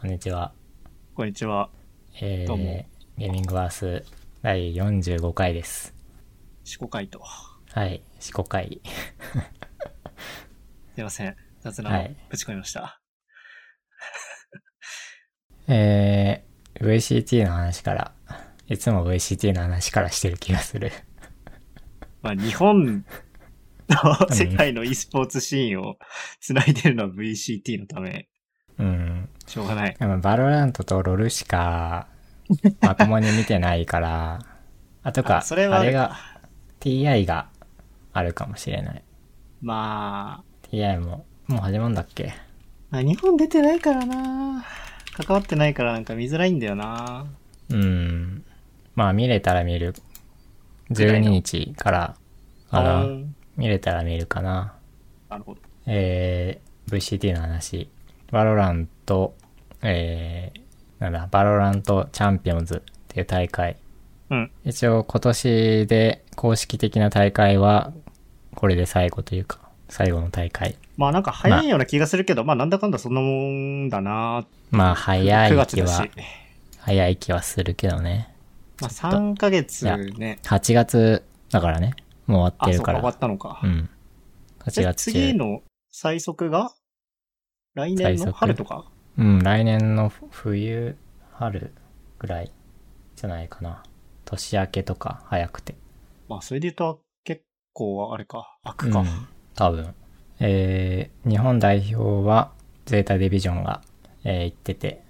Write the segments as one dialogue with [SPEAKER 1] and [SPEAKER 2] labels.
[SPEAKER 1] こんにちは。
[SPEAKER 2] こんにちは。
[SPEAKER 1] えー、
[SPEAKER 2] どうも
[SPEAKER 1] ゲーミングワース第45回です。
[SPEAKER 2] 四股会と。
[SPEAKER 1] はい、四股会。
[SPEAKER 2] すいません。雑
[SPEAKER 1] は
[SPEAKER 2] 談を
[SPEAKER 1] い
[SPEAKER 2] ぶち込みました。
[SPEAKER 1] えー、VCT の話から、いつも VCT の話からしてる気がする。
[SPEAKER 2] まあ、日本 と世界の e スポーツシーンを繋いでるのは VCT のため、
[SPEAKER 1] うん。
[SPEAKER 2] しょうがない。
[SPEAKER 1] でもバロラントとロルしか、まともに見てない から、あとか、
[SPEAKER 2] あそれは
[SPEAKER 1] あ
[SPEAKER 2] あ
[SPEAKER 1] れ
[SPEAKER 2] るか
[SPEAKER 1] が、TI があるかもしれない。
[SPEAKER 2] ま
[SPEAKER 1] TI も、もう始まるんだっけ
[SPEAKER 2] あ、まあ日本出てないからな関わってないからなんか見づらいんだよな
[SPEAKER 1] うん。まあ見れたら見る。12日から、あら、
[SPEAKER 2] うん
[SPEAKER 1] 見れたら見るかな。
[SPEAKER 2] なるほど。
[SPEAKER 1] えー、VCT の話。バロラント、えー、なんだ、バロラントチャンピオンズっていう大会。
[SPEAKER 2] うん。
[SPEAKER 1] 一応今年で公式的な大会は、これで最後というか、最後の大会。
[SPEAKER 2] まあなんか早いような気がするけど、まあなんだかんだそんなもんだな
[SPEAKER 1] まあ、早
[SPEAKER 2] 9
[SPEAKER 1] い
[SPEAKER 2] 月
[SPEAKER 1] 気
[SPEAKER 2] だし
[SPEAKER 1] は、。早い気はするけどね。
[SPEAKER 2] まあ3ヶ月ね。
[SPEAKER 1] 8月だからね。もう終わっ
[SPEAKER 2] あ、
[SPEAKER 1] て
[SPEAKER 2] そ
[SPEAKER 1] る
[SPEAKER 2] う
[SPEAKER 1] か
[SPEAKER 2] か、終わ
[SPEAKER 1] ら。
[SPEAKER 2] ったのか。
[SPEAKER 1] うん。8
[SPEAKER 2] え
[SPEAKER 1] 月中
[SPEAKER 2] 次の最速が来年
[SPEAKER 1] 最
[SPEAKER 2] の
[SPEAKER 1] 速
[SPEAKER 2] 春とか
[SPEAKER 1] うん、来年の冬、春ぐらいじゃないかな。年明けとか早くて。
[SPEAKER 2] まあ、それで言うと、結構、あれか、悪か。
[SPEAKER 1] うん、多分。えー、日本代表はゼータディビジョンが、えー行ってて、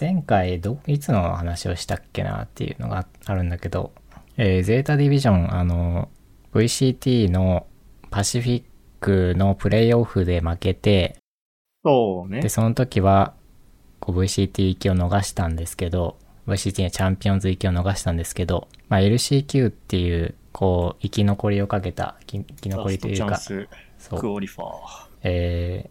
[SPEAKER 1] 前回ど、いつの話をしたっけなっていうのがあるんだけど、えー、ゼータディビジョン、あの、VCT のパシフィックのプレイオフで負けて、
[SPEAKER 2] そうね
[SPEAKER 1] で、。その時は、こう VCT 行きを逃したんですけど、VCT のチャンピオンズ行きを逃したんですけど、まあ、LCQ っていう、こう、生き残りをかけた、生き生き
[SPEAKER 2] ラ
[SPEAKER 1] 残り
[SPEAKER 2] ス
[SPEAKER 1] と
[SPEAKER 2] ト
[SPEAKER 1] い
[SPEAKER 2] チ
[SPEAKER 1] う
[SPEAKER 2] ャン
[SPEAKER 1] か、
[SPEAKER 2] ス、
[SPEAKER 1] そう、
[SPEAKER 2] クオリファー。
[SPEAKER 1] え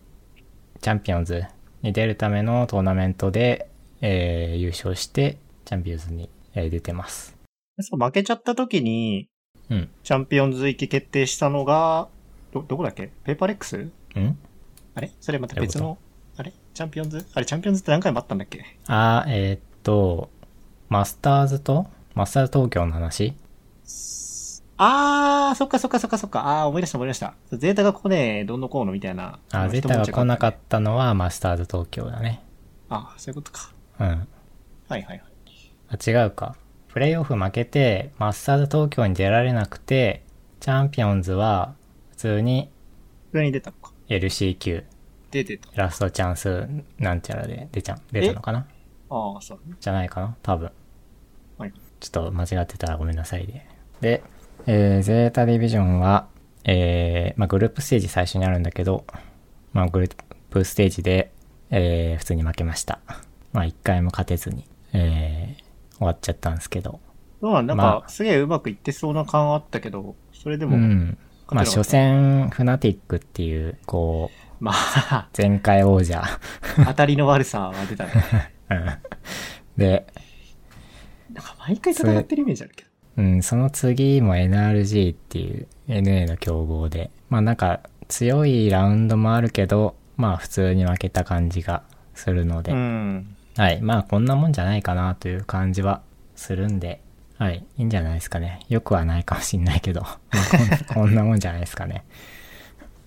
[SPEAKER 1] ー、チャンピオンズに出るためのトーナメントで、えー、優勝して、チャンピオンズに、えー出てます。
[SPEAKER 2] そう、負けちゃった時に、
[SPEAKER 1] うん。
[SPEAKER 2] チャンピオンズ行き決定したのが、ど、どこだっけペーパーレックス
[SPEAKER 1] ん
[SPEAKER 2] あれそれまた
[SPEAKER 1] どういうこと
[SPEAKER 2] 別の、あれチャンピオンズあれ、チャンピオンズって何回もあったんだっけ
[SPEAKER 1] あー、えーっと、マスターズと、マスターズ東京の話
[SPEAKER 2] あー、そっかそっかそっかそっか。あー、思い出した思い出した。そうゼータが来ねえ、どんどこうのみたいな。
[SPEAKER 1] あー、ゼータが来なかったのはマスターズ東京だね。
[SPEAKER 2] た。あ、そういうことか。
[SPEAKER 1] うん。
[SPEAKER 2] はいはいはい。
[SPEAKER 1] あ違うかプレイオフ負けてマスターズ東京に出られなくてチャンピオンズは普通に
[SPEAKER 2] 上に出たのか。
[SPEAKER 1] LCQ
[SPEAKER 2] 出てた。
[SPEAKER 1] ラストチャンスなんちゃらで出ちゃ出たのかな
[SPEAKER 2] ああ、そうね。
[SPEAKER 1] じゃないかな多分
[SPEAKER 2] はい。
[SPEAKER 1] ちょっと間違ってたらごめんなさいでで、えーゼータディビジョンは、えーまあ、グループステージ最初にあるんだけど、まあ、グループステージで、えー普通に負けましたまあ一回も勝てずに、えー終わっちゃったんですけど
[SPEAKER 2] そうなんなんか、
[SPEAKER 1] まあ
[SPEAKER 2] すげえうまくいってそうな感はあったけど、それで
[SPEAKER 1] う
[SPEAKER 2] も、
[SPEAKER 1] んまあ、
[SPEAKER 2] 勝
[SPEAKER 1] 初
[SPEAKER 2] てな
[SPEAKER 1] 戦、フナティックっていう、こう、
[SPEAKER 2] かったまあ、
[SPEAKER 1] 前回王者。
[SPEAKER 2] 当たりの悪さは 出たね。
[SPEAKER 1] うんで、
[SPEAKER 2] なんか毎回戦ってるイメージあるけど。
[SPEAKER 1] うん、その次も NRG っていう NA の競合で、まあなんか強いラウンドもあるけど、まあ普通に負けた感じがするので、
[SPEAKER 2] うん。
[SPEAKER 1] はい、まあこんなもんじゃないかなという感じはするんで、はい、いいんじゃないですかね。よくはないかもしんないけど、 まあこん こんなもんじゃないですかね。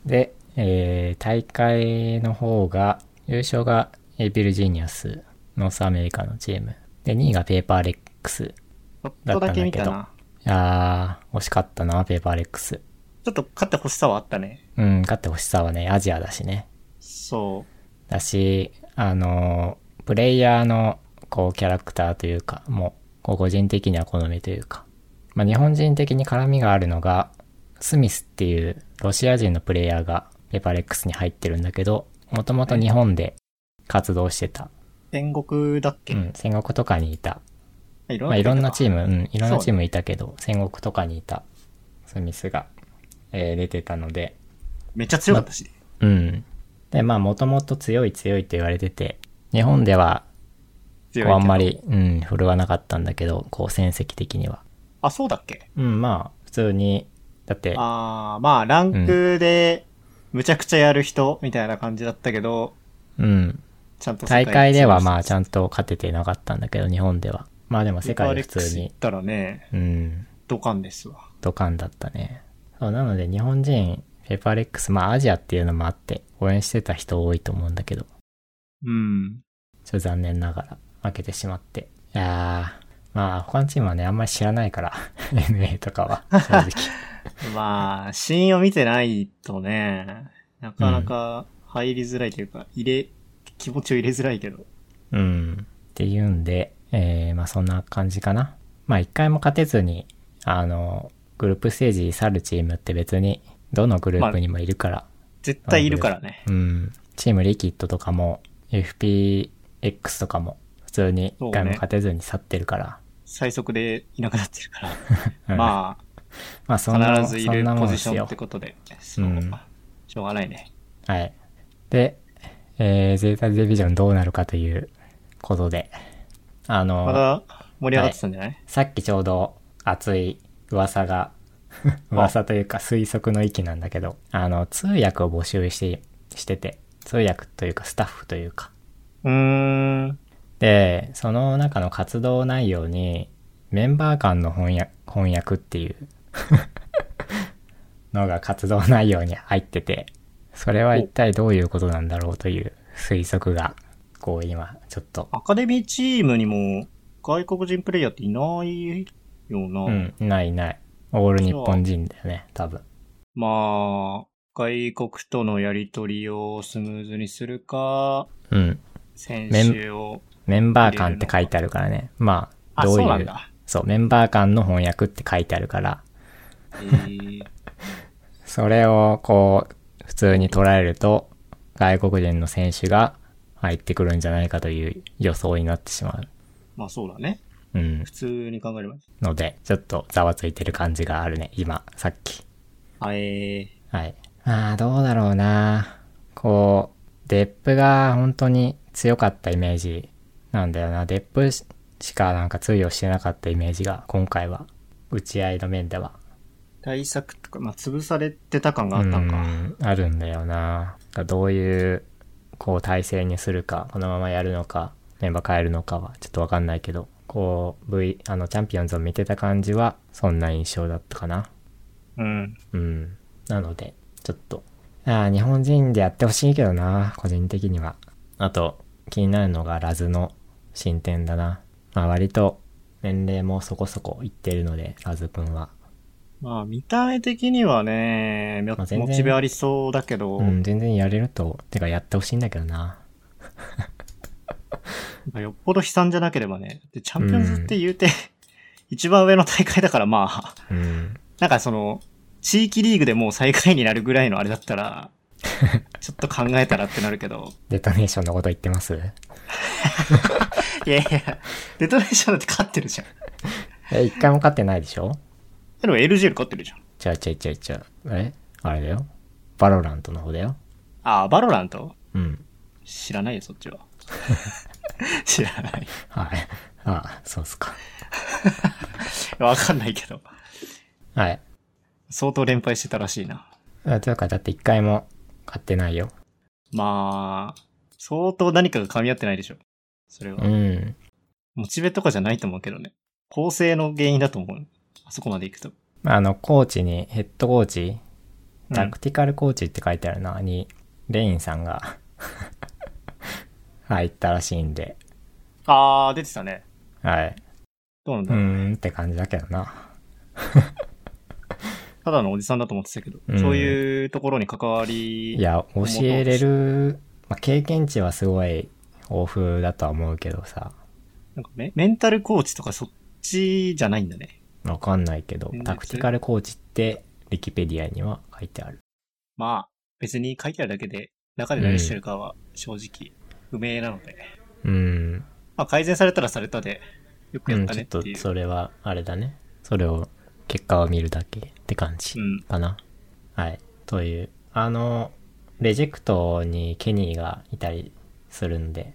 [SPEAKER 1] で、えー大会の方が、優勝がえービルジーニアス、ノースアメリカのチーム。で、2位がペーパーレックス。
[SPEAKER 2] ちょっとだけ見
[SPEAKER 1] だ
[SPEAKER 2] た
[SPEAKER 1] ったん
[SPEAKER 2] な。
[SPEAKER 1] あー、惜しかったな、ペーパーレックス。
[SPEAKER 2] ちょっと勝って欲しさはあったね。
[SPEAKER 1] うん、勝ってほしさはね、アジアだしね。
[SPEAKER 2] そ
[SPEAKER 1] だし、あの、プレイヤーの、こう、キャラクターというか、もう、こう個人的には好みというか、まあ、日本人的に絡みがあるのが、スミスっていうロシア人のプレイヤーがペパレックスに入ってるんだけど、もともと日本で活動してた、
[SPEAKER 2] う。天国だっけ、
[SPEAKER 1] うん、戦国とかにいた、
[SPEAKER 2] いろ
[SPEAKER 1] まあ、いろんなチー
[SPEAKER 2] ム。
[SPEAKER 1] ム、うん、いろんなチームいたけど、戦国とかにいたスミスが、えー出てたので、
[SPEAKER 2] めっちゃ強かったし。
[SPEAKER 1] うん。で、まあ、もともと強い強いと言われてて、日本では
[SPEAKER 2] 強いけ
[SPEAKER 1] こう
[SPEAKER 2] ど
[SPEAKER 1] あんま。り、うん、振るわなかったんだけど、こう戦績的には。
[SPEAKER 2] あ、そうだっけ
[SPEAKER 1] うん、まあ、普通に、だって、
[SPEAKER 2] ああ、まあ、ランクで、むちゃくちゃやる人みたいな感じだったけど、
[SPEAKER 1] うん、
[SPEAKER 2] ちゃんと
[SPEAKER 1] 大会ではまあち
[SPEAKER 2] ゃん
[SPEAKER 1] ゃんと勝ててなかったんだけど、日本では。まあでも世界で普通
[SPEAKER 2] 行
[SPEAKER 1] に
[SPEAKER 2] っ、たらね、
[SPEAKER 1] うん、
[SPEAKER 2] ドカンですわ。
[SPEAKER 1] ドカンだったね。そうなので日本人、ペーパーレックス、まあアジアっていうのもあって、応援してた人多いと思うんだけど、
[SPEAKER 2] うん。
[SPEAKER 1] ちょっと残念ながら負けてしまって。いやー、まあ他のチームはね、あんまり知らないから、NBA とかは、正直。
[SPEAKER 2] まあ、シーンを見てないとね、なかなか入りづらいというか、入れ、気持ちを入れづらいけど。
[SPEAKER 1] うん。っていうんで、えーまあそんな感じかな。まあ一回も勝てずに、あの、グループステージ去るチームって別に、どのグループにもいるから、
[SPEAKER 2] 絶対いるからね。
[SPEAKER 1] うん。チームリキッドとかも、FPX とかも、普通に一回も勝てずに去ってるから、
[SPEAKER 2] 最速でいなくなってるから。
[SPEAKER 1] うん
[SPEAKER 2] ま
[SPEAKER 1] まあそん
[SPEAKER 2] あ、
[SPEAKER 1] な、
[SPEAKER 2] 必ずい
[SPEAKER 1] そん
[SPEAKER 2] る
[SPEAKER 1] なも
[SPEAKER 2] ポ
[SPEAKER 1] んで
[SPEAKER 2] ジシ
[SPEAKER 1] す
[SPEAKER 2] ョン
[SPEAKER 1] よ
[SPEAKER 2] って。ことで。そう
[SPEAKER 1] うん
[SPEAKER 2] しょうがないね。
[SPEAKER 1] はい。で、えー、ゼータディビジョンどうなるかということで、あの、
[SPEAKER 2] まだ盛り上がってたんじゃない
[SPEAKER 1] さっきちょうど熱い噂が、噂というか推測の域なんだけど、あの、通訳を募集して、してて、通訳というかスタッフというか。
[SPEAKER 2] うーん。
[SPEAKER 1] で、その中の活動内容に、メンバー間の翻訳、翻訳っていう のが活動内容に入ってて、それは一体どういうことなんだろうという推測が、こう今、ちょっと、
[SPEAKER 2] アカデミーチームにも外国人プレイヤーっていないような。
[SPEAKER 1] うん、ないない。オール日本人だよね、多分。
[SPEAKER 2] まあ、外国とのやりとりをスムーズにするか、
[SPEAKER 1] うん。
[SPEAKER 2] 選手を。
[SPEAKER 1] メンバー間って書いてあるからね。まあ、
[SPEAKER 2] あ、
[SPEAKER 1] どう
[SPEAKER 2] そう
[SPEAKER 1] い
[SPEAKER 2] なん
[SPEAKER 1] う
[SPEAKER 2] だ。
[SPEAKER 1] そう、メンバー間の翻訳って書いてあるから、
[SPEAKER 2] えー
[SPEAKER 1] それをこう、普通に捉えると、外国人の選手が入ってくるんじゃないかという予想になってしま
[SPEAKER 2] まあそうだね。
[SPEAKER 1] う。うん
[SPEAKER 2] 普。通に考えれば。
[SPEAKER 1] ので、ちょっとざわついてる感じがあるね、今、さっき。
[SPEAKER 2] あえ
[SPEAKER 1] はい。まあ、どうだろうな。こう、デップが本当に強かったイメージなんだよな。デップししかなんか通用してなかったイメージが、今回は、打ち合いの面では。
[SPEAKER 2] ー、対策とか、まあ潰されてた感があったん
[SPEAKER 1] う
[SPEAKER 2] か。
[SPEAKER 1] んあるんだよな。だからどういう、こう、体制にするか、このままやるのか、メンバー変えるのかは、ちょっとわかんないけど、こう、V、あの、チャンピオンズを見てた感じは、そんな印象だったかな。
[SPEAKER 2] うん。
[SPEAKER 1] うん。なので、ちょっと。ああ、日本人でやってほしいけどな、個人的には。あと、気になるのがラズの進展だな。まあ割と年齢もそこそこいってるので、ラズくんは。
[SPEAKER 2] まあ見た目的にはね、
[SPEAKER 1] まあ
[SPEAKER 2] モ
[SPEAKER 1] 全然
[SPEAKER 2] チベありそうだけど、
[SPEAKER 1] うん、全然やれると、てかやってほしいんだけどな。
[SPEAKER 2] よっぽど悲惨じゃなければね。で、チャンピオンズって言うて、一番上の大会だからまあ、
[SPEAKER 1] うん。
[SPEAKER 2] なんかその、地域リーグでもう最下位になるぐらいのあれだっ たら、ちょっと考えたらってなるけど。
[SPEAKER 1] デトネーションのこと言ってます
[SPEAKER 2] いやいや、デトネーションだって勝ってるじゃん。
[SPEAKER 1] え、一回も勝ってないでしょ
[SPEAKER 2] でも LGL 勝ってるじゃん。
[SPEAKER 1] ちゃうちゃうちゃうちゃう。えあれだよ。バロラントの方だよ。
[SPEAKER 2] あー、バロラント
[SPEAKER 1] うん。
[SPEAKER 2] 知らないよ、そっちは。 知らない。
[SPEAKER 1] はい。ああ、そうっすか。
[SPEAKER 2] わかんないけど。
[SPEAKER 1] はい。
[SPEAKER 2] 相当連敗してたらしいな。
[SPEAKER 1] あというか、だって一回も勝ってないよ。
[SPEAKER 2] まあ、相当何かが噛み合ってないでしょ。それは。
[SPEAKER 1] うん。
[SPEAKER 2] モチベとかじゃないと思うけどね。構成の原因だと思う。あそこまで行くと。
[SPEAKER 1] あの、コーチに、ヘッドコーチ、
[SPEAKER 2] うん
[SPEAKER 1] タクティカルコーチって書いてあるな、に、レインさんが、入ったらしいんで、
[SPEAKER 2] あー、出てたね。
[SPEAKER 1] はい。
[SPEAKER 2] どうなん
[SPEAKER 1] う
[SPEAKER 2] だろう。
[SPEAKER 1] ーんって感じだけどな。
[SPEAKER 2] ただのおじさんだと思ってたけど、
[SPEAKER 1] うん
[SPEAKER 2] そういうところに関わり、
[SPEAKER 1] いや、教えれる、まあ、経験値はすごい豊富だとは思うけどさ、
[SPEAKER 2] なんかメメンタルコーチとかそっちじゃないんだね。
[SPEAKER 1] わかんないけど
[SPEAKER 2] 全、然
[SPEAKER 1] タクティカルコーチって、ウィキペディアには書いてある。
[SPEAKER 2] まあ、別に書いてあるだけで、中で何してるかは正直不明なので、
[SPEAKER 1] うん。
[SPEAKER 2] まあ改善されたらされたで、よく
[SPEAKER 1] う
[SPEAKER 2] やっ
[SPEAKER 1] ん、
[SPEAKER 2] た
[SPEAKER 1] ち
[SPEAKER 2] ね
[SPEAKER 1] ょっ
[SPEAKER 2] って
[SPEAKER 1] と
[SPEAKER 2] いう。
[SPEAKER 1] それは、あれだね。それを、結果を見るだけって感じ。
[SPEAKER 2] うん。
[SPEAKER 1] かな。はい。という。あの、レジェクトにケニーがいたりするんで。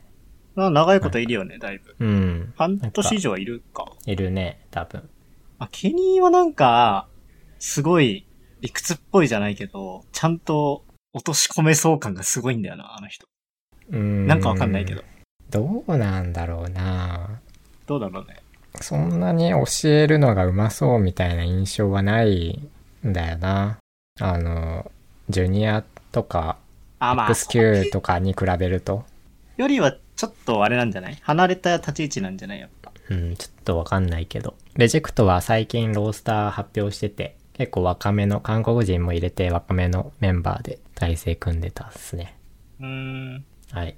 [SPEAKER 2] まあ長いこといるよね、だいぶ。
[SPEAKER 1] うん。
[SPEAKER 2] 半年以上はいるか。
[SPEAKER 1] いるね、多分。
[SPEAKER 2] あ、ケニーはなんか、すごい、理屈っぽいじゃないけど、ちゃんと落とし込めそう感がすごいんだよな、あの人。
[SPEAKER 1] うん
[SPEAKER 2] なんかわかんないけど。
[SPEAKER 1] どうなんだろうな
[SPEAKER 2] どうだろうね。
[SPEAKER 1] そんなに教えるのがうまそうみたいな印象はないんだよなあのジュニアとか
[SPEAKER 2] あ、まあ、
[SPEAKER 1] X9 とかに比べると
[SPEAKER 2] よりはちょっとあれなんじゃない離れた立ち位置なんじゃないやっぱ。
[SPEAKER 1] うん、ちょっとわかんないけど。レジェクトは最近ロースター発表してて、結構若めの、韓国人も入れて若めのメンバーで体制組んでたっすね。
[SPEAKER 2] うーん。
[SPEAKER 1] はい。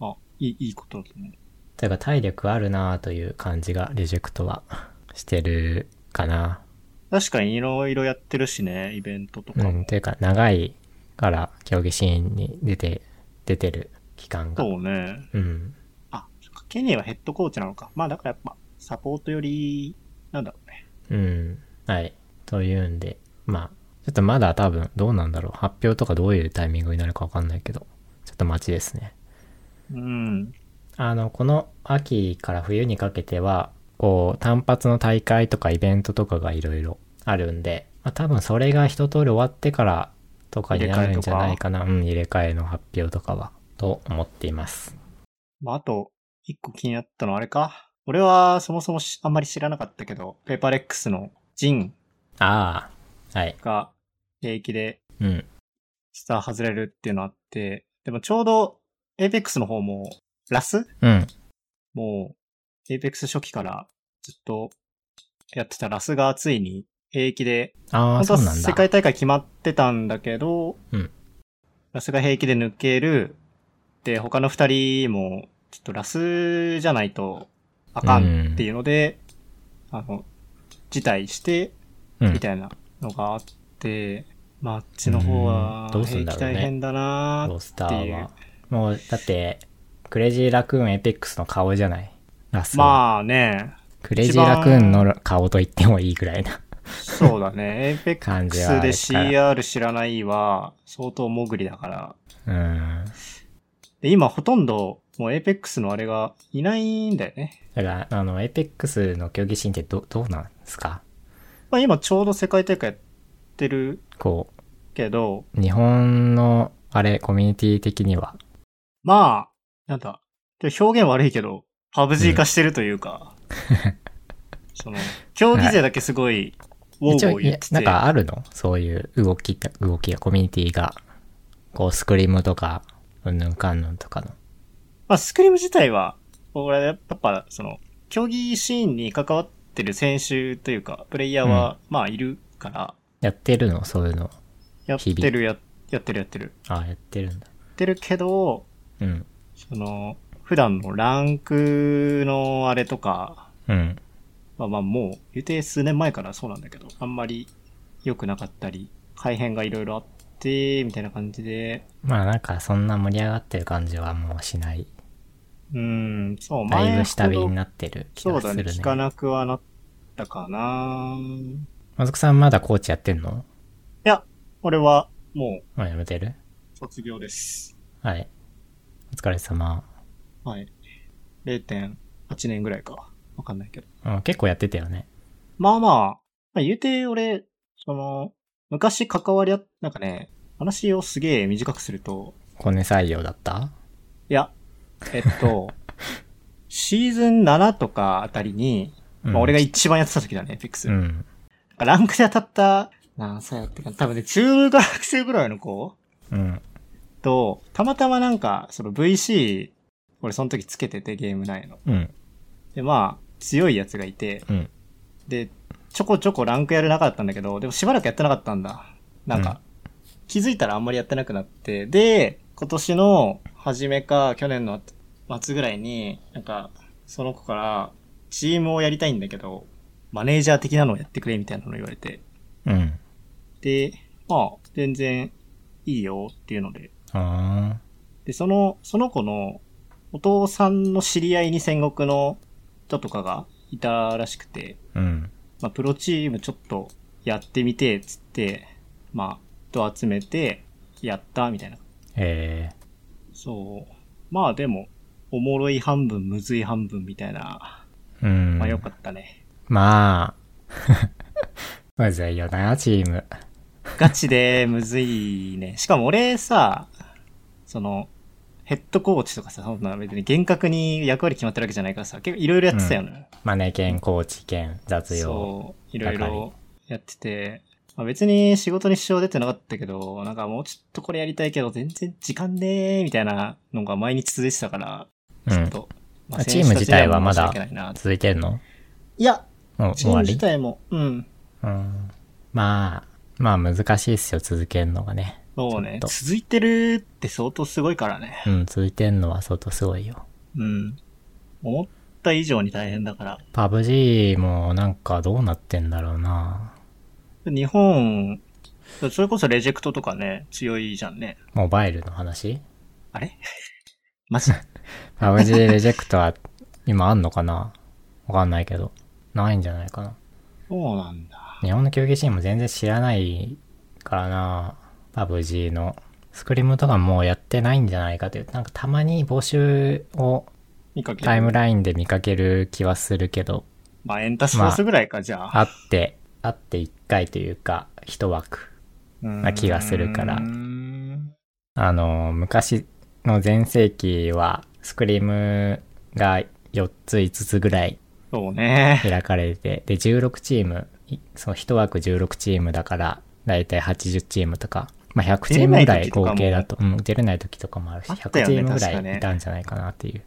[SPEAKER 2] あ、いい、いいことだと思う。
[SPEAKER 1] というか体力あるなぁという感じがレジェクトはしてるかな。
[SPEAKER 2] 確かにいろいろやってるしね、イベントとか
[SPEAKER 1] う
[SPEAKER 2] も。
[SPEAKER 1] ん、というか長いから競技シーンに出て、出てる期間が。
[SPEAKER 2] そうね。
[SPEAKER 1] うん。
[SPEAKER 2] あ、そっかケニーはヘッドコーチなのか。まあだからやっぱ、サポートより、なんだろうね。
[SPEAKER 1] うん。はい。というんで、まあ、ちょっとまだ多分どうなんだろう。発表とかどういうタイミングになるかわかんないけど、ちょっと待ちですね。
[SPEAKER 2] うん。
[SPEAKER 1] あの、この秋から冬にかけては、こう、単発の大会とかイベントとかがいろいろあるんで、まあ、多分それが一通り終わってからとかになるんじゃないかな。うん、入れ替えの発表とかは、と思っています。
[SPEAKER 2] まああと、一個気になったのはあれか。俺はそもそもしあんまり知らなかったけど、ペーパーレックスのジン
[SPEAKER 1] ああ、はい。
[SPEAKER 2] が平気で
[SPEAKER 1] うん。
[SPEAKER 2] スター外れるっていうのあって、でもちょうど、エイペックスの方も、ラス
[SPEAKER 1] うん。
[SPEAKER 2] もう、エイペックス初期からずっとやってたラスがついに平気で、
[SPEAKER 1] ああ、
[SPEAKER 2] 本当
[SPEAKER 1] そ
[SPEAKER 2] は
[SPEAKER 1] うなんだ。
[SPEAKER 2] 世界大会決まってたんだけど、
[SPEAKER 1] うん
[SPEAKER 2] ラスが平気で抜ける。で、他の二人も、ちょっとラスじゃないとあかんっていうので、あの、辞退して、
[SPEAKER 1] うん
[SPEAKER 2] みたいなのがあって、まあ、あっちの方は
[SPEAKER 1] うんど、うす
[SPEAKER 2] 平
[SPEAKER 1] んだ
[SPEAKER 2] 気
[SPEAKER 1] ろうね
[SPEAKER 2] 大変だなー
[SPEAKER 1] ロスタ
[SPEAKER 2] って
[SPEAKER 1] ー
[SPEAKER 2] いう
[SPEAKER 1] は。もう、だって、クレイジーラクーンエペックスの顔じゃない。ラスは
[SPEAKER 2] まあね、
[SPEAKER 1] クレイジーラクーンの顔と言ってもいいぐらいな。
[SPEAKER 2] そうだ ね。エイペック
[SPEAKER 1] 感じは
[SPEAKER 2] ス
[SPEAKER 1] あ
[SPEAKER 2] で
[SPEAKER 1] れから
[SPEAKER 2] CR 知らないは相当潜りだから。
[SPEAKER 1] うん。
[SPEAKER 2] で、今ほとんどもうエイペックスのあれがいないんだよね。
[SPEAKER 1] だから、あの、エペックスの競技シーンってど、どうなんですか
[SPEAKER 2] まあ今ちょうど世界大会やってる
[SPEAKER 1] こ
[SPEAKER 2] けど、
[SPEAKER 1] う、日本の、あれ、コミュニティ的には。
[SPEAKER 2] まあ、なんだ、で表現悪いけど、パブ G 化してるというか、その、競技勢だけす ごい、ウォ
[SPEAKER 1] 一
[SPEAKER 2] ーウォ
[SPEAKER 1] 応、
[SPEAKER 2] ー
[SPEAKER 1] い
[SPEAKER 2] 言
[SPEAKER 1] や
[SPEAKER 2] ってて。
[SPEAKER 1] なんかあるのそういう動きって、動きが、コミュニティが、こう、スクリームとか、うんぬんかんぬんとかの。
[SPEAKER 2] まあ、スクリーム自体は、俺はやっぱ、その、競技シーンに関わってる選手というか、プレイヤーは、まあ、いるから、
[SPEAKER 1] やってるのそういうの。
[SPEAKER 2] やって
[SPEAKER 1] 日
[SPEAKER 2] るや、やってるやってる。
[SPEAKER 1] あ、やってるんだ。
[SPEAKER 2] やってるけど、
[SPEAKER 1] うん。
[SPEAKER 2] その、普段のランクのあれとか、
[SPEAKER 1] うん。
[SPEAKER 2] まあまあもう、言うて数年前からそうなんだけど、あんまり良くなかったり、改変がいろいろあって、みたいな感じで、
[SPEAKER 1] まあなんか、そんな盛り上がってる感じはもうしない。
[SPEAKER 2] うん、そう、
[SPEAKER 1] だいぶ下火
[SPEAKER 2] ほど
[SPEAKER 1] になってる気
[SPEAKER 2] そ
[SPEAKER 1] が
[SPEAKER 2] う
[SPEAKER 1] す
[SPEAKER 2] だ
[SPEAKER 1] る
[SPEAKER 2] ね、
[SPEAKER 1] ね。
[SPEAKER 2] 聞かなくはなったかな
[SPEAKER 1] まずくさんまだコーチやってんの
[SPEAKER 2] いや、俺は、もう、
[SPEAKER 1] まあやめてる
[SPEAKER 2] 卒業です。
[SPEAKER 1] はい。お疲れ様。
[SPEAKER 2] はい。0.8年ぐらいか。わかんないけど。
[SPEAKER 1] うん、結構やってたよね。
[SPEAKER 2] まあまあ、まあ、言うて俺、その、昔関わりあっ、なんかね、話をすげえ短くすると、
[SPEAKER 1] コネ採用だった
[SPEAKER 2] いや、えっと、 シーズン7とかあたりに、まあ俺が一番やってた時だね、エイペックス。
[SPEAKER 1] うん。
[SPEAKER 2] ランクで当たった、何歳だったかな、多分ね、中学生ぐらいの子
[SPEAKER 1] うん。
[SPEAKER 2] と、たまたまなんか、その VC、俺その時つけてて、ゲーム内の。
[SPEAKER 1] うん。
[SPEAKER 2] で、まあ、強いやつがいて、
[SPEAKER 1] うん。
[SPEAKER 2] で、ちょこちょこランクやる中だったんだけど、でもしばらくやってなかったんだ。なん
[SPEAKER 1] うん
[SPEAKER 2] か、気づいたらあんまりやってなくなって、で、今年の初めか、去年の末ぐらいに、なんか、その子から、チームをやりたいんだけど、マネージャー的なのをやってくれみたいなのを言われて、
[SPEAKER 1] うん。
[SPEAKER 2] で、まあ、全然いいよっていうので、
[SPEAKER 1] あ
[SPEAKER 2] で、その、その子のお父さんの知り合いに戦国の人とかがいたらしくて、
[SPEAKER 1] あ。うん。
[SPEAKER 2] まあ、プロチームちょっとやってみて、つって、まあ、人集めて、やった、みたいな。
[SPEAKER 1] え
[SPEAKER 2] そう。まあでも、おもろい半分、むずい半分みたいな。
[SPEAKER 1] えうん。
[SPEAKER 2] まあよかったね。
[SPEAKER 1] まあ。むずいよな、チーム。
[SPEAKER 2] ガチでむずいね。しかも俺さ、その、ヘッドコーチとかさ、そんな別に厳格に役割決まってるわけじゃないからさ、結構いろいろやってたよね。
[SPEAKER 1] マネ兼、コーチ兼、雑用。
[SPEAKER 2] そう、いろいろやってて、まあ、別に仕事に支障出てなかったけど、なんかもうちょっとこれやりたいけど、全然時間ねーみたいなのが毎日続いてたから、
[SPEAKER 1] う
[SPEAKER 2] ちょ
[SPEAKER 1] ん
[SPEAKER 2] っ。と、ま
[SPEAKER 1] チーム自体はまだ
[SPEAKER 2] 選手たちには申し訳ないな
[SPEAKER 1] 続いてるの
[SPEAKER 2] いや、
[SPEAKER 1] もう
[SPEAKER 2] チ
[SPEAKER 1] 終
[SPEAKER 2] ーム
[SPEAKER 1] わ
[SPEAKER 2] 自
[SPEAKER 1] り
[SPEAKER 2] 体も、うん、
[SPEAKER 1] うん。まあ、まあ難しいっすよ、続けるのがね。
[SPEAKER 2] そうね、
[SPEAKER 1] ちょっと
[SPEAKER 2] 続いてるって相当すごいからね。
[SPEAKER 1] うん、続いてんのは相当すごいよ。
[SPEAKER 2] うん。思った以上に大変だから。
[SPEAKER 1] パブ G もなんかどうなってんだろうな。
[SPEAKER 2] 日本、それこそレジェクトとかね、強いじゃんね。
[SPEAKER 1] モバイルの話
[SPEAKER 2] あれ マ ジ
[SPEAKER 1] パブ G レジェクトは今あんのかなわかんないけど。ないんじゃないかな。
[SPEAKER 2] そうなんだ。
[SPEAKER 1] 日本の競技チーム全然知らないからな、パブ G の。スクリームとかもうやってないんじゃないかという。なんかたまに募集を
[SPEAKER 2] 見かける
[SPEAKER 1] タイムラインで見かける気はするけど、
[SPEAKER 2] まあ、エンタスフォースぐらいか、じゃあ。
[SPEAKER 1] あって、あって1回というか、1枠。
[SPEAKER 2] な
[SPEAKER 1] 気がするから
[SPEAKER 2] うん。
[SPEAKER 1] あの、昔の前世紀は、スクリームが4つ、5つぐらい
[SPEAKER 2] そうね。
[SPEAKER 1] 開かれて、で、16チーム、いその1枠16チームだから、だいたい80チームとか、まあ、100チームぐらい合計だと、うん、出れない時とかもあるし、
[SPEAKER 2] あった
[SPEAKER 1] 100
[SPEAKER 2] よ
[SPEAKER 1] チ
[SPEAKER 2] ね
[SPEAKER 1] ームぐ
[SPEAKER 2] 確からね
[SPEAKER 1] いいたんじゃないかなっていう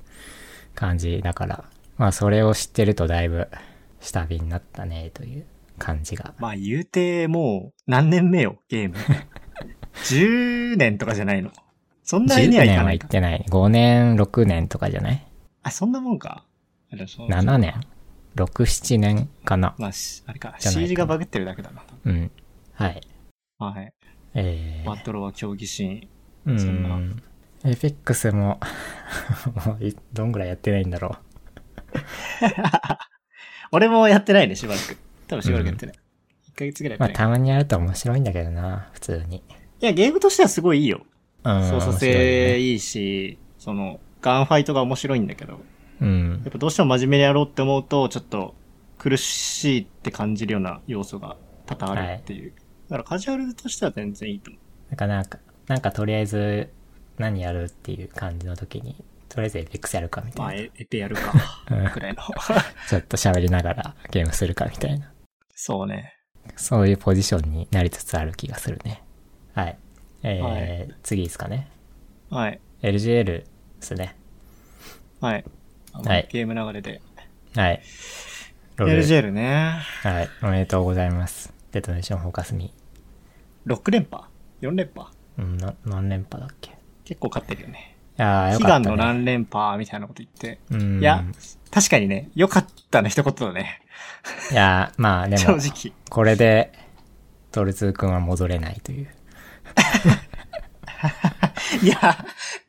[SPEAKER 1] 感じだから、まあ、それを知ってるとだいぶ下火になったね、という感じが。
[SPEAKER 2] まあ、言うて、もう、何年目よ、ゲーム。10年とかじゃないの。そんなに
[SPEAKER 1] 10
[SPEAKER 2] にはい
[SPEAKER 1] 年
[SPEAKER 2] か
[SPEAKER 1] は
[SPEAKER 2] ない
[SPEAKER 1] 行
[SPEAKER 2] か
[SPEAKER 1] っ。てない。5年、6年とかじゃない
[SPEAKER 2] あ、そんなもんか。あでもそう
[SPEAKER 1] ?7 年 ?6、7年かな。
[SPEAKER 2] まあ、しあれか、
[SPEAKER 1] じゃないかな
[SPEAKER 2] CG がバグってるだけだな。
[SPEAKER 1] うん。はい。
[SPEAKER 2] はい。
[SPEAKER 1] え
[SPEAKER 2] バトロは競技シーン。
[SPEAKER 1] ー、う。
[SPEAKER 2] そんなん
[SPEAKER 1] エフェックスも、 もうい、どんぐらいやってないんだろ。
[SPEAKER 2] 俺もやってないね、しばらく。多分しばらくやってない。1ヶ月ぐらいう
[SPEAKER 1] ま
[SPEAKER 2] やっ
[SPEAKER 1] あ、
[SPEAKER 2] てない。
[SPEAKER 1] たまにやると面白いんだけどな、普通に。
[SPEAKER 2] いや、ゲームとしてはすごいいいよ。
[SPEAKER 1] うん。
[SPEAKER 2] 操作性いいし、その、ガンファイトが面白いんだけど、
[SPEAKER 1] 面白いね
[SPEAKER 2] やっぱどうしても真面目にやろうって思うと、ちょっと苦しいって感じるような要素が多々あるっていう。だからカジュアルとしては全然いいと思
[SPEAKER 1] うん。なんか、なんか、なんかとりあえず、何やるっていう感じの時に、とりあえずエフェックスやるかみ
[SPEAKER 2] う。まあ、
[SPEAKER 1] たい
[SPEAKER 2] え得てや るか。
[SPEAKER 1] な。うん
[SPEAKER 2] くらいの。
[SPEAKER 1] ちょっと喋りながらゲームするかみたいな。
[SPEAKER 2] そうね。
[SPEAKER 1] そういうポジションになりつつある気がするね。はい。えー
[SPEAKER 2] は
[SPEAKER 1] 次ですかね。
[SPEAKER 2] はい。
[SPEAKER 1] LGL ですね。
[SPEAKER 2] はい。あの
[SPEAKER 1] はい
[SPEAKER 2] ゲーム流れで。
[SPEAKER 1] はい。ロール
[SPEAKER 2] LGL ね。
[SPEAKER 1] はい。おめでとうございます。デトネーションフォーカスミ。
[SPEAKER 2] 6連覇 ?4 連覇
[SPEAKER 1] うん、な何連覇だっけ
[SPEAKER 2] 結構勝ってるよね。
[SPEAKER 1] ああ、よか
[SPEAKER 2] 悲
[SPEAKER 1] っ
[SPEAKER 2] 願
[SPEAKER 1] た、
[SPEAKER 2] の
[SPEAKER 1] ね。
[SPEAKER 2] 何連覇みたいなこと言って。
[SPEAKER 1] うん。
[SPEAKER 2] いや、確かにね、良かったの一言だね。
[SPEAKER 1] いや、まあで
[SPEAKER 2] 正
[SPEAKER 1] も、
[SPEAKER 2] 直。
[SPEAKER 1] これで、トルツー君は戻れないという。
[SPEAKER 2] いや、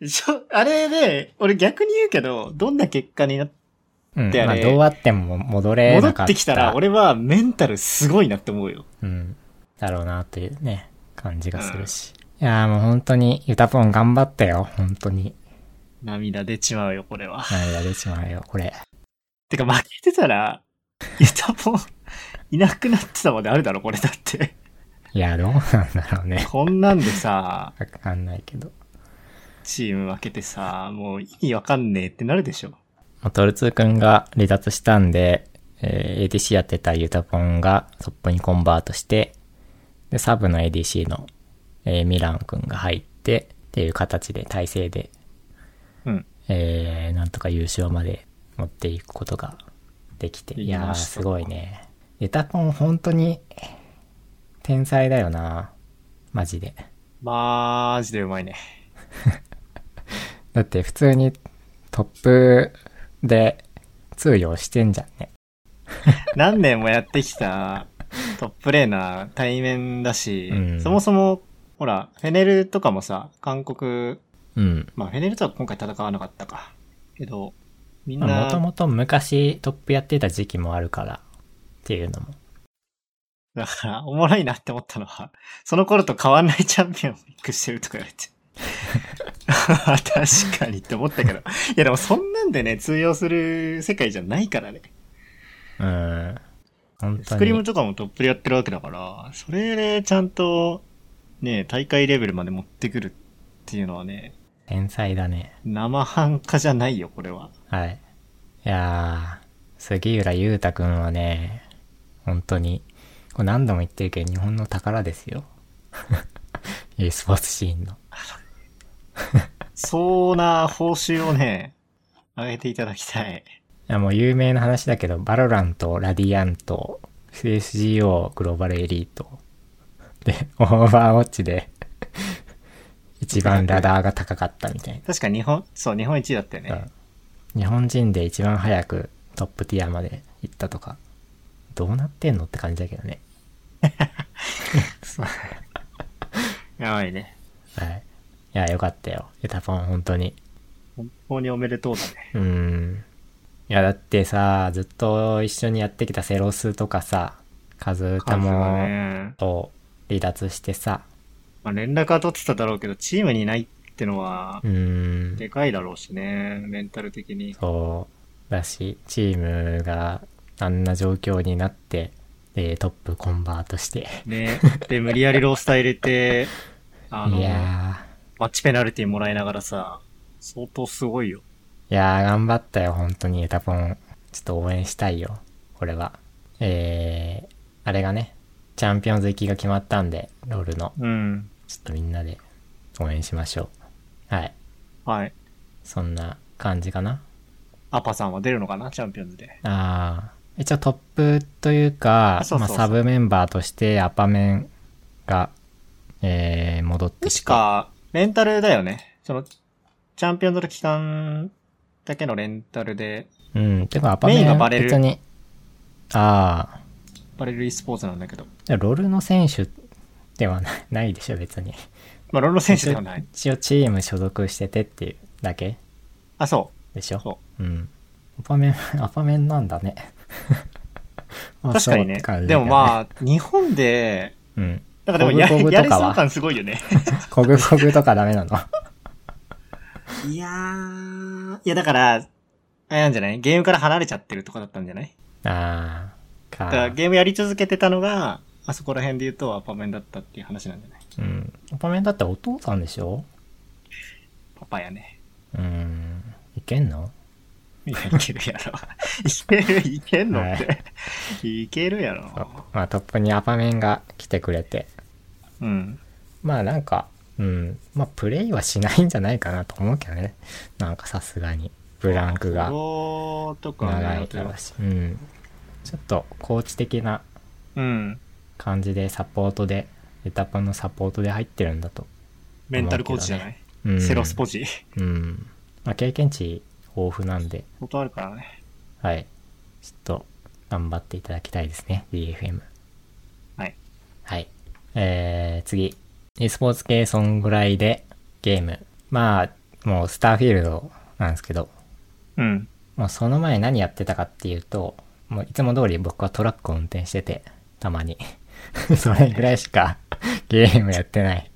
[SPEAKER 2] ちょ、あれね、俺逆に言うけど、どんな結果になっ
[SPEAKER 1] うん。
[SPEAKER 2] だよ
[SPEAKER 1] まあ
[SPEAKER 2] ね
[SPEAKER 1] どうあっても戻れ
[SPEAKER 2] 戻
[SPEAKER 1] なかった。
[SPEAKER 2] ってきたら、俺はメンタルすごいなって思うよ。
[SPEAKER 1] うん。だろうなというね、感じがするし。いやーもう本当に、ユタポン頑張ったよ。本当に。
[SPEAKER 2] 涙出ちまうよ、これは。
[SPEAKER 1] 涙出ちまうよ、これ。
[SPEAKER 2] てか、負けてたら、 ユタポン、いなくなってたまであるだろ、これだって。
[SPEAKER 1] いや、どうなんだろうね。
[SPEAKER 2] こんなんでさ、
[SPEAKER 1] わかんないけど。
[SPEAKER 2] チーム負けてさ、もう意味わかんねえってなるでしょ。
[SPEAKER 1] まあトルツー君が離脱したんで、えー ADC やってたユタポンがトップにコンバートして、で、サブの ADC の、えーミラン君が入って、っていう形で、体制で、
[SPEAKER 2] うん。
[SPEAKER 1] えーなんとか優勝まで持っていくことができて。
[SPEAKER 2] で
[SPEAKER 1] い
[SPEAKER 2] き
[SPEAKER 1] やー、
[SPEAKER 2] ました
[SPEAKER 1] すごいね。ユタポン本当に、天才だよな。マジで。
[SPEAKER 2] マジでうまいね。
[SPEAKER 1] だって普通にトップで通用してんじゃんね。
[SPEAKER 2] 何年もやってきたトップレーナー対面だし、
[SPEAKER 1] うん
[SPEAKER 2] そもそも、ほら、フェネルとかもさ、韓国、
[SPEAKER 1] うん。
[SPEAKER 2] まあフェネルとは今回戦わなかったか。けど、みんな、
[SPEAKER 1] もともと昔トップやってた時期もあるからっていうのも。
[SPEAKER 2] だから、 おもろいなって思ったのは、その頃と変わんないチャンピオンをピックしてるとか言われて。 確かにって思ったけど。いやでもそんなんでね、通用する世界じゃないからね。
[SPEAKER 1] うん。本
[SPEAKER 2] ス
[SPEAKER 1] 当
[SPEAKER 2] クリーム
[SPEAKER 1] に。
[SPEAKER 2] とかもトップでやってるわけだから、それでちゃんと、ね、大会レベルまで持ってくるっていうのはね、
[SPEAKER 1] 天才だね。
[SPEAKER 2] 生半可じゃないよ、これは。
[SPEAKER 1] はい。いやー、杉浦裕太くんはね、本当に、これ何度も言ってるけど、日本の宝ですよ。e スポーツシーンの。
[SPEAKER 2] そうな報酬をね、上げていただきたい。
[SPEAKER 1] いやもう有名な話だけど、バロラント、ラディアント、CSGO、グローバルエリート。で、オーバーウォッチで、一番ラダーが高かったみたい
[SPEAKER 2] 確か日本、そう、日本一位だったよ
[SPEAKER 1] な。
[SPEAKER 2] ね。
[SPEAKER 1] うん日本人で一番早くトップティアまで行ったとか、どうなってんのって感じだけどね。
[SPEAKER 2] やばいね。
[SPEAKER 1] はい。いや、よかったよ。ユタポン、本当に。
[SPEAKER 2] 本当におめでとうだね。
[SPEAKER 1] うーん。いや、だってさ、ずっと一緒にやってきたセロスとかさ、カズータ
[SPEAKER 2] 数が
[SPEAKER 1] も、
[SPEAKER 2] ね。
[SPEAKER 1] と離脱してさ、
[SPEAKER 2] まあ、連絡は取ってただろうけど、チームにいないってのは
[SPEAKER 1] う、ーん。
[SPEAKER 2] でかいだろうしね、メンタル的に。
[SPEAKER 1] そう。だし、チームがあんな状況になって、で、トップコンバートして。
[SPEAKER 2] ね。で、無理やりロースター入れて、あの
[SPEAKER 1] い、や
[SPEAKER 2] マッチペナルティもらいながらさ、相当すごいよ。
[SPEAKER 1] ー、いやー、頑張ったよ、本当に、ユタポン。ちょっと応援したいよ、これは。えー、あれがね、チャンピオンズ行きが決まったんで、ロールの。
[SPEAKER 2] うん。
[SPEAKER 1] ちょっとみんなで応援しましょう。はい。
[SPEAKER 2] はい。
[SPEAKER 1] そんな感じかな。
[SPEAKER 2] アパさんは出るのかなチャンピオンズで。
[SPEAKER 1] あー一応トップというか
[SPEAKER 2] あ、そうそうそう
[SPEAKER 1] まあ、サブメンバーとしてアパメンが、えー、戻ってきて。
[SPEAKER 2] 確か、レンタルだよね。その、チャンピオンズの期間だけのレンタルで、
[SPEAKER 1] うん。てかアパメ
[SPEAKER 2] メインが
[SPEAKER 1] ン
[SPEAKER 2] バレる
[SPEAKER 1] 別に、ああ、
[SPEAKER 2] バレル e スポーツなんだけど。
[SPEAKER 1] じゃあロルの選手ではないないでしょ、別に。
[SPEAKER 2] まあ、ロロ選手ではない。
[SPEAKER 1] 一応チーム所属しててっていうだけ
[SPEAKER 2] あ、そ
[SPEAKER 1] でしょ。。
[SPEAKER 2] そう
[SPEAKER 1] ん。アパメン、 アパメンなんだね。
[SPEAKER 2] う。
[SPEAKER 1] まあ
[SPEAKER 2] 確かに
[SPEAKER 1] そうっ
[SPEAKER 2] ね
[SPEAKER 1] て感。じだ
[SPEAKER 2] で
[SPEAKER 1] よ
[SPEAKER 2] もまあ、日本で、
[SPEAKER 1] うん。
[SPEAKER 2] なんかでもや
[SPEAKER 1] コブコブとか
[SPEAKER 2] や
[SPEAKER 1] は
[SPEAKER 2] りそう感すごいよね。
[SPEAKER 1] コグコグとかダメなの
[SPEAKER 2] いやー、いやだから、あれなんじゃないゲームから離れちゃってるとかだったんじゃない
[SPEAKER 1] ああ、
[SPEAKER 2] だから
[SPEAKER 1] か。
[SPEAKER 2] ゲームやり続けてたのが、あそこら辺で言うとアパメンだったっていう話なんじゃない
[SPEAKER 1] うん。アパメンだってお父さんでしょ
[SPEAKER 2] パパやね。
[SPEAKER 1] うん。いけんの
[SPEAKER 2] いやいけるやろ。いける、いけんのって。、
[SPEAKER 1] はい
[SPEAKER 2] けるやろ。
[SPEAKER 1] まあトップにアパメンが来てくれて。
[SPEAKER 2] うん。
[SPEAKER 1] まあなんか、うん。まあプレイはしないんじゃないかなと思うけどね。なんかさすがに。ブランクが
[SPEAKER 2] そうとか
[SPEAKER 1] 長
[SPEAKER 2] ね
[SPEAKER 1] いからし。うん。ちょっとコーチ的な
[SPEAKER 2] うん。
[SPEAKER 1] 感じでサポートで、エタパンのサポートで入ってるんだと。
[SPEAKER 2] メンタルコーチじゃない、
[SPEAKER 1] うん。
[SPEAKER 2] セロスポジ。
[SPEAKER 1] うん。まあ経験値豊富なんで。
[SPEAKER 2] 本当あるからね。
[SPEAKER 1] はい。ちょっと、頑張っていただきたいですね、DFM。
[SPEAKER 2] はい。
[SPEAKER 1] はい。えー、次。e スポーツ系そんぐらいで、ゲーム。まあ、もうスターフィールドなんですけど、
[SPEAKER 2] うん。
[SPEAKER 1] もうその前何やってたかっていうと、もういつも通り僕はトラックを運転してて、たまに。 それぐらいしか ゲームやって ない。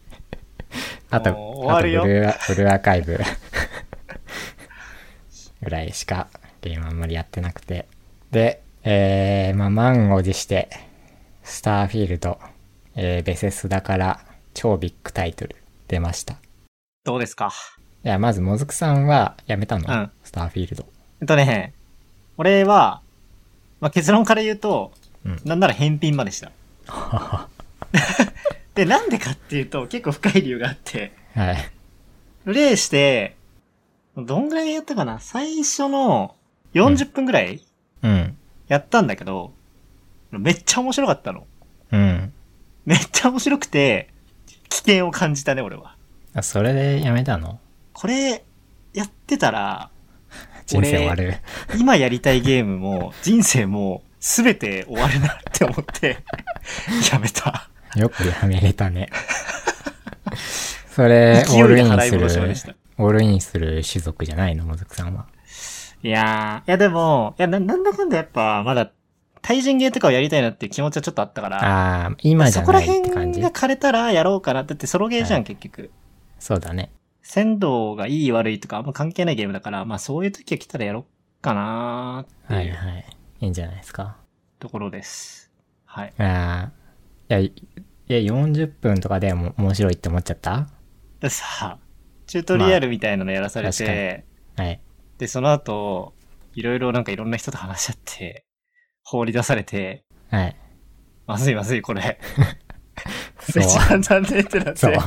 [SPEAKER 1] あと、あ
[SPEAKER 2] もう
[SPEAKER 1] と
[SPEAKER 2] 終わるよ
[SPEAKER 1] ブルーアブルーアーカイブ ぐらいしかゲームあんまりやってなくて。で、えー、まあ満を持して、スターフィールド、えー、ベセスダから超ビッグタイトル出ました。い
[SPEAKER 2] どうですか
[SPEAKER 1] や、まずもずくさんはやめたの、
[SPEAKER 2] うん
[SPEAKER 1] スターフィールド。
[SPEAKER 2] えっとね、俺は、まあ、結論から言うと、
[SPEAKER 1] うん
[SPEAKER 2] なんなら返品ま でした。で、なんでかっていうと、結構深い理由があって、
[SPEAKER 1] はい。
[SPEAKER 2] プレイして、どんぐらいやったかな最初の40分ぐらい
[SPEAKER 1] うん。
[SPEAKER 2] やったんだけど、めっちゃ面白かったの。
[SPEAKER 1] うん。
[SPEAKER 2] めっちゃ面白くて、危険を感じたね、俺は。
[SPEAKER 1] あ、それでやめたの
[SPEAKER 2] これ、やってたら、
[SPEAKER 1] 人生終わる。
[SPEAKER 2] 今やりたいゲームも、人生も、すべて終わるなって思って、 やめた。
[SPEAKER 1] よくやめれた ね。それ、オ
[SPEAKER 2] 勢
[SPEAKER 1] ー
[SPEAKER 2] い
[SPEAKER 1] ルイ
[SPEAKER 2] で
[SPEAKER 1] ン
[SPEAKER 2] 払い
[SPEAKER 1] する
[SPEAKER 2] 戻しまでした。、
[SPEAKER 1] オールインする種族じゃないの、もずくさんは。
[SPEAKER 2] いやー、いやでも、いやな、なんだかんだやっぱ、まだ、対人ゲーとかをやりたいなっていう気持ちはちょっとあったから、
[SPEAKER 1] ああ、今じ
[SPEAKER 2] そ
[SPEAKER 1] ゃ
[SPEAKER 2] こら
[SPEAKER 1] ないって感
[SPEAKER 2] 辺
[SPEAKER 1] じ
[SPEAKER 2] が。枯れたらやろうかな。だってソロゲーじゃん、
[SPEAKER 1] は
[SPEAKER 2] 結局。
[SPEAKER 1] そうだね。
[SPEAKER 2] 鮮度がいい悪いとかあんま関係ないゲームだから、まあそういう時が来たらやろうかなーって
[SPEAKER 1] はいいうはい。いいんじゃないですか。
[SPEAKER 2] ところです。はい。
[SPEAKER 1] ああ、いや、いいや、40分とかでも面白いって思っちゃった
[SPEAKER 2] でさ、チュートリアルみたいなのやらされ
[SPEAKER 1] まあ
[SPEAKER 2] て、
[SPEAKER 1] はい。
[SPEAKER 2] で、その後、いろいろなんかいろんな人と話し合って、放り出されて、
[SPEAKER 1] はい。
[SPEAKER 2] まずいまずいこれ。
[SPEAKER 1] そ
[SPEAKER 2] め
[SPEAKER 1] う
[SPEAKER 2] っち。ゃ残念ってなっ
[SPEAKER 1] そう
[SPEAKER 2] て。。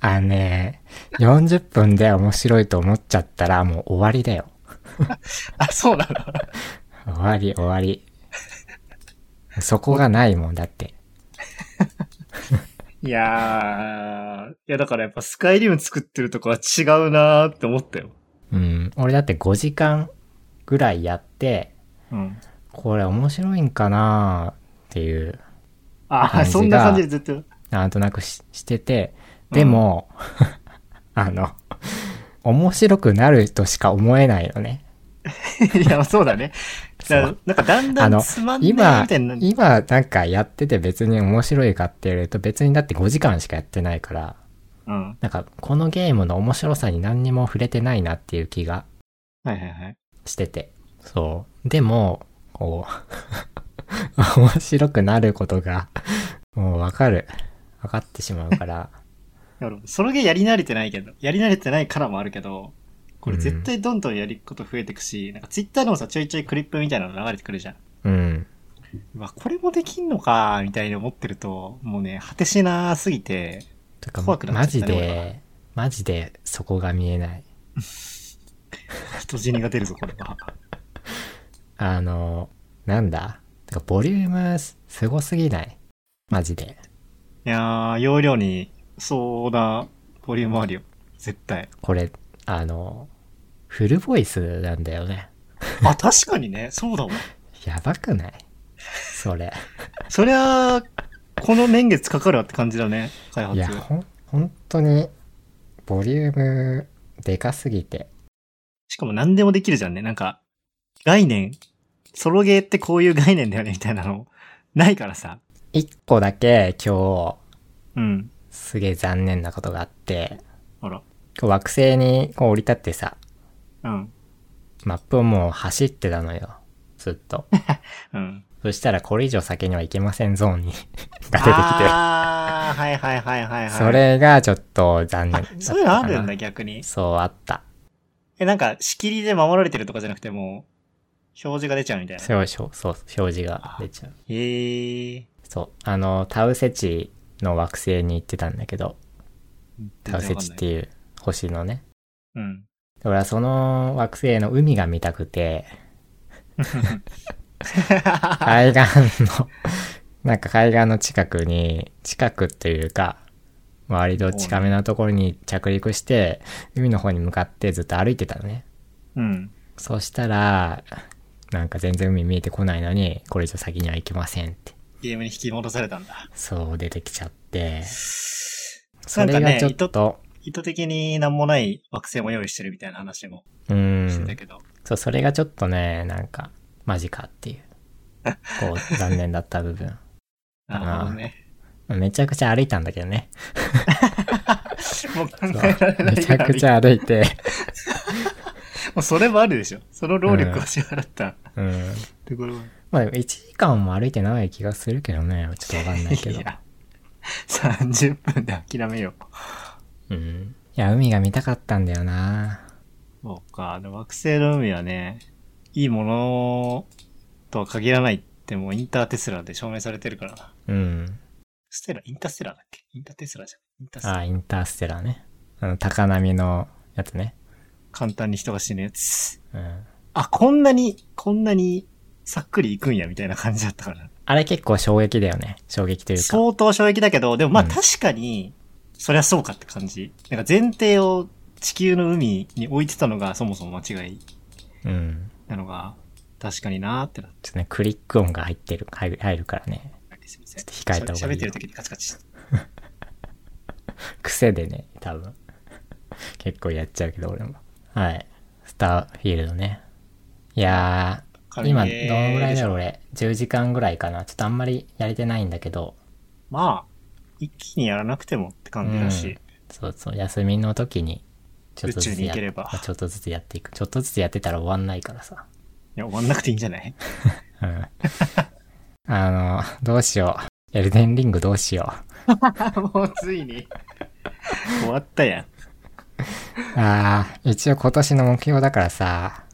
[SPEAKER 1] あのね、40分で面白いと思っちゃったらもう終わりだよ。
[SPEAKER 2] あ、そうなの
[SPEAKER 1] 終わり終わり。そこがないもんだって。
[SPEAKER 2] いやー、いやだからやっぱスカイリム作ってるとこは違うなーって思ったよ。
[SPEAKER 1] うん。俺だって5時間ぐらいやって、
[SPEAKER 2] うん。
[SPEAKER 1] これ面白いんかなっていう、
[SPEAKER 2] あ、
[SPEAKER 1] 感じが
[SPEAKER 2] そんな感じでずっと。
[SPEAKER 1] なんとなくししてて、でも、 あの、面白くなるとしか思えないよね。
[SPEAKER 2] いや、そうだね。
[SPEAKER 1] そ
[SPEAKER 2] だ
[SPEAKER 1] う
[SPEAKER 2] なんかだんだ
[SPEAKER 1] あ
[SPEAKER 2] ん
[SPEAKER 1] の
[SPEAKER 2] つまんねえみ
[SPEAKER 1] 今
[SPEAKER 2] たいにな、る。
[SPEAKER 1] 今なんかやってて別に面白いかって言うと別にだって5時間しかやってないから、
[SPEAKER 2] うん。
[SPEAKER 1] なんかこのゲームの面白さに何にも触れてないなっていう気が
[SPEAKER 2] はいはいはい。
[SPEAKER 1] してて。そう。でも、こう、 面白くなることが、もうわかる。わかってしまう から。
[SPEAKER 2] だからそのゲーやり慣れてないけど、やり慣れてないからもあるけど、これ絶対どんどんやること増えてくし、なんかツイッターでもさ、ちょいちょいクリップみたいなの流れてくるじゃん。
[SPEAKER 1] うん。
[SPEAKER 2] うわ、これもできんのかみたいに思ってると、もうね、果てしなすぎて、
[SPEAKER 1] とか、
[SPEAKER 2] 怖くな
[SPEAKER 1] マ
[SPEAKER 2] っちゃ
[SPEAKER 1] ジ
[SPEAKER 2] ったね俺は
[SPEAKER 1] で、マジでそこが見えない。
[SPEAKER 2] 人死にが出るぞ、これは。
[SPEAKER 1] あの、なんだてか、ボリュームすすごすぎないマジで。
[SPEAKER 2] いやー、容量に相当なボリュームあるよ。絶対。
[SPEAKER 1] これ、あの、フルボイスなんだよね。
[SPEAKER 2] あ、確かにね、そうだわ。
[SPEAKER 1] やばくないそ れ。
[SPEAKER 2] そりゃあ、この年月かかるわって感じだね、開
[SPEAKER 1] い
[SPEAKER 2] 発。
[SPEAKER 1] や、ほん、本当に、ボリューム、でかすぎて。
[SPEAKER 2] しかも何でもできるじゃんね。なんか、概念、ソロゲーってこういう概念だよね、みたいなの、 ないからさ。
[SPEAKER 1] 一個だけ今日、
[SPEAKER 2] うん。
[SPEAKER 1] すげえ残念なことがあって、
[SPEAKER 2] ほら。
[SPEAKER 1] こう惑星にこう降り立ってさ、
[SPEAKER 2] うん。
[SPEAKER 1] マップをもう走ってたのよ。ずっ と。
[SPEAKER 2] うん。
[SPEAKER 1] そしたらこれ以上先には行けませんゾーンに が出て
[SPEAKER 2] あー、はいはいはいはい、はい。
[SPEAKER 1] きて。そ。れがちょっと残念だ
[SPEAKER 2] あ
[SPEAKER 1] った、
[SPEAKER 2] そういうのあるん
[SPEAKER 1] か
[SPEAKER 2] だ、
[SPEAKER 1] な
[SPEAKER 2] 逆に。
[SPEAKER 1] そうあった。
[SPEAKER 2] え、なんか、仕切りで守られてるとかじゃなくてもう、表示が出ちゃうみたいな。
[SPEAKER 1] そう、そう、そう表示が出ちゃう。
[SPEAKER 2] へー。
[SPEAKER 1] そう。あの、タウセチの惑星に行ってたんだけど、タウセチって
[SPEAKER 2] う。
[SPEAKER 1] いう星のね。
[SPEAKER 2] うん。
[SPEAKER 1] 俺はその惑星の海が見たく て、海岸の、なんか海岸の近くに、近くというか、割と近めなところに着陸して、海の方に向かってずっと歩いてたのね。
[SPEAKER 2] うん。
[SPEAKER 1] そしたら、なんか全然海見えてこないのに、これ以上先には行けませんって。
[SPEAKER 2] ゲームに引き戻されたんだ。
[SPEAKER 1] そう出てきちゃって、
[SPEAKER 2] な
[SPEAKER 1] そ
[SPEAKER 2] ん
[SPEAKER 1] れ
[SPEAKER 2] か
[SPEAKER 1] が
[SPEAKER 2] ね
[SPEAKER 1] ちょっと、
[SPEAKER 2] 意図的になんもない惑星も用意してるみたいな話も
[SPEAKER 1] う
[SPEAKER 2] してた
[SPEAKER 1] ん。
[SPEAKER 2] けど。
[SPEAKER 1] そう、それがちょっとね、なんか、マジかっていう、こう、 残念だった部分。
[SPEAKER 2] なるほどね。
[SPEAKER 1] めちゃくちゃ歩いたんだけど ね。
[SPEAKER 2] もう考
[SPEAKER 1] そう
[SPEAKER 2] えられない
[SPEAKER 1] めちゃくち
[SPEAKER 2] ゃ。
[SPEAKER 1] ゃ歩い て、
[SPEAKER 2] もうそれもあるでしょ。その労力を支払った
[SPEAKER 1] うん。
[SPEAKER 2] ところは。
[SPEAKER 1] まあでも1時間も歩いてない気がするけどね。ちょっとわかんないけど。
[SPEAKER 2] いや、30分で諦めよ
[SPEAKER 1] うん。いや、海が見たかったんだよな
[SPEAKER 2] う。そうか。でも惑星の海はね、いいものとは限らないってもうインターテスラで証明されてるからな。
[SPEAKER 1] うん。
[SPEAKER 2] ステラ、インターステラだっけインターテスラじゃん。インターステラ。
[SPEAKER 1] あ、インターステラーね。あの、高波のやつね。
[SPEAKER 2] 簡単に人が死ぬやつ。
[SPEAKER 1] うん。
[SPEAKER 2] あ、こんなに、こんなにさっくりいくんやみたいな感じだったから。
[SPEAKER 1] あれ結構衝撃だよね。衝撃というか。
[SPEAKER 2] 相当衝撃だけど、でもまあ
[SPEAKER 1] うん
[SPEAKER 2] 確かに、そりゃそうかって感じ。なんか前提を地球の海に置いてたのがそもそも間違い
[SPEAKER 1] うん。
[SPEAKER 2] なのが、確かになーってなって
[SPEAKER 1] ちょっとね、クリック音が入ってる、入る入るからね。
[SPEAKER 2] すみません。
[SPEAKER 1] ちょっと控えた方がいいよ
[SPEAKER 2] 喋ってる時にカチカチ。
[SPEAKER 1] 癖でね、多分。 結構やっちゃうけど、俺も。はい。スターフィールドね。いやー、今、どのぐらいだろう、俺。10時間ぐらいかな。ちょっとあんまりやれてないんだけど。
[SPEAKER 2] まあ、一気にやらなくてもって感じだし、
[SPEAKER 1] そうそう、休みの時に、ちょっ
[SPEAKER 2] 宇
[SPEAKER 1] とず
[SPEAKER 2] 宙
[SPEAKER 1] つ
[SPEAKER 2] に行
[SPEAKER 1] や
[SPEAKER 2] ければ。い
[SPEAKER 1] ちょっとずつやっていく。ちょっとずつやってたら終わんないからさ。
[SPEAKER 2] や、終わんなくていいんじゃない
[SPEAKER 1] うん。 あの、どうしよう。エルデンリングどうしよ
[SPEAKER 2] もうついに。終わったやん。
[SPEAKER 1] ああ、一応今年の目標だからさ、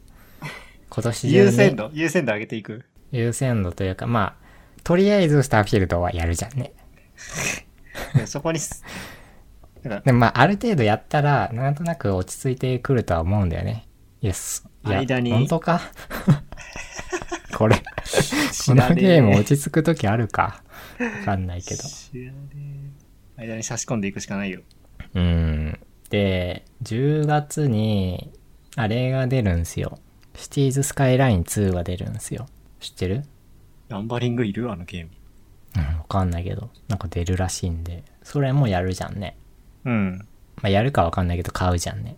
[SPEAKER 1] 今年中に
[SPEAKER 2] 優先度、優先度上げていく。
[SPEAKER 1] 優先度というか、まあ、とりあえずスターフィールドはやるじゃんね。
[SPEAKER 2] でそこにす、 なんか
[SPEAKER 1] でもまあ、ある程度やったら、なんとなく落ち着いてくるとは思うんだよね。イエス。いや
[SPEAKER 2] 間に
[SPEAKER 1] 本当か これ、こ
[SPEAKER 2] 知ら
[SPEAKER 1] の
[SPEAKER 2] ねえ
[SPEAKER 1] ゲーム落ち着くときあるか。わかんないけど。
[SPEAKER 2] 知らねえ間に差し込んでいくしかないよ。
[SPEAKER 1] うん。で、10月に、あれが出るんすよ。シティーズスカイライン2が出るんすよ。知ってる
[SPEAKER 2] ナンバリングいるあのゲーム。
[SPEAKER 1] うん、わかんないけど。なんか出るらしいんで。それもやるじゃんね。
[SPEAKER 2] うん。
[SPEAKER 1] まあ、やるかわかんないけど買うじゃんね。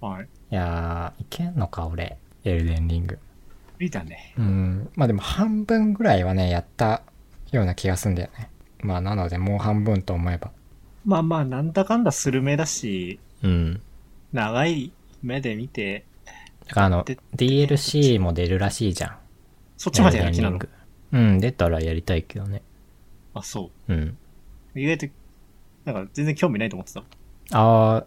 [SPEAKER 2] はい。
[SPEAKER 1] いやー、いけんのか俺。エルデンリング。
[SPEAKER 2] 無理だね。
[SPEAKER 1] うん。まあでも半分ぐらいはね、やったような気がすんだよね。まあなのでもう半分と思えば。
[SPEAKER 2] まあまあ、なんだかんだスルメだし、
[SPEAKER 1] うん。
[SPEAKER 2] 長い目で見て、
[SPEAKER 1] だからあの
[SPEAKER 2] で、
[SPEAKER 1] DLC も出るらしいじゃん。
[SPEAKER 2] そっ
[SPEAKER 1] こ
[SPEAKER 2] ちまでやる気なの。
[SPEAKER 1] うん、出たらやりたいけどね。
[SPEAKER 2] あ、そ
[SPEAKER 1] うん。
[SPEAKER 2] う。意外と、なんか全然興味ないと思ってた。
[SPEAKER 1] あ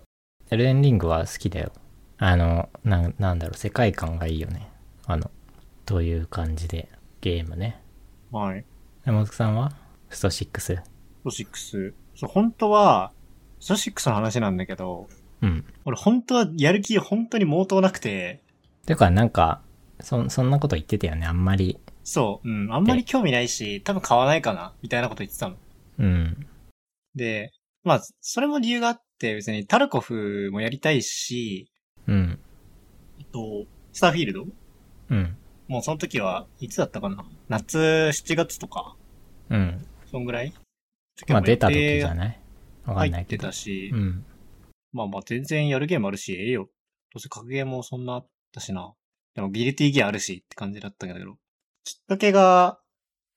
[SPEAKER 1] ー、エルデンリングは好きだよ。あの、なんなんだろう、世界観がいいよね。あの、という感じで、ゲームね。
[SPEAKER 2] はい。
[SPEAKER 1] 山本さんはスト6。
[SPEAKER 2] ソシックス。そう、本当は、ソシックスの話なんだけど、
[SPEAKER 1] うん。
[SPEAKER 2] 俺本当はやる気本当に毛頭なくて、
[SPEAKER 1] てかなんか、そ、そんなこと言ってたよね、あんまり。
[SPEAKER 2] そう、うん、あんまり興味ないし、多分買わないかな、みたいなこと言ってたの。
[SPEAKER 1] うん。
[SPEAKER 2] で、まあ、それも理由があって、別にタルコフもやりたいし、
[SPEAKER 1] うん。
[SPEAKER 2] えっと、スターフィールド
[SPEAKER 1] うん。
[SPEAKER 2] もうその時はいつだったかな夏7月とか、
[SPEAKER 1] うん。
[SPEAKER 2] そんぐらい
[SPEAKER 1] まあ出た時じゃないわかんな
[SPEAKER 2] 入
[SPEAKER 1] い
[SPEAKER 2] っ
[SPEAKER 1] け
[SPEAKER 2] て
[SPEAKER 1] ど
[SPEAKER 2] た。し、
[SPEAKER 1] うん。
[SPEAKER 2] まあまあ全然やるゲームあるし、ええよ。どうせ格ゲーもそんなあったしな。でもギルティギアあるしって感じだったけど。きっかけが、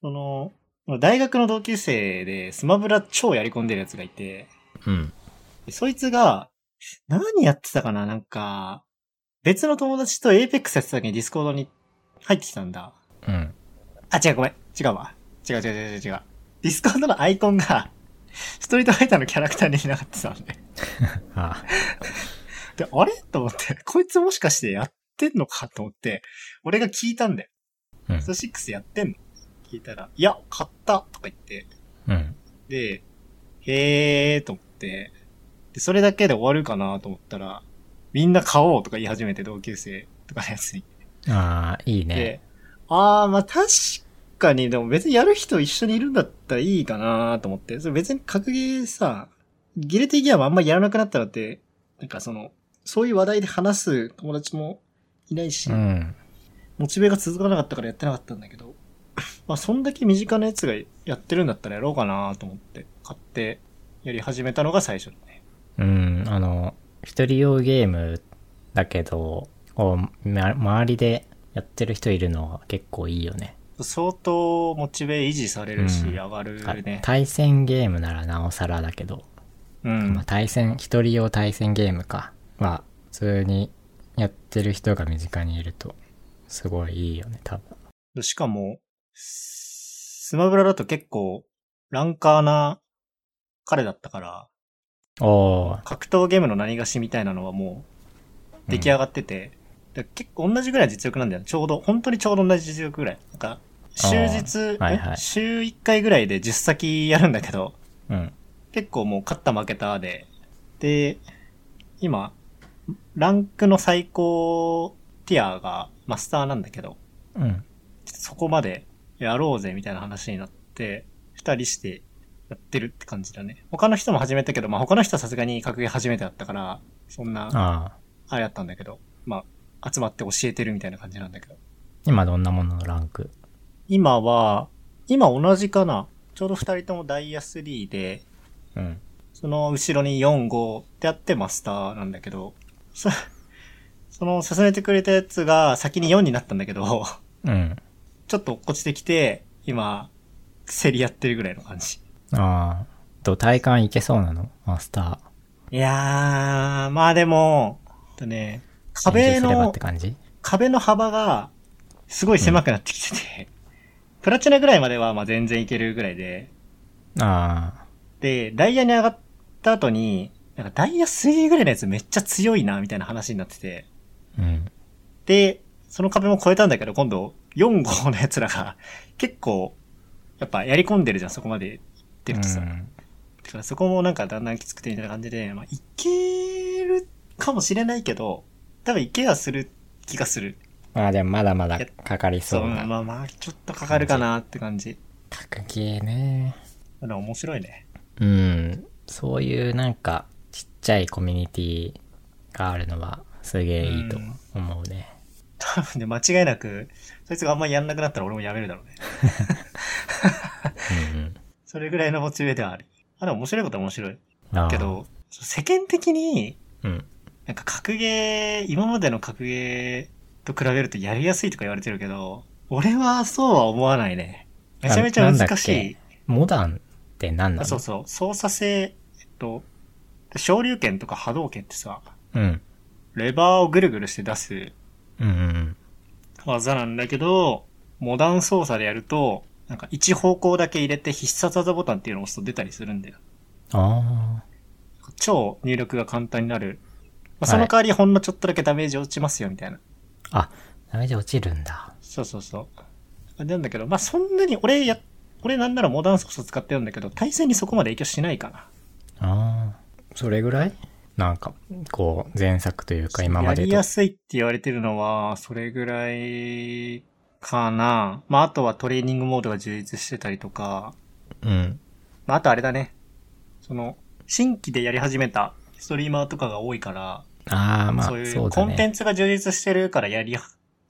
[SPEAKER 2] その、大学の同級生でスマブラ超やり込んでるやつがいて、
[SPEAKER 1] うん。
[SPEAKER 2] でそいつが、何やってたかななんか、別の友達とエイペックスやってた時にディスコードに入ってきたんだ。
[SPEAKER 1] うん。
[SPEAKER 2] あ、違う、ごめん。違うわ。違う違う違う違う違う。ディスコードのアイコンが、ストリートファイターのキャラクターになってたんで。
[SPEAKER 1] あ
[SPEAKER 2] で、あれと思って、こいつもしかしてやってんのかと思って、俺が聞いたんだよ。
[SPEAKER 1] うん
[SPEAKER 2] スト6やってんの聞いたら、いや、買ったとか言って、
[SPEAKER 1] うん。
[SPEAKER 2] で、へーと思って、で、それだけで終わるかなと思ったら、みんな買おうとか言い始めて、同級生とかのやつに。
[SPEAKER 1] ああ、いいね。
[SPEAKER 2] で、あー、まあ確かに、でも別にやる人一緒にいるんだったらいいかなと思って、それ別に格ゲーさ、ギルティギアもあんまりやらなくなったらって、なんかその、そういう話題で話す友達もいないし、
[SPEAKER 1] うん。
[SPEAKER 2] モチベが続かなかったからやってなかったんだけど、 まあそんだけ身近なやつがやってるんだったらやろうかなと思って、買ってやり始めたのが最初だね。
[SPEAKER 1] うん。あの、一人用ゲームだけど、こう、ま、周りでやってる人いるのは結構いいよね。
[SPEAKER 2] 相当モチベ維持されるし、
[SPEAKER 1] うん
[SPEAKER 2] 上がるね。
[SPEAKER 1] 対戦ゲームならなおさらだけど、
[SPEAKER 2] う
[SPEAKER 1] まあ
[SPEAKER 2] ん。
[SPEAKER 1] 対戦、一人用対戦ゲームか。は、普通にやってる人が身近にいると、すごいいいよね、多分。
[SPEAKER 2] しかも、スマブラだと結構、ランカーな彼だったから、
[SPEAKER 1] おー。
[SPEAKER 2] 格闘ゲームの何がしみたいなのはもう、出来
[SPEAKER 1] うん
[SPEAKER 2] 上がってて、で結構同じぐらいの実力なんだよ。ちょうど、本当にちょうど同じ実力ぐらい。なんか、終
[SPEAKER 1] あ
[SPEAKER 2] 日、
[SPEAKER 1] ーはいはい
[SPEAKER 2] え週1回ぐらいで10先やるんだけど、
[SPEAKER 1] うん。
[SPEAKER 2] 結構もう勝った負けたで、で、今、ランクの最高ティアがマスターなんだけど、
[SPEAKER 1] うん。
[SPEAKER 2] そこまでやろうぜみたいな話になって、二人してやってるって感じだね。他の人も始めたけど、まあ他の人はさすがに格ゲー初めてだったから、そんな、
[SPEAKER 1] ああ。
[SPEAKER 2] あれだったんだけど、まあ、集まって教えてるみたいな感じなんだけど。
[SPEAKER 1] 今どんなもののランク
[SPEAKER 2] 今は、今同じかな。ちょうど二人ともダイヤ3で、
[SPEAKER 1] うん。
[SPEAKER 2] その後ろに4、5ってあってマスターなんだけど、そその進めてくれたやつが先に4になったんだけど、
[SPEAKER 1] うん。
[SPEAKER 2] ちょっと落っこちてきて、今、競り合ってるぐらいの感じ。
[SPEAKER 1] ああ。と、体感いけそうなのマスタ
[SPEAKER 2] いやー、まあでも、えっとね、
[SPEAKER 1] ー。
[SPEAKER 2] 壁
[SPEAKER 1] 研究すればっ
[SPEAKER 2] の
[SPEAKER 1] て、感じ
[SPEAKER 2] 壁の幅が、すごい狭くなってきてて、プラチナぐらいまでは、まあ全然いけるぐらいで、
[SPEAKER 1] ああ。
[SPEAKER 2] で、ダイヤに上がった後に、なんかダイヤ3ぐらいのやつめっちゃ強いな、みたいな話になってて。
[SPEAKER 1] うん。
[SPEAKER 2] で、その壁も超えたんだけど、今度、4号のやつらが、結構、やっぱやり込んでるじゃん、そこまで行ってるとさ。
[SPEAKER 1] うん
[SPEAKER 2] だからそこもなんかだんだんきつくてみたいな感じで、まあ、いけるかもしれないけど、多分いけはする気がする。
[SPEAKER 1] まあでもまだまだかかりそう
[SPEAKER 2] ま
[SPEAKER 1] な。
[SPEAKER 2] あまあ、ちょっとかかるかなって感じ。
[SPEAKER 1] 格ゲーね。
[SPEAKER 2] でも面白いね。
[SPEAKER 1] うん。そういうなんかちっちゃいコミュニティがあるのはすげえいいと思うね。
[SPEAKER 2] 多分ね、間違いなく、そいつがあんまりやんなくなったら俺もやめるだろうね。
[SPEAKER 1] うん
[SPEAKER 2] それぐらいのモチベではある。あ、でも面白いことは面白い。
[SPEAKER 1] うん。ああ
[SPEAKER 2] け。ど、世間的に、
[SPEAKER 1] うん。
[SPEAKER 2] なんか格ゲー、今までの格ゲーと比べるとやりやすいとか言われてるけど、俺はそうは思わないね。めちゃめちゃ難しい。
[SPEAKER 1] モダンって何なの
[SPEAKER 2] あそうそう。操作性、えっと、昇竜拳とか波動拳ってさ、
[SPEAKER 1] うん。
[SPEAKER 2] レバーをぐるぐるして出す
[SPEAKER 1] うんうん
[SPEAKER 2] 技なんだけど、モダン操作でやると、なんか一方向だけ入れて必殺技ボタンっていうのを押すと出たりするんだよ。
[SPEAKER 1] うん。あ
[SPEAKER 2] 超入力が簡単になる。
[SPEAKER 1] は
[SPEAKER 2] まあ、そ
[SPEAKER 1] い
[SPEAKER 2] の代わりほんのちょっとだけダメージ落ちますよ、みたいな。
[SPEAKER 1] あ。あ、ダメージ落ちるんだ。
[SPEAKER 2] そうそうそう。なんだけど、まあ、そんなに俺や、俺なんならモダン操作使ってるんだけど、対戦にそこまで影響しないかな。
[SPEAKER 1] ああ。それぐらいなんか、こう、前作というか今ま
[SPEAKER 2] や
[SPEAKER 1] で
[SPEAKER 2] り
[SPEAKER 1] と
[SPEAKER 2] や。すいって言われてるのは、それぐらいかな。まあ、あとはトレーニングモードが充実してたりとか、
[SPEAKER 1] うん。
[SPEAKER 2] まあ、あとあれだね。その、新規でやり始めたストリーマーとかが多いから、
[SPEAKER 1] ああ、まあ、
[SPEAKER 2] そうい
[SPEAKER 1] そううだ
[SPEAKER 2] コンテ
[SPEAKER 1] ね。
[SPEAKER 2] ンツが充実してるからやりや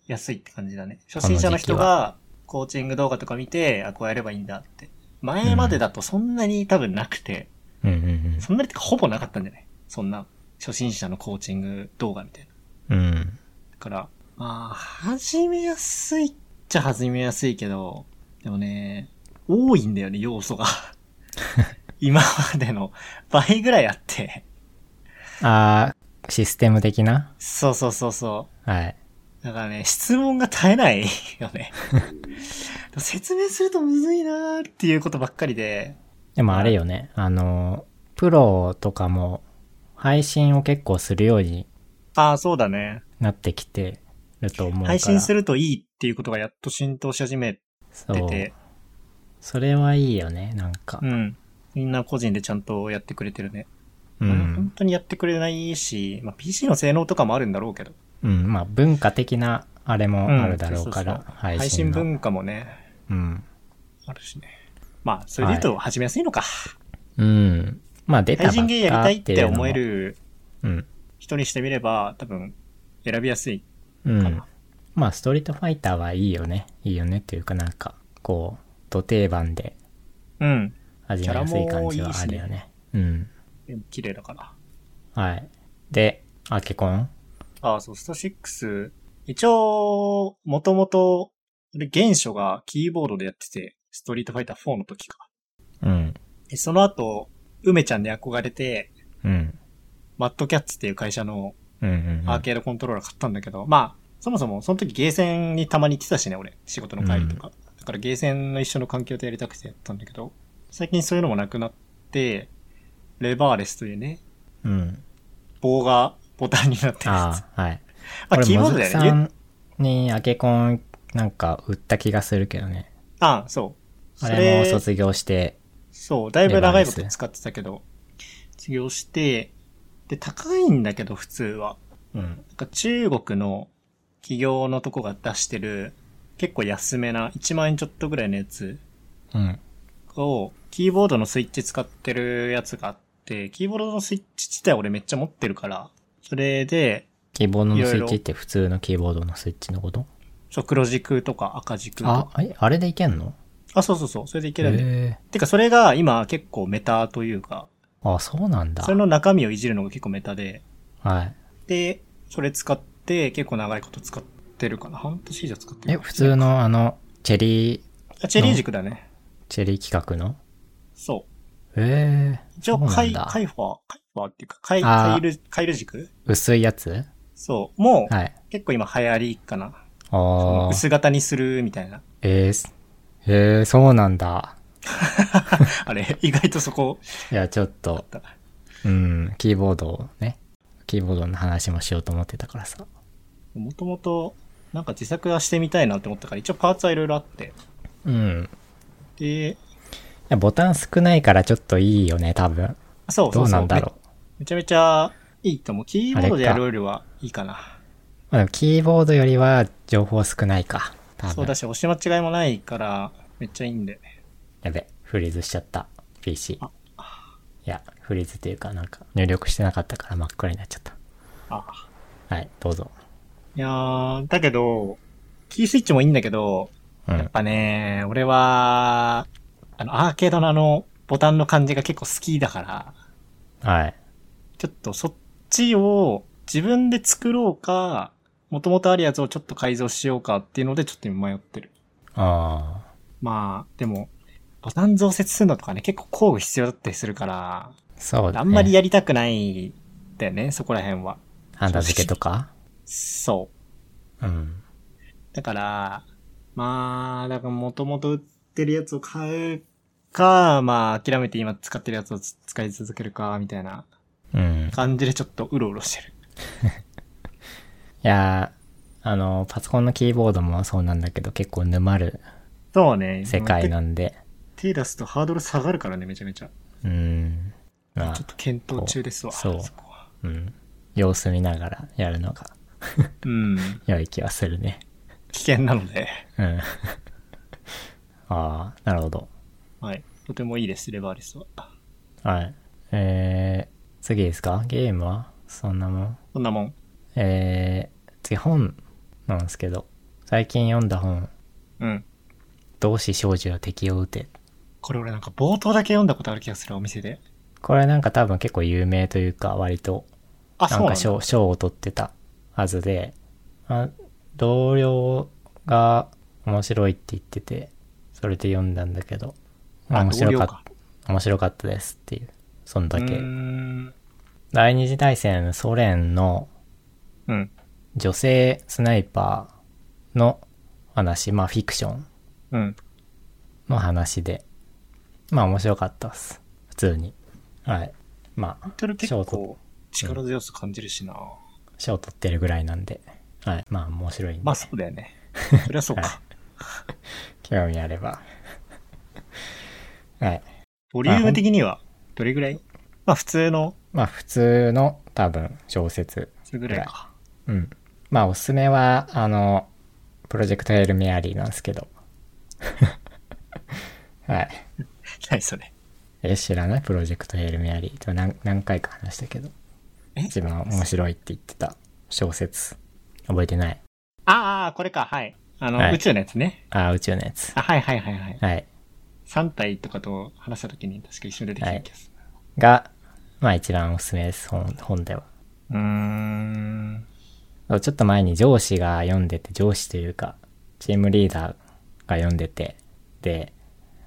[SPEAKER 2] やすいって感じだね。初心者の人
[SPEAKER 1] この
[SPEAKER 2] がコーチング動画とか見て、あ、こうやればいいんだって。前までだとそんなに多分なくて、
[SPEAKER 1] うんうん
[SPEAKER 2] そんなにってかほぼなかったんじゃないそんな初心者のコーチング動画みたいな。
[SPEAKER 1] うん。うん。
[SPEAKER 2] だから、まあ、始めやすいっちゃ始めやすいけど、でもね、多いんだよね、要 素が。今までの倍ぐらいあって。
[SPEAKER 1] ああ、システム的な
[SPEAKER 2] そうそうそうそう。
[SPEAKER 1] はい。
[SPEAKER 2] だからね、質問が絶えないよ ね。説明するとむずいなーっていうことばっかりで。
[SPEAKER 1] でもあれよね、あの、プロとかも配信を結構するように
[SPEAKER 2] ああ、そうだね。
[SPEAKER 1] なってきてると思うから。
[SPEAKER 2] 配信す
[SPEAKER 1] る
[SPEAKER 2] るといいっていうことがやっと浸透し始めてて。
[SPEAKER 1] それはいいよね、なんか
[SPEAKER 2] う。ん。みんな個人でちゃんとやってくれてるね。
[SPEAKER 1] う
[SPEAKER 2] 本
[SPEAKER 1] ん。
[SPEAKER 2] 当にやってくれないし、まあ、PC の性能とかもあるんだろうけど。
[SPEAKER 1] うん。まあ、文化的なあれもあるだろうか
[SPEAKER 2] うん
[SPEAKER 1] ら
[SPEAKER 2] そう、そうそう
[SPEAKER 1] 配
[SPEAKER 2] 配
[SPEAKER 1] 信
[SPEAKER 2] 信
[SPEAKER 1] の。
[SPEAKER 2] 文化もね、
[SPEAKER 1] うん。
[SPEAKER 2] あるしね。まあ、それで言うと始めやすいのか。
[SPEAKER 1] うん。まあ、出たば
[SPEAKER 2] 対
[SPEAKER 1] っか
[SPEAKER 2] 人ゲーやりたいっ
[SPEAKER 1] っていう
[SPEAKER 2] て
[SPEAKER 1] のも
[SPEAKER 2] 思え。る
[SPEAKER 1] うん。
[SPEAKER 2] 人にしてみれば、多分選びやすい。
[SPEAKER 1] うん。まあ、ストリートファイターはいいよね。いいよねっていうかなんか、こう、土定番で
[SPEAKER 2] うん。
[SPEAKER 1] 始めやすい感じはあるよね。うん。
[SPEAKER 2] 綺麗だから。
[SPEAKER 1] はい。で、アケコン
[SPEAKER 2] ああ、そう、スト6。一応、もともと、俺原初がキーボードでやってて、ストリートファイター4の時か。
[SPEAKER 1] うん。
[SPEAKER 2] でその後、梅ちゃんに憧れて、
[SPEAKER 1] うん。
[SPEAKER 2] マッドキャッツっていう会社の
[SPEAKER 1] うんうん、うん。
[SPEAKER 2] アーケードコントローラー買ったんだけど、まあ、そもそもその時ゲーセンにたまに行ってたしね、俺。仕事の帰りとか。だからゲーセンの一緒の環境でやりたくてやったんだけど、最近そういうのもなくなって、レバーレスというね、
[SPEAKER 1] うん。
[SPEAKER 2] 棒がボタンになってるやつ。
[SPEAKER 1] ああ、はい。
[SPEAKER 2] まあ、キーボードだ
[SPEAKER 1] 俺もず
[SPEAKER 2] よね
[SPEAKER 1] さ。んにアケコンなんか売った気がするけどね。
[SPEAKER 2] ああ、そう。
[SPEAKER 1] あ
[SPEAKER 2] そ
[SPEAKER 1] れも
[SPEAKER 2] れ、
[SPEAKER 1] 卒業して、
[SPEAKER 2] そう、だいぶ長いこ
[SPEAKER 1] レバー
[SPEAKER 2] と
[SPEAKER 1] です
[SPEAKER 2] 使ってたけど、卒業して、で、高いんだけど、普通は。
[SPEAKER 1] うん。
[SPEAKER 2] なんか中国の企業のとこが出してる、結構安めな、1万円ちょっとぐらいのやつ
[SPEAKER 1] うん。
[SPEAKER 2] を、キーボードのスイッチ使ってるやつがあって、キーボードのスイッチ自体俺めっちゃ持ってるから、それで、
[SPEAKER 1] キーボードのスイ
[SPEAKER 2] い
[SPEAKER 1] ッ
[SPEAKER 2] ろい
[SPEAKER 1] チ
[SPEAKER 2] ろ
[SPEAKER 1] って普通のキーボードのスイッチのこと
[SPEAKER 2] そう黒軸とか赤軸と
[SPEAKER 1] あ
[SPEAKER 2] か。、
[SPEAKER 1] えあれでいけんの
[SPEAKER 2] あ、そうそうそう、それでいけ
[SPEAKER 1] へ
[SPEAKER 2] るんだよ。
[SPEAKER 1] え。
[SPEAKER 2] てか、それが今結構メタというか、
[SPEAKER 1] あ、そうなんだ
[SPEAKER 2] そ。れの中身をいじるのが結構メタで、
[SPEAKER 1] はい。
[SPEAKER 2] で、それ使って、結構長いこと使ってるかな。半年以上使って
[SPEAKER 1] え、
[SPEAKER 2] る。
[SPEAKER 1] 普通のあの、チェリー、
[SPEAKER 2] あチェリー軸だね。
[SPEAKER 1] チェリー企画の
[SPEAKER 2] そ
[SPEAKER 1] へえ
[SPEAKER 2] う。。一応、
[SPEAKER 1] そうなんだ
[SPEAKER 2] カイ、カイファー、カイファーっていうか、カイ、
[SPEAKER 1] あー
[SPEAKER 2] カイル、カイル軸
[SPEAKER 1] 薄いやつ
[SPEAKER 2] そう。もう、
[SPEAKER 1] はい。
[SPEAKER 2] 結構今流行りかな。
[SPEAKER 1] あ
[SPEAKER 2] その
[SPEAKER 1] あ。
[SPEAKER 2] 薄型にするみたいな。
[SPEAKER 1] えー、すえー、そうなんだ。
[SPEAKER 2] あれ、意外とそこ、
[SPEAKER 1] いや、ちょっと、うん、キーボードをね、キーボードの話もしようと思ってたからさ。
[SPEAKER 2] もともと、なんか自作はしてみたいなって思ったから、一応パーツはいろいろあって。
[SPEAKER 1] うん。
[SPEAKER 2] で、
[SPEAKER 1] いやボタン少ないからちょっといいよね、多分。
[SPEAKER 2] あそ
[SPEAKER 1] ど
[SPEAKER 2] うそう
[SPEAKER 1] う
[SPEAKER 2] そう
[SPEAKER 1] なんだろう。
[SPEAKER 2] めめちゃめちゃいいと思う。キーボードでやるよりはいいかな。
[SPEAKER 1] まあでもキーボードよりは情報少ないか。多分
[SPEAKER 2] そうだし、押し間違いもないから、めっちゃいいんで。
[SPEAKER 1] やべ、フリーズしちゃった。PC。い
[SPEAKER 2] あ
[SPEAKER 1] や、フリーズというかなんか入力してなかったから真っ暗になっちゃっ
[SPEAKER 2] あ
[SPEAKER 1] た。はい、どうぞ。
[SPEAKER 2] いやー、だけど、キースイッチもいいんだけど、
[SPEAKER 1] う
[SPEAKER 2] やっ
[SPEAKER 1] ん。
[SPEAKER 2] ぱね、俺は、あの、アーケードのあの、ボタンの感じが結構好きだから、
[SPEAKER 1] はい。
[SPEAKER 2] ちょっとそっちを自分で作ろうか、もともとあるやつをちょっと改造しようかっていうのでちょっと今迷ってる。
[SPEAKER 1] あ
[SPEAKER 2] まあ、でも、ボタン増設するのとかね、結構工具必要だったりするから、
[SPEAKER 1] あ、そうだ、ね。
[SPEAKER 2] あんまりやりたくないんだよね、そこら辺は。
[SPEAKER 1] ハンダ付けとか
[SPEAKER 2] そう。
[SPEAKER 1] うん。
[SPEAKER 2] だから、まあ、だからもともと売ってるやつを買うか、まあ諦めて今使ってるやつをつ使い続けるか、みたいな
[SPEAKER 1] うん。
[SPEAKER 2] 感じでちょっとうろうろしてる。
[SPEAKER 1] いやーあの、パソコンのキーボードもそうなんだけど、結構沼る
[SPEAKER 2] そうね。
[SPEAKER 1] 世界
[SPEAKER 2] まあ。
[SPEAKER 1] なんで、
[SPEAKER 2] 手手出すとハードル下がるからね、めちゃめちゃ。
[SPEAKER 1] うん。まあ
[SPEAKER 2] ちょっ、と検討中ですわ。
[SPEAKER 1] そう
[SPEAKER 2] こは
[SPEAKER 1] うん。様子見ながらやるのが
[SPEAKER 2] うん。
[SPEAKER 1] 良い気はするね。
[SPEAKER 2] 危険なので、
[SPEAKER 1] うん。 ああ、なるほど。
[SPEAKER 2] はい。とてもいいです、レバーレスは。
[SPEAKER 1] はい。えー、次ですかゲームはそんなもん。
[SPEAKER 2] こんなもん。
[SPEAKER 1] えー、次本なんですけど、最近読んだ本、
[SPEAKER 2] うん。
[SPEAKER 1] 同志少女よ敵を撃て。
[SPEAKER 2] これ俺なんか冒頭だけ読んだことある気がする、お店で。
[SPEAKER 1] これなんか多分結構有名というか、割と
[SPEAKER 2] あ、
[SPEAKER 1] な
[SPEAKER 2] そうんなん
[SPEAKER 1] か
[SPEAKER 2] だ。
[SPEAKER 1] 賞賞を取ってたはずで、あ同僚が面白いって言ってて、それで読んだんだけど、
[SPEAKER 2] あ
[SPEAKER 1] 面白
[SPEAKER 2] 同
[SPEAKER 1] か
[SPEAKER 2] 僚
[SPEAKER 1] っ
[SPEAKER 2] か
[SPEAKER 1] 面白かったですっていう、そんだ
[SPEAKER 2] うー
[SPEAKER 1] け。
[SPEAKER 2] ん。
[SPEAKER 1] 第二次大戦ソ連の
[SPEAKER 2] うん。
[SPEAKER 1] 女性スナイパーの話、まあフィクション
[SPEAKER 2] うん。
[SPEAKER 1] の話で、まあ面白かったっす。普通に。はい。まあ、
[SPEAKER 2] タイトル結
[SPEAKER 1] ショー
[SPEAKER 2] 構力強さ感じるしな。
[SPEAKER 1] 賞取ってるぐらいなんで、はい。まあ面白いんで。
[SPEAKER 2] まあそうだ よね。そりゃそう
[SPEAKER 1] はい
[SPEAKER 2] か。
[SPEAKER 1] 興味あれば。 はい。
[SPEAKER 2] ボリューム的にはどれぐらいまあ普通の、
[SPEAKER 1] まあ普通の多分小説。
[SPEAKER 2] それぐらいか。
[SPEAKER 1] うん。まあおすすめは、あの、プロジェクトヘルメアリーなんですけど。 はい。
[SPEAKER 2] 何それ。
[SPEAKER 1] え、知らないプロジェクトヘルメアリーと何何回か話したけど。
[SPEAKER 2] え
[SPEAKER 1] 一番面白いって言ってた小説。覚えてない。
[SPEAKER 2] ああ、これか。はい。あの、
[SPEAKER 1] はい
[SPEAKER 2] 宇宙のやつね。
[SPEAKER 1] あ、宇宙のやつ。
[SPEAKER 2] あ、はいはいはいはい。
[SPEAKER 1] はい。
[SPEAKER 2] 3体とかと話した時に確か一緒に出てきた気がする。
[SPEAKER 1] が、まあ一番おすすめです。本、本では。
[SPEAKER 2] うーん。
[SPEAKER 1] ちょっと前に上司が読んでて、上司というか、チームリーダーが読んでて、で、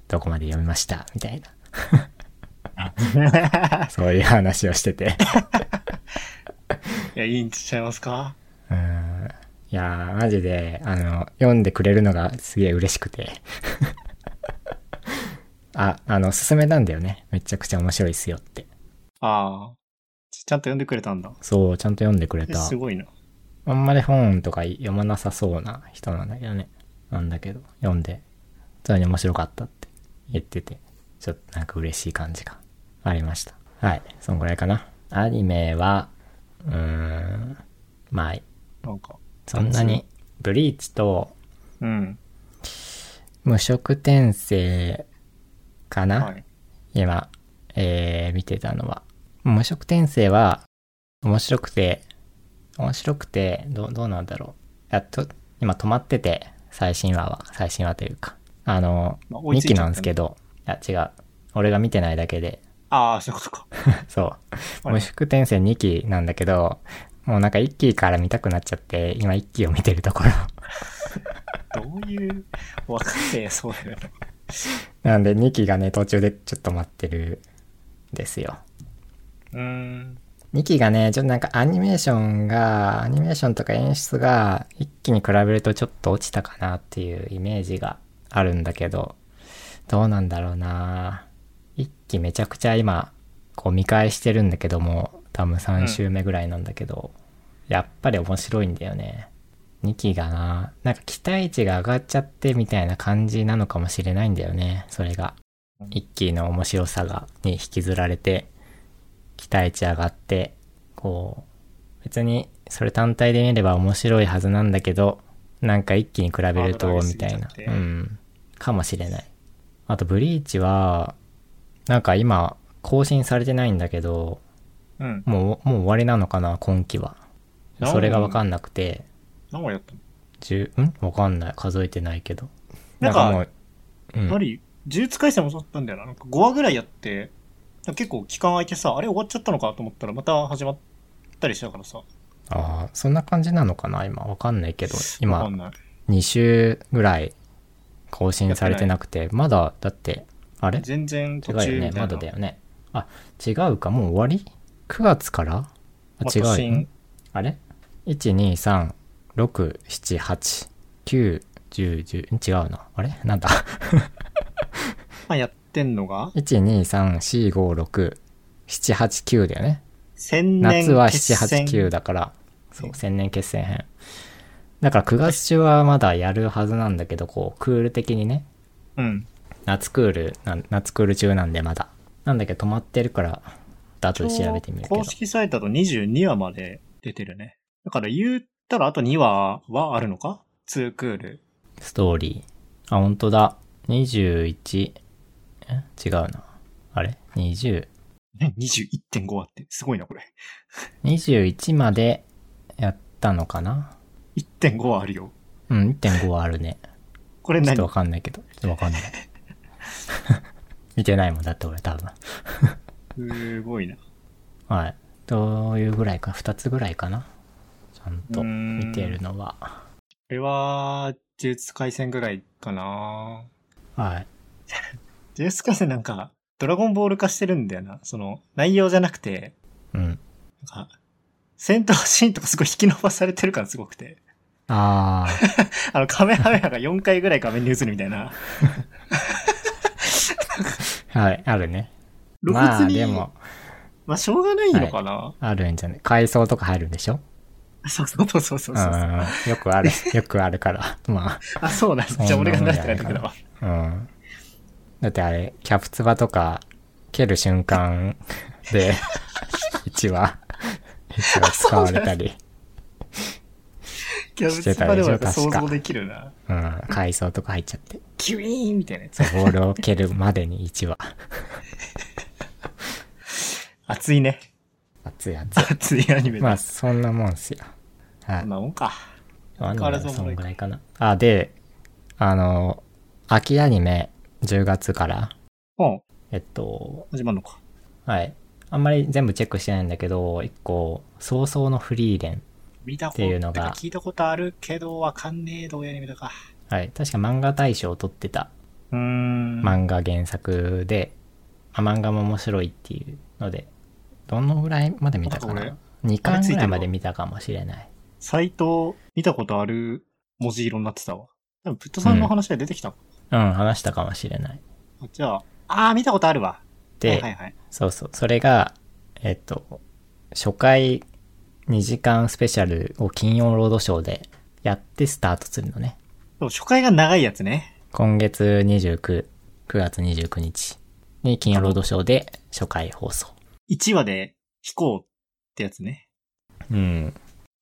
[SPEAKER 1] どこまで読みましたみたいな。そういう話をしてて。
[SPEAKER 2] いや、いいんちゃいますか
[SPEAKER 1] うん。いやー、マジで、あの、読んでくれるのがすげえ嬉しくて。あ、あの、勧めたんだよね。めちゃくちゃ面白いっすよって。
[SPEAKER 2] ああ。ちちゃんと読んでくれたんだ。
[SPEAKER 1] そう、ちゃんと読んでくれ
[SPEAKER 2] え
[SPEAKER 1] た。
[SPEAKER 2] すごいな。
[SPEAKER 1] あんまり本とか読まなさそうな人なんだけどね。なんだけど、読んで、普通に面白かったって言ってて、ちょっとなんか嬉しい感じがありました。はい、そんぐらいかな。アニメは、うーん、まあ、
[SPEAKER 2] なんか。
[SPEAKER 1] そんなに、ブリーチと
[SPEAKER 2] うん。
[SPEAKER 1] 無色転生かな、
[SPEAKER 2] はい。
[SPEAKER 1] 今、えー見てたのは。無色転生は、面白くて、面白くて、どう、どうなんだろう。やっと、今止まってて、最新話は、最新話というか。あの、
[SPEAKER 2] まあ追い
[SPEAKER 1] 2
[SPEAKER 2] つい
[SPEAKER 1] 期
[SPEAKER 2] ちゃったね
[SPEAKER 1] なんですけど、いや、違う。俺が見てないだけで、
[SPEAKER 2] ああ、そういうことか。
[SPEAKER 1] そう。
[SPEAKER 2] はい
[SPEAKER 1] 無色転生2期なんだけど、もうなんか1期から見たくなっちゃって、今1期を見てるところ。
[SPEAKER 2] どういう、わかんねえ、そうだよね。
[SPEAKER 1] なんで2期がね、途中でちょっと待ってるんですよ。
[SPEAKER 2] うーん。
[SPEAKER 1] 2期がね、ちょっとなんかアニメーションが、アニメーションとか演出が一気に比べるとちょっと落ちたかなっていうイメージがあるんだけど、どうなんだろうな一期めちゃくちゃ今、こう見返してるんだけども、多分3週目ぐらいなんだけど、やっぱり面白いんだよね。2期がな、なんか期待値が上がっちゃってみたいな感じなのかもしれないんだよね、それが。1期の面白さが、に引きずられて、期待値上がって、こう、別にそれ単体で見れば面白いはずなんだけど、なんか一気に比べると
[SPEAKER 2] ハードル上、
[SPEAKER 1] み
[SPEAKER 2] げすぎ
[SPEAKER 1] た
[SPEAKER 2] ちゃ
[SPEAKER 1] いな
[SPEAKER 2] っ。て
[SPEAKER 1] うん。かもしれない。あと、ブリーチは、なんか今、更新されてないんだけど、
[SPEAKER 2] うん。
[SPEAKER 1] もう、もう終わりなのかな、今期は。
[SPEAKER 2] 何
[SPEAKER 1] それがわかんなくて、
[SPEAKER 2] 何話やったの
[SPEAKER 1] 十、んわかんない。数えてないけど。
[SPEAKER 2] なんか
[SPEAKER 1] もう、うん
[SPEAKER 2] あり、呪術廻戦もそうだったんだよな。なんか5話ぐらいやって、なんか結構期間空いてさ、あれ終わっちゃったのかと思ったらまた始まったりしたからさ。
[SPEAKER 1] ああ、そんな感じなのかな、今。わかんないけど、
[SPEAKER 2] わ
[SPEAKER 1] 今
[SPEAKER 2] か、んない。
[SPEAKER 1] 2週ぐらい更新されてなくて、まだ、だって、あれ
[SPEAKER 2] 全然
[SPEAKER 1] 違
[SPEAKER 2] 途
[SPEAKER 1] う
[SPEAKER 2] 中みたい
[SPEAKER 1] よ
[SPEAKER 2] な。
[SPEAKER 1] ね。まだだよね。あ、違うか、もう終わり ?9 月からあ、
[SPEAKER 2] ま
[SPEAKER 1] 違
[SPEAKER 2] あ
[SPEAKER 1] う
[SPEAKER 2] 新
[SPEAKER 1] ん。あれ ?1、2、3、6、7、8、9、10、10、ん違うな。あれなんだ
[SPEAKER 2] 今やってんのが
[SPEAKER 1] ?1、2、3、4、5、6、7、8、9だよね。
[SPEAKER 2] 千年
[SPEAKER 1] 夏は
[SPEAKER 2] 決
[SPEAKER 1] 7、
[SPEAKER 2] 戦
[SPEAKER 1] 8、9だから、そうう、
[SPEAKER 2] ん
[SPEAKER 1] 千年決戦編。だから9月中はまだやるはずなんだけど、こう、クール的にね、
[SPEAKER 2] うん。
[SPEAKER 1] 夏クール、な夏クール中なんでまだ。なんだけど止まってるから、後で調べてみるけど
[SPEAKER 2] 公。式サイトだと22話まで出てるね。だから言ったらあと2話はあるのか ?2 クール。
[SPEAKER 1] ストーリー。あ、本当だ。21、え違うな。あれ ?20。
[SPEAKER 2] ね21.5話って。すごいな、これ。
[SPEAKER 1] 21までやったのかな
[SPEAKER 2] 1.5話あるよ。
[SPEAKER 1] うん、1.5はあるね。
[SPEAKER 2] こ
[SPEAKER 1] ち
[SPEAKER 2] れ
[SPEAKER 1] ょっ
[SPEAKER 2] 何
[SPEAKER 1] とわかんないけど。ちょっとわかんない。 見てないもんだって俺多分。
[SPEAKER 2] すごいな。
[SPEAKER 1] はい。どういうぐらいか、2つぐらいかな。ちゃんと
[SPEAKER 2] うーん
[SPEAKER 1] 見てるのは。
[SPEAKER 2] これは、呪術廻戦ぐらいかな
[SPEAKER 1] はい。
[SPEAKER 2] 呪術廻戦なんか、ドラゴンボール化してるんだよな。その、内容じゃなくて、
[SPEAKER 1] うん。
[SPEAKER 2] なんか、戦闘シーンとかすごい引き伸ばされてる感すごくて。
[SPEAKER 1] あ
[SPEAKER 2] あの、カメハメハが4回ぐらい画面に映るみたいな。
[SPEAKER 1] あ、はい、あるね。
[SPEAKER 2] 露
[SPEAKER 1] ま
[SPEAKER 2] 骨
[SPEAKER 1] あ、
[SPEAKER 2] に、
[SPEAKER 1] で
[SPEAKER 2] まあ
[SPEAKER 1] も、、
[SPEAKER 2] しょうがないのかな、
[SPEAKER 1] あるんじゃない階層とか入るんでしょ
[SPEAKER 2] そうそうそうそうそう
[SPEAKER 1] う。
[SPEAKER 2] そうん
[SPEAKER 1] よくある、 よくあるから。 ま
[SPEAKER 2] あ、そうなんです。じゃあ俺が慣れてないだけだわ。
[SPEAKER 1] あ、うん。だってあれ、キャプツバとか、蹴る瞬間で、1話、1話使われたり、
[SPEAKER 2] キャブツバでもやっぱ想像できるな。
[SPEAKER 1] うん、階層とか入っちゃって。
[SPEAKER 2] キュイーンみたいなやつ。
[SPEAKER 1] そう、ボールを蹴るまでに1話。
[SPEAKER 2] 熱いね。
[SPEAKER 1] 熱い熱い。
[SPEAKER 2] 熱いアニメ
[SPEAKER 1] ま
[SPEAKER 2] だ。
[SPEAKER 1] あ、そんなもんっすよ。は
[SPEAKER 2] こ
[SPEAKER 1] い
[SPEAKER 2] ん。なもんか。
[SPEAKER 1] あ
[SPEAKER 2] 変わらずお
[SPEAKER 1] そ
[SPEAKER 2] もろ
[SPEAKER 1] ん
[SPEAKER 2] い
[SPEAKER 1] ぐらいかな。あ、で、あの、秋アニメ10月から、
[SPEAKER 2] うん。
[SPEAKER 1] えっと、
[SPEAKER 2] 始まるのか。
[SPEAKER 1] はい。あんまり全部チェックしてないんだけど、一個、早々のフリーレン。
[SPEAKER 2] 見たこ
[SPEAKER 1] ってい
[SPEAKER 2] と
[SPEAKER 1] うのが
[SPEAKER 2] 聞いたことあるけど、わかんねえ、どうやアニメだか。
[SPEAKER 1] はい。確か漫画大賞を取ってた
[SPEAKER 2] うーん。
[SPEAKER 1] 漫画原作で、あ漫画も面白いっていうので、どのぐらいまで見たか
[SPEAKER 2] あなん
[SPEAKER 1] な
[SPEAKER 2] か
[SPEAKER 1] ?2
[SPEAKER 2] あれ
[SPEAKER 1] 巻
[SPEAKER 2] つい
[SPEAKER 1] ぐ
[SPEAKER 2] てるわ
[SPEAKER 1] らいまで見たかもしれない。
[SPEAKER 2] サイト、見たことある文字色になってたわ。でも、プットさんの話で出てきた、
[SPEAKER 1] うん、話したかもしれない。
[SPEAKER 2] あじゃあ、あー、見たことあるわ。
[SPEAKER 1] で、
[SPEAKER 2] はいはいはい。
[SPEAKER 1] そうそう。それが、えっと、初回2時間スペシャルを金曜ロードショーでやってスタートするのね。
[SPEAKER 2] でも初回が長いやつね。
[SPEAKER 1] 今月29、9月29日に金曜ロードショーで初回放送。
[SPEAKER 2] 1話で飛行ってやつね。
[SPEAKER 1] うん。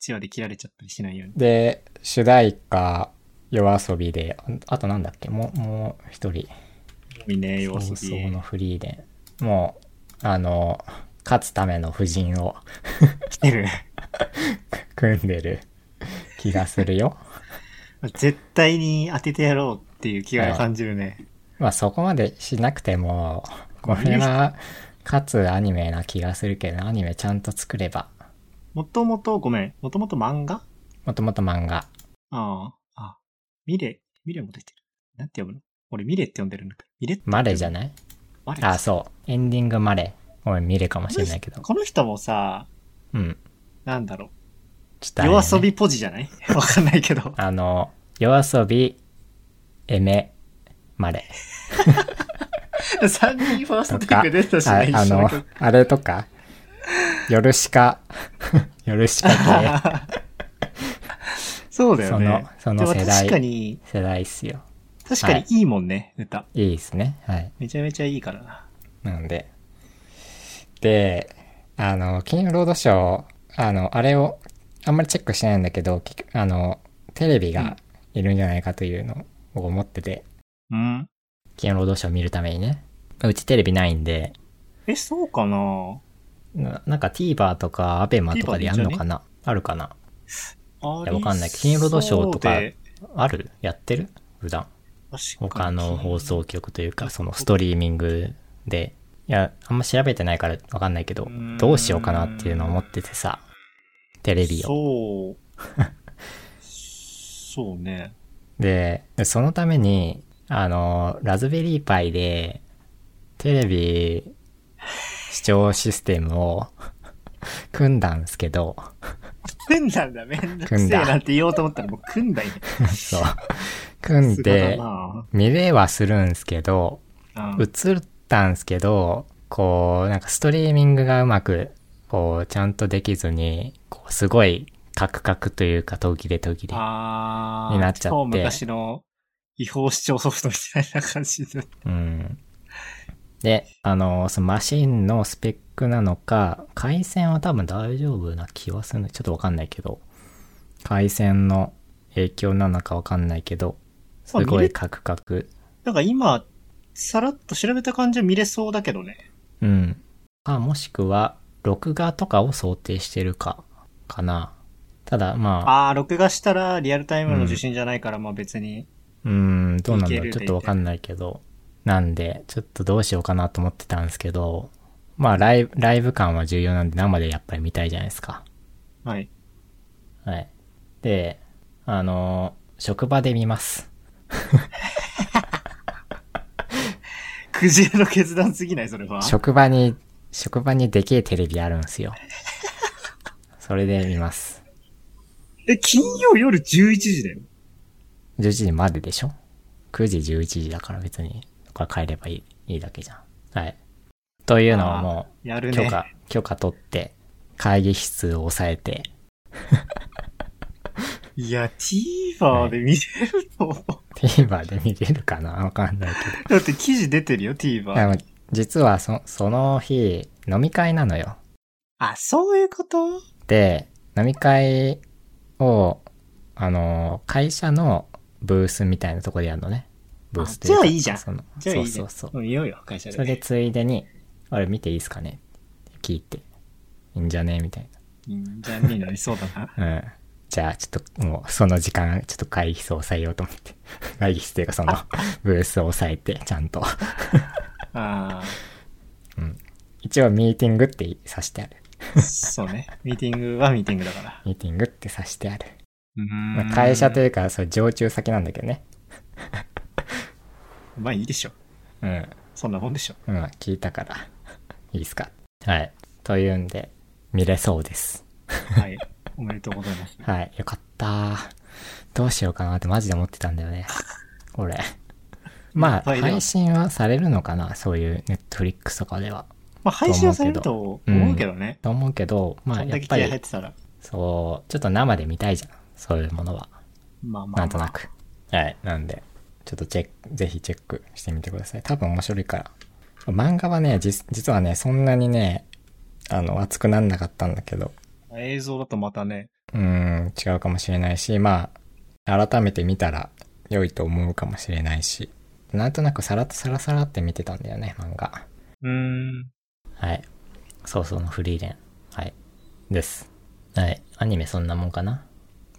[SPEAKER 2] 1話で切られちゃったりしないように。
[SPEAKER 1] で、主題歌、夜遊びで、ああとなんだっけもう、もう一人。
[SPEAKER 2] いいね、様
[SPEAKER 1] 放
[SPEAKER 2] 子
[SPEAKER 1] 送のフリーで。もう、あの、勝つための布陣を
[SPEAKER 2] 来てる。
[SPEAKER 1] 組んでる気がする よ。
[SPEAKER 2] 絶対に当ててやろうっていう気概を感じるね。
[SPEAKER 1] まあそこまでしなくても、これは、かつアニメな気がするけど、アニメちゃんと作れば、
[SPEAKER 2] もともと、ごめん、もともと漫画
[SPEAKER 1] もともと漫画、
[SPEAKER 2] ああ、あ、ミレ、ミレも出てる。なんて読むの俺ミレって呼んでるんだけど。ミレって
[SPEAKER 1] マレじゃない
[SPEAKER 2] マレ
[SPEAKER 1] あ、そう。エンディングマレ。ごめん、見るかもしれないけど。
[SPEAKER 2] この人もさ、
[SPEAKER 1] うん。
[SPEAKER 2] なんだろ
[SPEAKER 1] ちょっ
[SPEAKER 2] う。
[SPEAKER 1] あれね
[SPEAKER 2] 夜遊びポジじゃない わかんない けど。
[SPEAKER 1] あの、夜遊び、エメ、マレ。
[SPEAKER 2] 3人ファース
[SPEAKER 1] と
[SPEAKER 2] トテイク
[SPEAKER 1] か
[SPEAKER 2] が出てたし、
[SPEAKER 1] あ
[SPEAKER 2] ね、
[SPEAKER 1] あ
[SPEAKER 2] 一緒
[SPEAKER 1] の
[SPEAKER 2] の曲。
[SPEAKER 1] あれとか夜しか 夜しか
[SPEAKER 2] そうだよね。
[SPEAKER 1] そのその世代
[SPEAKER 2] でも確かに、
[SPEAKER 1] 系世代っすよ
[SPEAKER 2] 確か
[SPEAKER 1] はい
[SPEAKER 2] にいいもんね、歌。
[SPEAKER 1] いいですねはい
[SPEAKER 2] めちゃめちゃいいからな。
[SPEAKER 1] なんで。で、あの、金曜ロードショー、あの、あれを、あんまりチェックしてないんだけど、結局あの、テレビがいるんじゃないかというのを思ってて、
[SPEAKER 2] うん。
[SPEAKER 1] 金曜ロードショーを見るためにね。うちテレビないんで、
[SPEAKER 2] え、そうかな
[SPEAKER 1] ななんか TVer とか ABEMA とかでやるのかなあるかな
[SPEAKER 2] あ
[SPEAKER 1] いやわかんない金曜ロードショーとか
[SPEAKER 2] り
[SPEAKER 1] あるやってる普段。
[SPEAKER 2] そうで
[SPEAKER 1] 他の放。送局というか、そのストリーミングで。いや、あんま調べてないからわかんないけど
[SPEAKER 2] うー、ん
[SPEAKER 1] どうしようかなっていうのを思っててさ、テレ
[SPEAKER 2] 確か
[SPEAKER 1] ビ
[SPEAKER 2] に
[SPEAKER 1] を。
[SPEAKER 2] そう。そうね。
[SPEAKER 1] で、そのために、あの、ラズベリーパイで、テレビ視聴システムを 組んだんですけど、
[SPEAKER 2] 組んだんだ、めんどくせえなって言おうと思ったらもう組んだよ。
[SPEAKER 1] そう。組ん
[SPEAKER 2] さすがだ
[SPEAKER 1] で、
[SPEAKER 2] な
[SPEAKER 1] 見れはするんですけど、
[SPEAKER 2] うん
[SPEAKER 1] 映ったんですけど、こう、なんかストリーミングがうまく、こう、ちゃんとできずに、こう、すごい、カクカクというか、途切れ途切れ。
[SPEAKER 2] あー
[SPEAKER 1] になっちゃって
[SPEAKER 2] 超昔の違法視聴ソフトみたいな感じで。
[SPEAKER 1] うん。で、あの、そのマシンのスペックなのか、回線は多分大丈夫な気はするのちょっとわかんないけど、回線の影響なのかわかんないけど、す
[SPEAKER 2] まあ見
[SPEAKER 1] ご
[SPEAKER 2] れ
[SPEAKER 1] いカクカク。
[SPEAKER 2] なんか今、さらっと調べた感じは見れそうだけどね。
[SPEAKER 1] うん。あ、もしくは、録画とかを想定してるか、かな。ただ、まあ、
[SPEAKER 2] あー、録画したらリアルタイムの受信じゃないから、まあ別に。
[SPEAKER 1] うん、どうなんだ
[SPEAKER 2] い
[SPEAKER 1] ろ
[SPEAKER 2] け
[SPEAKER 1] う。
[SPEAKER 2] る
[SPEAKER 1] ちょっとわかんないけど。なんで、ちょっとどうしようかなと思ってたんですけど、まあ、ライブ、ライブ感は重要なんで生でやっぱり見たいじゃないですか。
[SPEAKER 2] はい。
[SPEAKER 1] はい。で、あのー職場で見ます。
[SPEAKER 2] 苦渋の決断すぎない、それは。
[SPEAKER 1] 職場に、職場にでけえテレビあるん すよ。それで見ます。
[SPEAKER 2] え、金曜夜11時だよ。
[SPEAKER 1] 10時まででしょ ?9 時11時だから別に、これ帰ればいい、いいだけじゃん。はい。というのはも
[SPEAKER 2] や
[SPEAKER 1] う、
[SPEAKER 2] る
[SPEAKER 1] 許
[SPEAKER 2] ね。
[SPEAKER 1] 可、許可取って、会議室を押さえて、
[SPEAKER 2] いや、TVer で見れるの、
[SPEAKER 1] TVer で見れるかなわかんないけど。
[SPEAKER 2] だって記事出てるよ、
[SPEAKER 1] で
[SPEAKER 2] TVer。
[SPEAKER 1] も実はそ、その日、飲み会なのよ。
[SPEAKER 2] あ、そういうこと
[SPEAKER 1] で飲み会をあの会社のブースみたいなとこでやるのねブースというか
[SPEAKER 2] あじゃあいいじゃん
[SPEAKER 1] その
[SPEAKER 2] じゃあいいね。
[SPEAKER 1] そうそうそう
[SPEAKER 2] 見ようよ、会社
[SPEAKER 1] それ
[SPEAKER 2] で。
[SPEAKER 1] でついでに「あれ見ていいっすかね?」って聞いて「いいんじゃね?」みたい
[SPEAKER 2] うんじゃあ、になりそうだな。
[SPEAKER 1] なうんじゃあちょっともうその時間ちょっと会議室を抑えようと思って 会議室というかそのブースを抑えてちゃんと
[SPEAKER 2] あ
[SPEAKER 1] 一応ミーティングってさしてある
[SPEAKER 2] あ、そうね。ミーティングはミーティングだから。
[SPEAKER 1] ミーティングってさしてある
[SPEAKER 2] う
[SPEAKER 1] ま
[SPEAKER 2] ん
[SPEAKER 1] あ会社というかそう常駐先なんだけどね
[SPEAKER 2] まあいいでしょ。
[SPEAKER 1] うん
[SPEAKER 2] そんなもんでしょ。
[SPEAKER 1] うん、聞いたから。いいですかはい。というんで、見れそうです。
[SPEAKER 2] はい。おめでとうございます。
[SPEAKER 1] はい。よかった。どうしようかなってマジで思ってたんだよね。こ れ。まあ、
[SPEAKER 2] いっぱいでは
[SPEAKER 1] 配信はされるのかなそういうネットフリックスとかでは。
[SPEAKER 2] まあ配信はされると思うけどね。
[SPEAKER 1] と思うけど、ま
[SPEAKER 2] そ
[SPEAKER 1] あ、
[SPEAKER 2] ん
[SPEAKER 1] や
[SPEAKER 2] だ
[SPEAKER 1] っ
[SPEAKER 2] け気
[SPEAKER 1] ぱ
[SPEAKER 2] 合入っ
[SPEAKER 1] り、
[SPEAKER 2] てたら。
[SPEAKER 1] そう、ちょっと生で見たいじゃん。そういうものは。
[SPEAKER 2] まあまあ、
[SPEAKER 1] なんとなく。はい。なんで、ちょっとチェック、ぜひチェックしてみてください。多分面白いから。漫画はね、じ実はね、そんなにね、あの、熱くなんなかったんだけど、
[SPEAKER 2] 映像だとまたね。
[SPEAKER 1] うーん、違うかもしれないし、まあ、改めて見たら良いと思うかもしれないし、なんとなくさらっとさらさらって見てたんだよね、漫画。
[SPEAKER 2] うーん。
[SPEAKER 1] はい。そうそうのフリーレン。はい。です。はい。アニメそんなもんかな。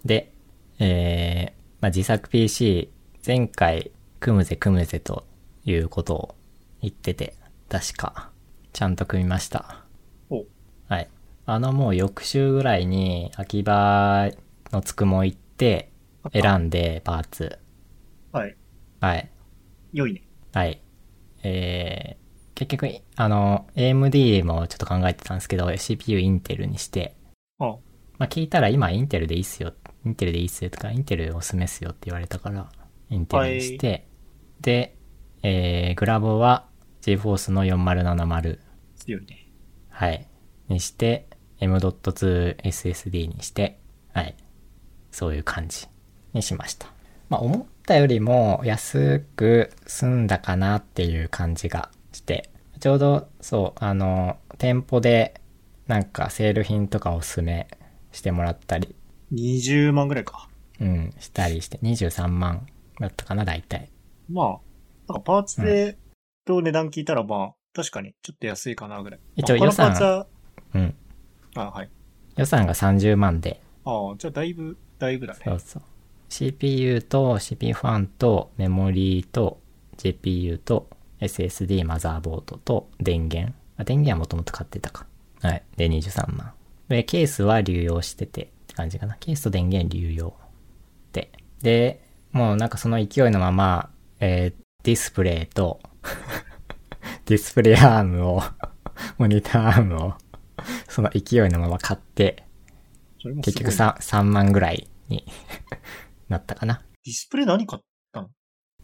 [SPEAKER 1] で、えー、まあ、自作 PC、前回、組むぜ組むぜということを言ってて、確か、ちゃんと組みました。
[SPEAKER 2] お
[SPEAKER 1] はい。あのもう翌週ぐらいに、秋葉のつくも行って、選んでパーツ。
[SPEAKER 2] はい。
[SPEAKER 1] はい。
[SPEAKER 2] 良いね。
[SPEAKER 1] はい。えー、結局、あの、AMD もちょっと考えてたんですけど、CPU インテルにして、
[SPEAKER 2] あ、
[SPEAKER 1] まあ聞いたら今インテルでいいっすよ、インテルでいいっすよとか、インテルおすすめっすよって言われたから、インテルにして、で、えー、グラボは GForce の4070。
[SPEAKER 2] 強いね。
[SPEAKER 1] はい。にして、M.2SSD にして、はい。そういう感じにしました。まあ、思ったよりも安く済んだかなっていう感じがして、ちょうど、そう、あの、店舗で、なんかセール品とかおすすめしてもらったり、
[SPEAKER 2] 20万ぐらいか。
[SPEAKER 1] うん、したりして、23万だったかな、大体。
[SPEAKER 2] まあ、なんかパーツで、と値段聞いたらまあ、確かにちょっと安いかなぐらい。
[SPEAKER 1] 一応
[SPEAKER 2] まあ他の
[SPEAKER 1] 予算うん。
[SPEAKER 2] パーツは、あ、はい。
[SPEAKER 1] 予算が30万で、
[SPEAKER 2] ああ、じゃあだいぶ、だいぶだね。
[SPEAKER 1] そうそう。CPU と CPU ファンとメモリーと GPU と SSD マザーボードと電源。あ、電源はもともと買ってたか。はい。で、23万。で、ケースは流用しててって感じかな。ケースと電源流用で。で、もうなんかその勢いのまま、えーディスプレイと、 ディスプレイアームを、モニターアームを、その勢いのまま買って、
[SPEAKER 2] それもす
[SPEAKER 1] 結
[SPEAKER 2] ごい
[SPEAKER 1] 局。3、3万ぐらいに なったかな。
[SPEAKER 2] ディスプレイ何買っ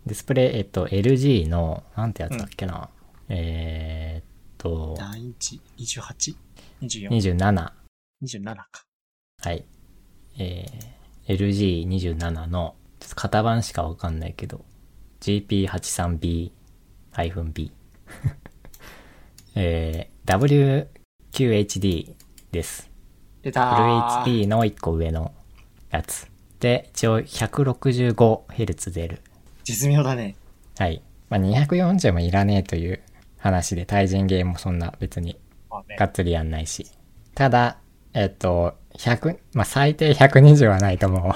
[SPEAKER 1] ディスプレイ、えっと、LG の、なんてやつだっけな。えーっと、
[SPEAKER 2] た何インチ ?28?24?27
[SPEAKER 1] 27。
[SPEAKER 2] か。
[SPEAKER 1] はい。えー、LG27 の、ちょっと型番しかわかんないけど、GP83B-B。えー、WQHD です。
[SPEAKER 2] 出
[SPEAKER 1] フ
[SPEAKER 2] た
[SPEAKER 1] ル
[SPEAKER 2] ー。
[SPEAKER 1] HP の1個上のやつ。で、一応 165Hz 出る。
[SPEAKER 2] 絶妙だね。
[SPEAKER 1] はい。まあ、240もいらねえという話で、対人ゲームもそんな別に
[SPEAKER 2] まあね
[SPEAKER 1] が。っつりやんないし。ただ、えっと、100、まあ、最低120はないとも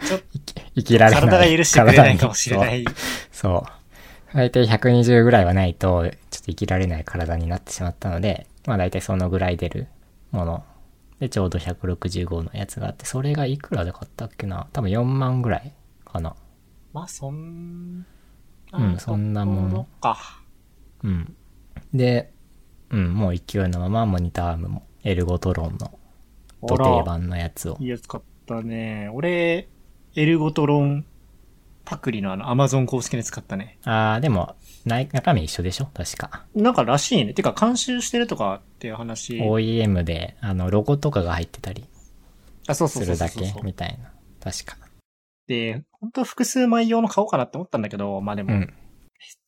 [SPEAKER 1] う
[SPEAKER 2] ちょっと
[SPEAKER 1] 生き、生きられない。
[SPEAKER 2] 体が許してくれないかもしれな
[SPEAKER 1] 体に
[SPEAKER 2] い。
[SPEAKER 1] そう。そう大体120ぐらいはないと、ちょっと生きられない体になってしまったので、まあ大体そのぐらい出るもの。で、ちょうど165のやつがあって、それがいくらで買ったっけな多分4万ぐらいかな。
[SPEAKER 2] まあ、そんな。
[SPEAKER 1] うんそんなもん
[SPEAKER 2] のか。
[SPEAKER 1] うん。で、うん、もう勢いのままモニターアームも、エルゴトロンの、
[SPEAKER 2] ほ
[SPEAKER 1] ド
[SPEAKER 2] ら
[SPEAKER 1] 定番のやつを
[SPEAKER 2] い。いやつ買ったね。俺、エルゴトロンパクリのあの、アマゾン公式で使ったね。
[SPEAKER 1] あー、でも、内中身一緒でしょ確か。
[SPEAKER 2] なんからしいね。てか、監修してるとかっていう話。
[SPEAKER 1] OEM で、あの、ロゴとかが入ってたり
[SPEAKER 2] あ、そうそ
[SPEAKER 1] す
[SPEAKER 2] うそう
[SPEAKER 1] る
[SPEAKER 2] そう
[SPEAKER 1] だ
[SPEAKER 2] そう
[SPEAKER 1] けみたいな。確か。
[SPEAKER 2] で、本当は複数枚用の買おうかなって思ったんだけど、まあで
[SPEAKER 1] う
[SPEAKER 2] も、
[SPEAKER 1] ん。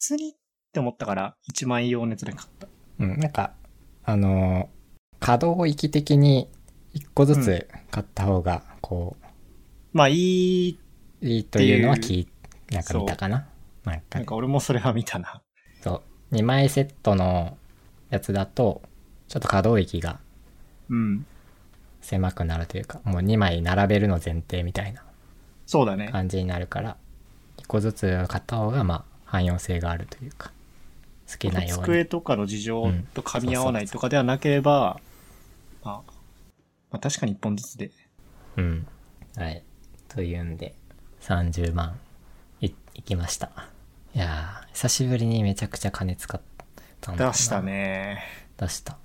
[SPEAKER 2] 別にって思ったから、1枚用のやつで買った。
[SPEAKER 1] うん、なんか、あのー可動域的に一個ずつ買った方が、こ
[SPEAKER 2] まあいい、
[SPEAKER 1] う、いいというのは
[SPEAKER 2] って
[SPEAKER 1] 聞い、なんか見たかななんか
[SPEAKER 2] なん、か俺もそれは見たな。
[SPEAKER 1] そう。2枚セットのやつだと、ちょっと可動域が
[SPEAKER 2] うん。
[SPEAKER 1] 狭くなるというか、もう2枚並べるの前提みたいな
[SPEAKER 2] そうだね。
[SPEAKER 1] 感じになるから、1個ずつ買った方が、まあ、汎用性があるというか、好きなように。
[SPEAKER 2] 机とかの事情と噛み合わないとかではなければ、まあ、まあ確かに1本ずつで。
[SPEAKER 1] うん。はい。というんで、30万い、いきました。いやー、久しぶりにめちゃくちゃ金使ったんだな
[SPEAKER 2] 出した。ね。
[SPEAKER 1] 出した。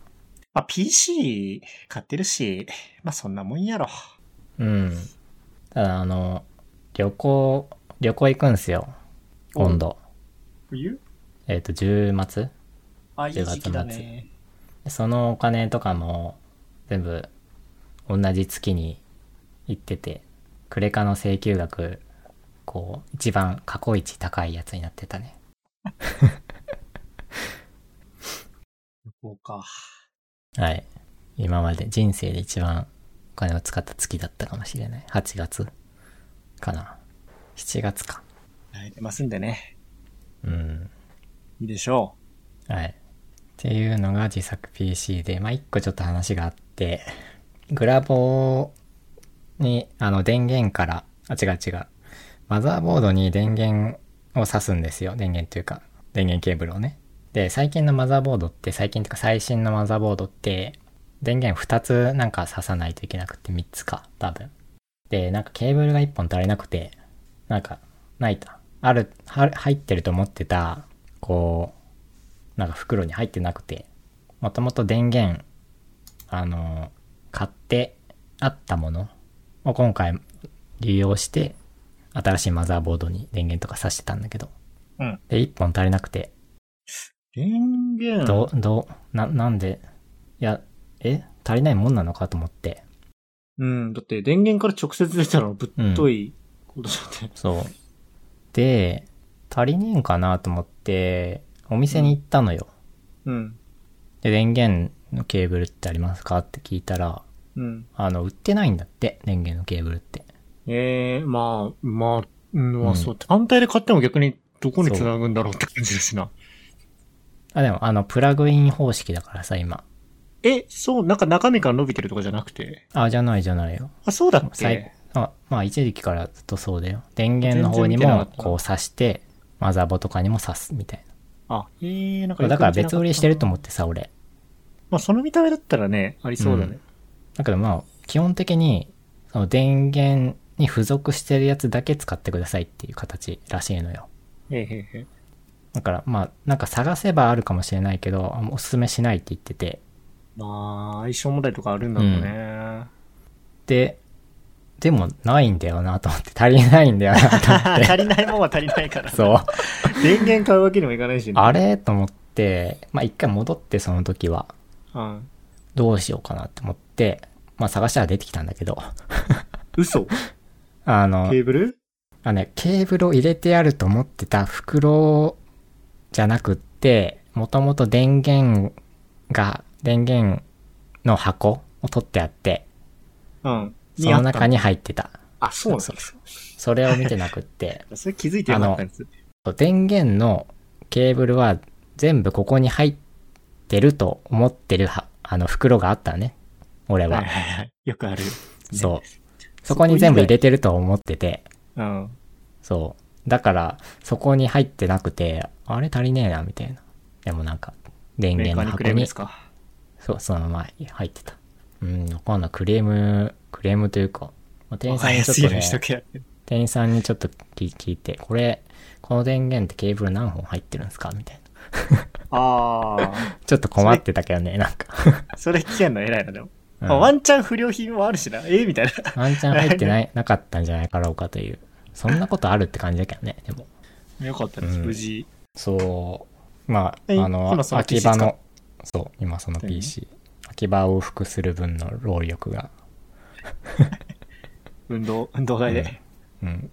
[SPEAKER 2] まあ PC 買ってるし、まあそんなもんやろ。
[SPEAKER 1] うん。ただ、あの、旅行、旅行行くんすよ。
[SPEAKER 2] お
[SPEAKER 1] 今度。
[SPEAKER 2] 冬
[SPEAKER 1] えっ、と、10末
[SPEAKER 2] あ、いい
[SPEAKER 1] 10
[SPEAKER 2] 時期だね。
[SPEAKER 1] そのお金とかも全部同じ月に行ってて、クレカの請求額、こう、一番過去一高いやつになってたね。
[SPEAKER 2] 旅行か。
[SPEAKER 1] はい。今まで人生で一番お金を使った月だったかもしれない。8月かな。7月か。
[SPEAKER 2] 泣いてますんでね。
[SPEAKER 1] うん。
[SPEAKER 2] いいでしょ
[SPEAKER 1] はい。っていうのが自作 PC で、まあ、一個ちょっと話があって、グラボに、あの、電源から、あ、違う違う。マザーボードに電源を挿すんですよ。電源というか、電源ケーブルをね。で、最近のマザーボードって、最近というか最新のマザーボードって、電源2つなんか挿さないといけなくて、3つか、多分。で、なんかケーブルが1本足りなくて、なんか、ないと。ある、は入ってると思ってた、こう、なんか袋に入ってなくて、もともと電源、あの、買ってあったものを今回利用して、新しいマザーボードに電源とか挿してたんだけど、
[SPEAKER 2] うん
[SPEAKER 1] で、1本足りなくて、
[SPEAKER 2] 電源
[SPEAKER 1] ど、ど、な、なんで、いや、え足りないもんなのかと思って。
[SPEAKER 2] うん、だって電源から直接出たらぶっといことだって。
[SPEAKER 1] そう。で、足りねえんかなと思って、お店に行ったのよ。
[SPEAKER 2] うん。
[SPEAKER 1] で、電源のケーブルってありますかって聞いたら、
[SPEAKER 2] うん。
[SPEAKER 1] あの、売ってないんだって、電源のケーブルって。
[SPEAKER 2] ええまあ、まあ、うんま
[SPEAKER 1] う
[SPEAKER 2] あ
[SPEAKER 1] ん
[SPEAKER 2] そう。単体で買っても逆にどこに繋ぐんだろうって感じだしな。
[SPEAKER 1] あ、でも、あの、プラグイン方式だからさ、今。
[SPEAKER 2] え、そう、なんか中身から伸びてるとかじゃなくて。
[SPEAKER 1] あ、じゃないじゃないよ。
[SPEAKER 2] あ、そうだっ
[SPEAKER 1] 最
[SPEAKER 2] け
[SPEAKER 1] あまあ、一時期からずっとそうだよ。電源の方に
[SPEAKER 2] 全然見てな
[SPEAKER 1] も
[SPEAKER 2] か、った
[SPEAKER 1] こう、挿して、マザーボとかにも挿す、みたい
[SPEAKER 2] あ、ええなんか
[SPEAKER 1] な。
[SPEAKER 2] よく
[SPEAKER 1] だから
[SPEAKER 2] 見な
[SPEAKER 1] 別
[SPEAKER 2] っ
[SPEAKER 1] 売
[SPEAKER 2] た
[SPEAKER 1] りしてると思ってさ、俺。
[SPEAKER 2] まあその見た目だったらね、ありそうだね。
[SPEAKER 1] だけどまあ、基本的に、その電源に付属してるやつだけ使ってくださいっていう形らしいのよ。
[SPEAKER 2] ええへえへえ。
[SPEAKER 1] だからまあ、なんか探せばあるかもしれないけど、あんまおすすめしないって言ってて。
[SPEAKER 2] まあ、相性問題とかあるんだろうね。
[SPEAKER 1] で、でもないんだよなと思って、足りないんだよなと思って。
[SPEAKER 2] 足りないもんは足りないか ら。
[SPEAKER 1] そう。
[SPEAKER 2] 電源買うわけにもいかないしね。
[SPEAKER 1] あれ と思って、まあ一回戻ってその時は、
[SPEAKER 2] うん。
[SPEAKER 1] どうしようかなって思って、まあ探したら出てきたんだけど、
[SPEAKER 2] 嘘
[SPEAKER 1] あの、
[SPEAKER 2] ケーブル
[SPEAKER 1] あのね、ケーブルを入れてあると思ってた袋じゃなくって、もともと電源が、電源の箱を取ってあって、
[SPEAKER 2] うん。
[SPEAKER 1] その中
[SPEAKER 2] に
[SPEAKER 1] に入ってた。
[SPEAKER 2] あったの。あ、そうなんだ。
[SPEAKER 1] それを見てなくって、
[SPEAKER 2] それ気づいてなかったんです。
[SPEAKER 1] 電源のケーブルは全部ここに入ってると思ってるは、あの袋があったのね。俺
[SPEAKER 2] はいはい
[SPEAKER 1] は。
[SPEAKER 2] はい。よくある。
[SPEAKER 1] そう。
[SPEAKER 2] そ
[SPEAKER 1] そ
[SPEAKER 2] こ
[SPEAKER 1] こ
[SPEAKER 2] 以外
[SPEAKER 1] に全部入れてると思ってて、
[SPEAKER 2] うん。
[SPEAKER 1] そう。だから、そこに入ってなくて、あれ足りねえな、みたいな。でもなんか、電
[SPEAKER 2] メー
[SPEAKER 1] 源
[SPEAKER 2] カ
[SPEAKER 1] の
[SPEAKER 2] ーにク
[SPEAKER 1] 箱
[SPEAKER 2] レーム
[SPEAKER 1] に
[SPEAKER 2] です、か。
[SPEAKER 1] そう、そのまま入ってた。うん、わかんない。クレーム、クレームというか、まあ店員さんにちょっとね
[SPEAKER 2] 安いのにし、とけやって
[SPEAKER 1] 店員さんにちょっと聞聞いて、これ、この電源ってケーブル何本入ってるんですかみたいな。
[SPEAKER 2] ああ。
[SPEAKER 1] ちょっと困ってたけどね、なん か。
[SPEAKER 2] それ聞けんの偉いな、でも。
[SPEAKER 1] うん
[SPEAKER 2] まあワンチャン不良品もあるしな。えみたいな。
[SPEAKER 1] ワンチャン入ってない、なかったんじゃないかろうかという。そんなことあるって感じだけどね、でも。
[SPEAKER 2] よかったです、
[SPEAKER 1] うん
[SPEAKER 2] 無事。
[SPEAKER 1] そう。まあ、
[SPEAKER 2] え
[SPEAKER 1] あの
[SPEAKER 2] 今、その
[SPEAKER 1] 秋
[SPEAKER 2] PC
[SPEAKER 1] 葉の、そう、今その PC。秋葉を往復する分の労力が。
[SPEAKER 2] 運動、運動会で。
[SPEAKER 1] うん。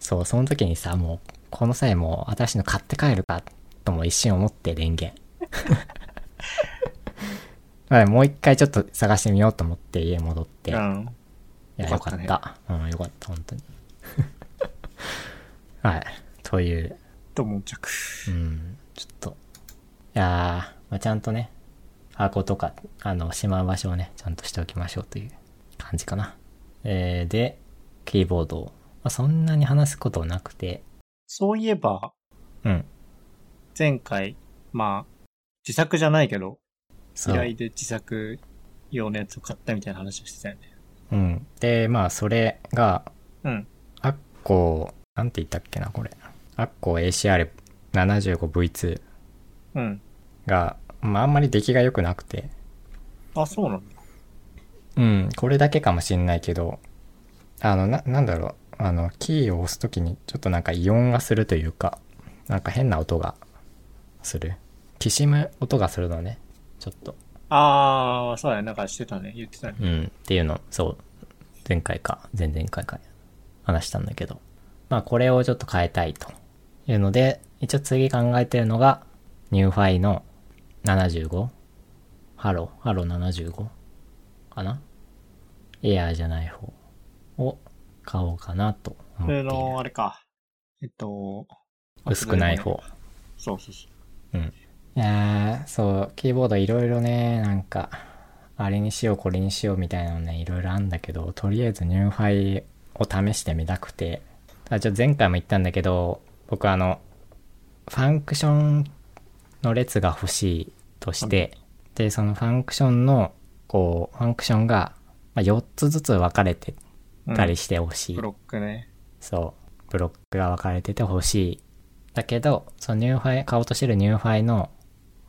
[SPEAKER 1] そう、その時にさ、もう、この際もう、私の買って帰るか、とも一瞬思って、電源。 まあもう一回ちょっと探してみようと思って家戻って。
[SPEAKER 2] う
[SPEAKER 1] い
[SPEAKER 2] ん。
[SPEAKER 1] や、
[SPEAKER 2] よ
[SPEAKER 1] よ
[SPEAKER 2] か
[SPEAKER 1] か
[SPEAKER 2] った
[SPEAKER 1] っ
[SPEAKER 2] ね
[SPEAKER 1] た。うん、よかった、本当に。 はい。という
[SPEAKER 2] と悶着。
[SPEAKER 1] うん、ちょっと。いやー、まあ、ちゃんとね、箱とか、あの、しまう場所をね、ちゃんとしておきましょうという感じかな。えー、で、キーボードを。まあ、そんなに話すことなくて、
[SPEAKER 2] そういえば、
[SPEAKER 1] うん。
[SPEAKER 2] 前回、まあ、自作じゃないけど、
[SPEAKER 1] そ
[SPEAKER 2] 依
[SPEAKER 1] う。
[SPEAKER 2] 頼で自作用のやつを買ったみたいな話をしてたよね。
[SPEAKER 1] うん。で、まあ、それが、
[SPEAKER 2] うん。
[SPEAKER 1] アッコー、なんて言ったっけな、これ。アッコー ACR75V2
[SPEAKER 2] うん。
[SPEAKER 1] が、まあ、あんまり出来が良くなくて、
[SPEAKER 2] あ、そうなんだ。
[SPEAKER 1] うん、これだけかもしんないけど、あの、な、なんだろう、あの、キーを押すときに、ちょっとなんか異音がするというか、なんか変な音がする。きしむ音がするのね、ちょっと。
[SPEAKER 2] あー、そうだね。なんかしてたね。言ってたね。
[SPEAKER 1] うん、っていうの、そう、前回か、前々回か、話したんだけど。まあ、これをちょっと変えたいというので、一応次考えてるのが、ニューファイの 75? ハロー、ハロー75かなエアーじゃない方を買おうかなと思
[SPEAKER 2] こ
[SPEAKER 1] ってい
[SPEAKER 2] れ
[SPEAKER 1] る。
[SPEAKER 2] の、あれか。えっと、
[SPEAKER 1] 薄くない方。
[SPEAKER 2] そうそうそう。
[SPEAKER 1] いやーそう、キーボードいろいろね、なんか、あれにしよう、これにしようみたいなのね、いろいろあんだけど、とりあえずニューファイを試してみたくて、ただちょっと前回も言ったんだけど、僕あの、ファンクションの列が欲しいとして、で、そのファンクションの、こう、ファンクションが、まあ、4つずつ分かれて
[SPEAKER 2] うん
[SPEAKER 1] たりしてほしい。
[SPEAKER 2] ブロックね。
[SPEAKER 1] そう、ブロックが分かれてて欲しい。だけど、そのニューファイ、買おうとしてるニューファイの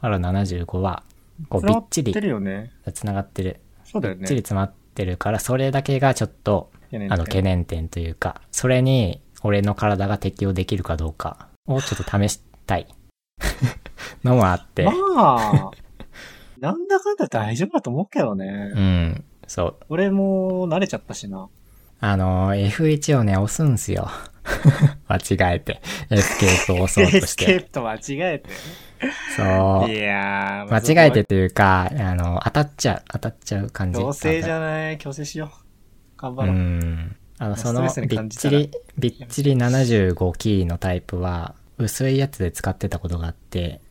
[SPEAKER 1] R75 は、こう、び
[SPEAKER 2] 繋が
[SPEAKER 1] っち
[SPEAKER 2] って
[SPEAKER 1] り、
[SPEAKER 2] るよね。
[SPEAKER 1] 繋がってる。
[SPEAKER 2] そうだよ
[SPEAKER 1] び
[SPEAKER 2] ね。
[SPEAKER 1] っちり詰まってるから、それだけがちょっと、
[SPEAKER 2] 懸念
[SPEAKER 1] あの、懸念点と いうか、それに、俺の体が適応できるかどうかをちょっと試したい。のもあって
[SPEAKER 2] ま、あ、なんだかんだ大丈夫だと思うけどね
[SPEAKER 1] う。ん、そう。
[SPEAKER 2] 俺も慣れちゃったしな。
[SPEAKER 1] あのー、F1 をね、押すんす よ。間違えて。エスケープを押そう
[SPEAKER 2] エ
[SPEAKER 1] とし
[SPEAKER 2] スケ
[SPEAKER 1] て。
[SPEAKER 2] ープと間違えて。
[SPEAKER 1] そう。
[SPEAKER 2] いやー、
[SPEAKER 1] 間違えてというか、あの、当たっちゃう、当たっちゃう感じ。
[SPEAKER 2] 同性じゃない、強制しよう。頑張
[SPEAKER 1] う
[SPEAKER 2] ろう。
[SPEAKER 1] ん。あの、
[SPEAKER 2] ス
[SPEAKER 1] そ
[SPEAKER 2] ト
[SPEAKER 1] の
[SPEAKER 2] レス、に
[SPEAKER 1] びっ
[SPEAKER 2] 感じた
[SPEAKER 1] ち
[SPEAKER 2] ら
[SPEAKER 1] り、びっちり75キーのタイプは、薄いやつで使ってたことがあって、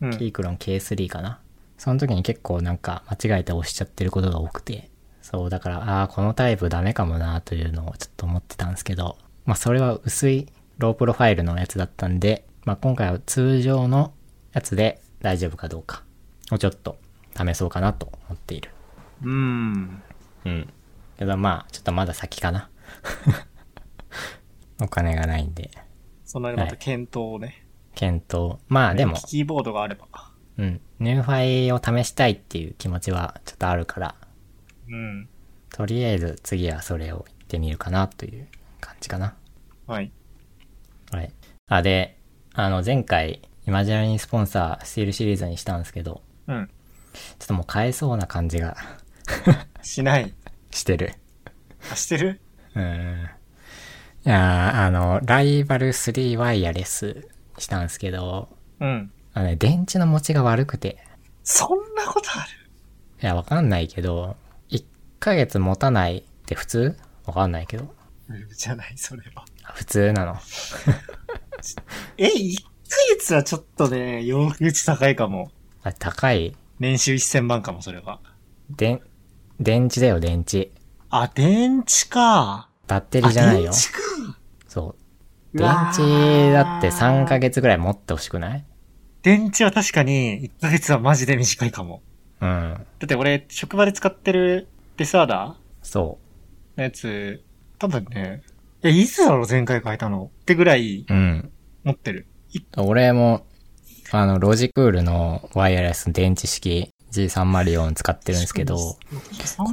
[SPEAKER 2] うん
[SPEAKER 1] キークロン K3 かな。その時に結構なんか間違えて押しちゃってることが多くて、そう、だから、ああー、このタイプダメかもなというのをちょっと思ってたんですけど、まあそれは薄いロープロファイルのやつだったんで、まあ今回は通常のやつで大丈夫かどうかをちょっと試そうかなと思っている。
[SPEAKER 2] うん。
[SPEAKER 1] うん。けどまあ、ちょっとまだ先かな。 お金がないんで、
[SPEAKER 2] そのなりま
[SPEAKER 1] は
[SPEAKER 2] た
[SPEAKER 1] い
[SPEAKER 2] 検討をね。
[SPEAKER 1] 検討。まあでも、
[SPEAKER 2] キーボードがあれば。
[SPEAKER 1] うん。ニューファイを試したいっていう気持ちはちょっとあるから、
[SPEAKER 2] うん。
[SPEAKER 1] とりあえず次はそれを言ってみるかなという感じかな。
[SPEAKER 2] はい。
[SPEAKER 1] はい。あ、で、あの前回、イマジナリースポンサースティールシリーズにしたんですけど、
[SPEAKER 2] うん。
[SPEAKER 1] ちょっともう買えそうな感じが
[SPEAKER 2] しない。
[SPEAKER 1] してる。
[SPEAKER 2] あ、してる
[SPEAKER 1] うーん。いやーあの、ライバル3ワイヤレスしたんですけど、
[SPEAKER 2] うん。
[SPEAKER 1] あのね、電池の持ちが悪くて、
[SPEAKER 2] そんなことある
[SPEAKER 1] いや、わかんないけど、1ヶ月持たないって普通わかんないけど。
[SPEAKER 2] うんじゃない、それは。
[SPEAKER 1] あ普通なの。
[SPEAKER 2] え、1ヶ月はちょっとね、用口高いかも。
[SPEAKER 1] あ高い、
[SPEAKER 2] 年収1000万かも、それは。
[SPEAKER 1] 電、電池だよ、電池。
[SPEAKER 2] あ、電池か。
[SPEAKER 1] バッテリーじゃないよ
[SPEAKER 2] あ電。池か。
[SPEAKER 1] そう。
[SPEAKER 2] う
[SPEAKER 1] 電
[SPEAKER 2] わー
[SPEAKER 1] 池だって3ヶ月ぐらい持ってほしくない
[SPEAKER 2] 電池は確かに、1ヶ月はマジで短いかも。
[SPEAKER 1] うん。
[SPEAKER 2] だって俺、職場で使ってるデスアーダ
[SPEAKER 1] そ。
[SPEAKER 2] ーのやつ、多分ね、え、いつだろう前回変えたのってぐらいう
[SPEAKER 1] うん。
[SPEAKER 2] 持ってる。
[SPEAKER 1] 俺も、あの、ロジクールのワイヤレス電池式 G304 使ってるんですけど、こ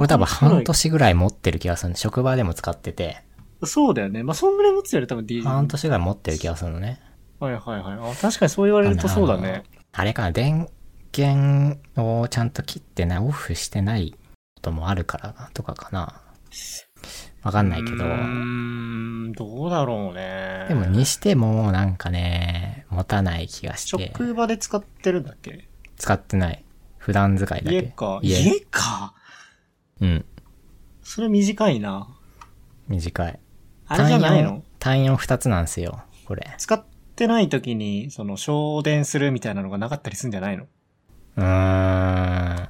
[SPEAKER 1] れ多分半年ぐらい持ってる気がするの。職場でも使ってて、
[SPEAKER 2] そうだよね。まあ、そんぐらい持つより多分 DJ。
[SPEAKER 1] 半年ぐらい持ってる気がするのね。
[SPEAKER 2] はいはいはい。あ確かにそう言われるとそうだね。
[SPEAKER 1] あれかな、電源をちゃんと切ってない、オフしてないこともあるからなとかかな。わかんないけど
[SPEAKER 2] う。ーん、どうだろうね。
[SPEAKER 1] でもにしてもなんかね、持たない気がして、
[SPEAKER 2] 職場で使ってるんだっけ
[SPEAKER 1] 使ってない。普段使いだけ。
[SPEAKER 2] 家か。
[SPEAKER 1] 家
[SPEAKER 2] 家か。
[SPEAKER 1] うん。
[SPEAKER 2] それ短いな。
[SPEAKER 1] 短い。
[SPEAKER 2] あれじゃないの
[SPEAKER 1] 単4二つなんですよ、これ。
[SPEAKER 2] 使ってない時に、その、省電するみたいなのがなかったりするんじゃないの
[SPEAKER 1] うーん。いや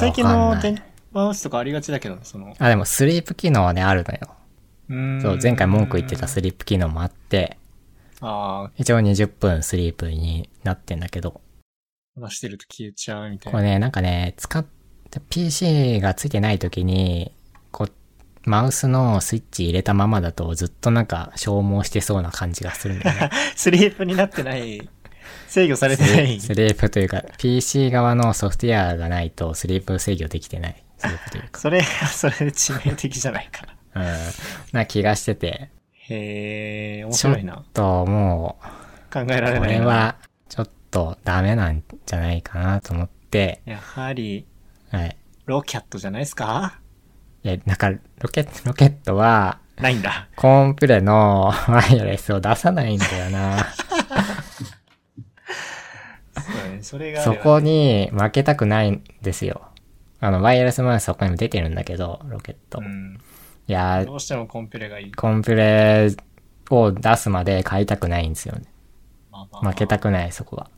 [SPEAKER 2] 最近
[SPEAKER 1] わか
[SPEAKER 2] の
[SPEAKER 1] んない
[SPEAKER 2] 電マウスとかありがちだけどね、その。
[SPEAKER 1] あ、でもスリープ機能はね、あるのよ。そう、前回文句言ってた
[SPEAKER 2] す
[SPEAKER 1] スリープ機能もあって、
[SPEAKER 2] あ
[SPEAKER 1] 一応20分スリープになってんだけど、
[SPEAKER 2] あ、話してると消えちゃうみたい
[SPEAKER 1] こ
[SPEAKER 2] な。
[SPEAKER 1] れね、なんかね、使っ、PC がついてない時に、こう、マウスのスイッチ入れたままだとずっとなんか消耗してそうな感じがするんだよ ね。
[SPEAKER 2] スリープになってない。制御されて ない。
[SPEAKER 1] スリープというか、PC 側のソフトウェアがないとスリープ制御できてない。スリープという か。
[SPEAKER 2] それ、それ致命的じゃないかな。
[SPEAKER 1] うん。な気がしてて、
[SPEAKER 2] へえ、面白いな。
[SPEAKER 1] と、も
[SPEAKER 2] 考えら
[SPEAKER 1] う、
[SPEAKER 2] れ
[SPEAKER 1] こ
[SPEAKER 2] ない
[SPEAKER 1] れ
[SPEAKER 2] な。
[SPEAKER 1] は、ちょっとダメなんじゃないかなと思って、
[SPEAKER 2] やはり、
[SPEAKER 1] はい。
[SPEAKER 2] ロキャットじゃないですか
[SPEAKER 1] いや、なんか、ロケット、ロケットは、
[SPEAKER 2] ない んだ。
[SPEAKER 1] コンプレのワイヤレスを出さないんだよな。
[SPEAKER 2] そうだねそれがあ
[SPEAKER 1] そ
[SPEAKER 2] れば
[SPEAKER 1] こに負けたくないんですよ。あの、ワイヤレスマウス他にも出てるんだけど、ロケット。
[SPEAKER 2] う
[SPEAKER 1] い
[SPEAKER 2] ん
[SPEAKER 1] や
[SPEAKER 2] ど
[SPEAKER 1] ー、
[SPEAKER 2] うしてもコンペレがいい。
[SPEAKER 1] コンプレを出すまで買いたくないんですよね。
[SPEAKER 2] まあまあまあ
[SPEAKER 1] 負けたくない、そこは。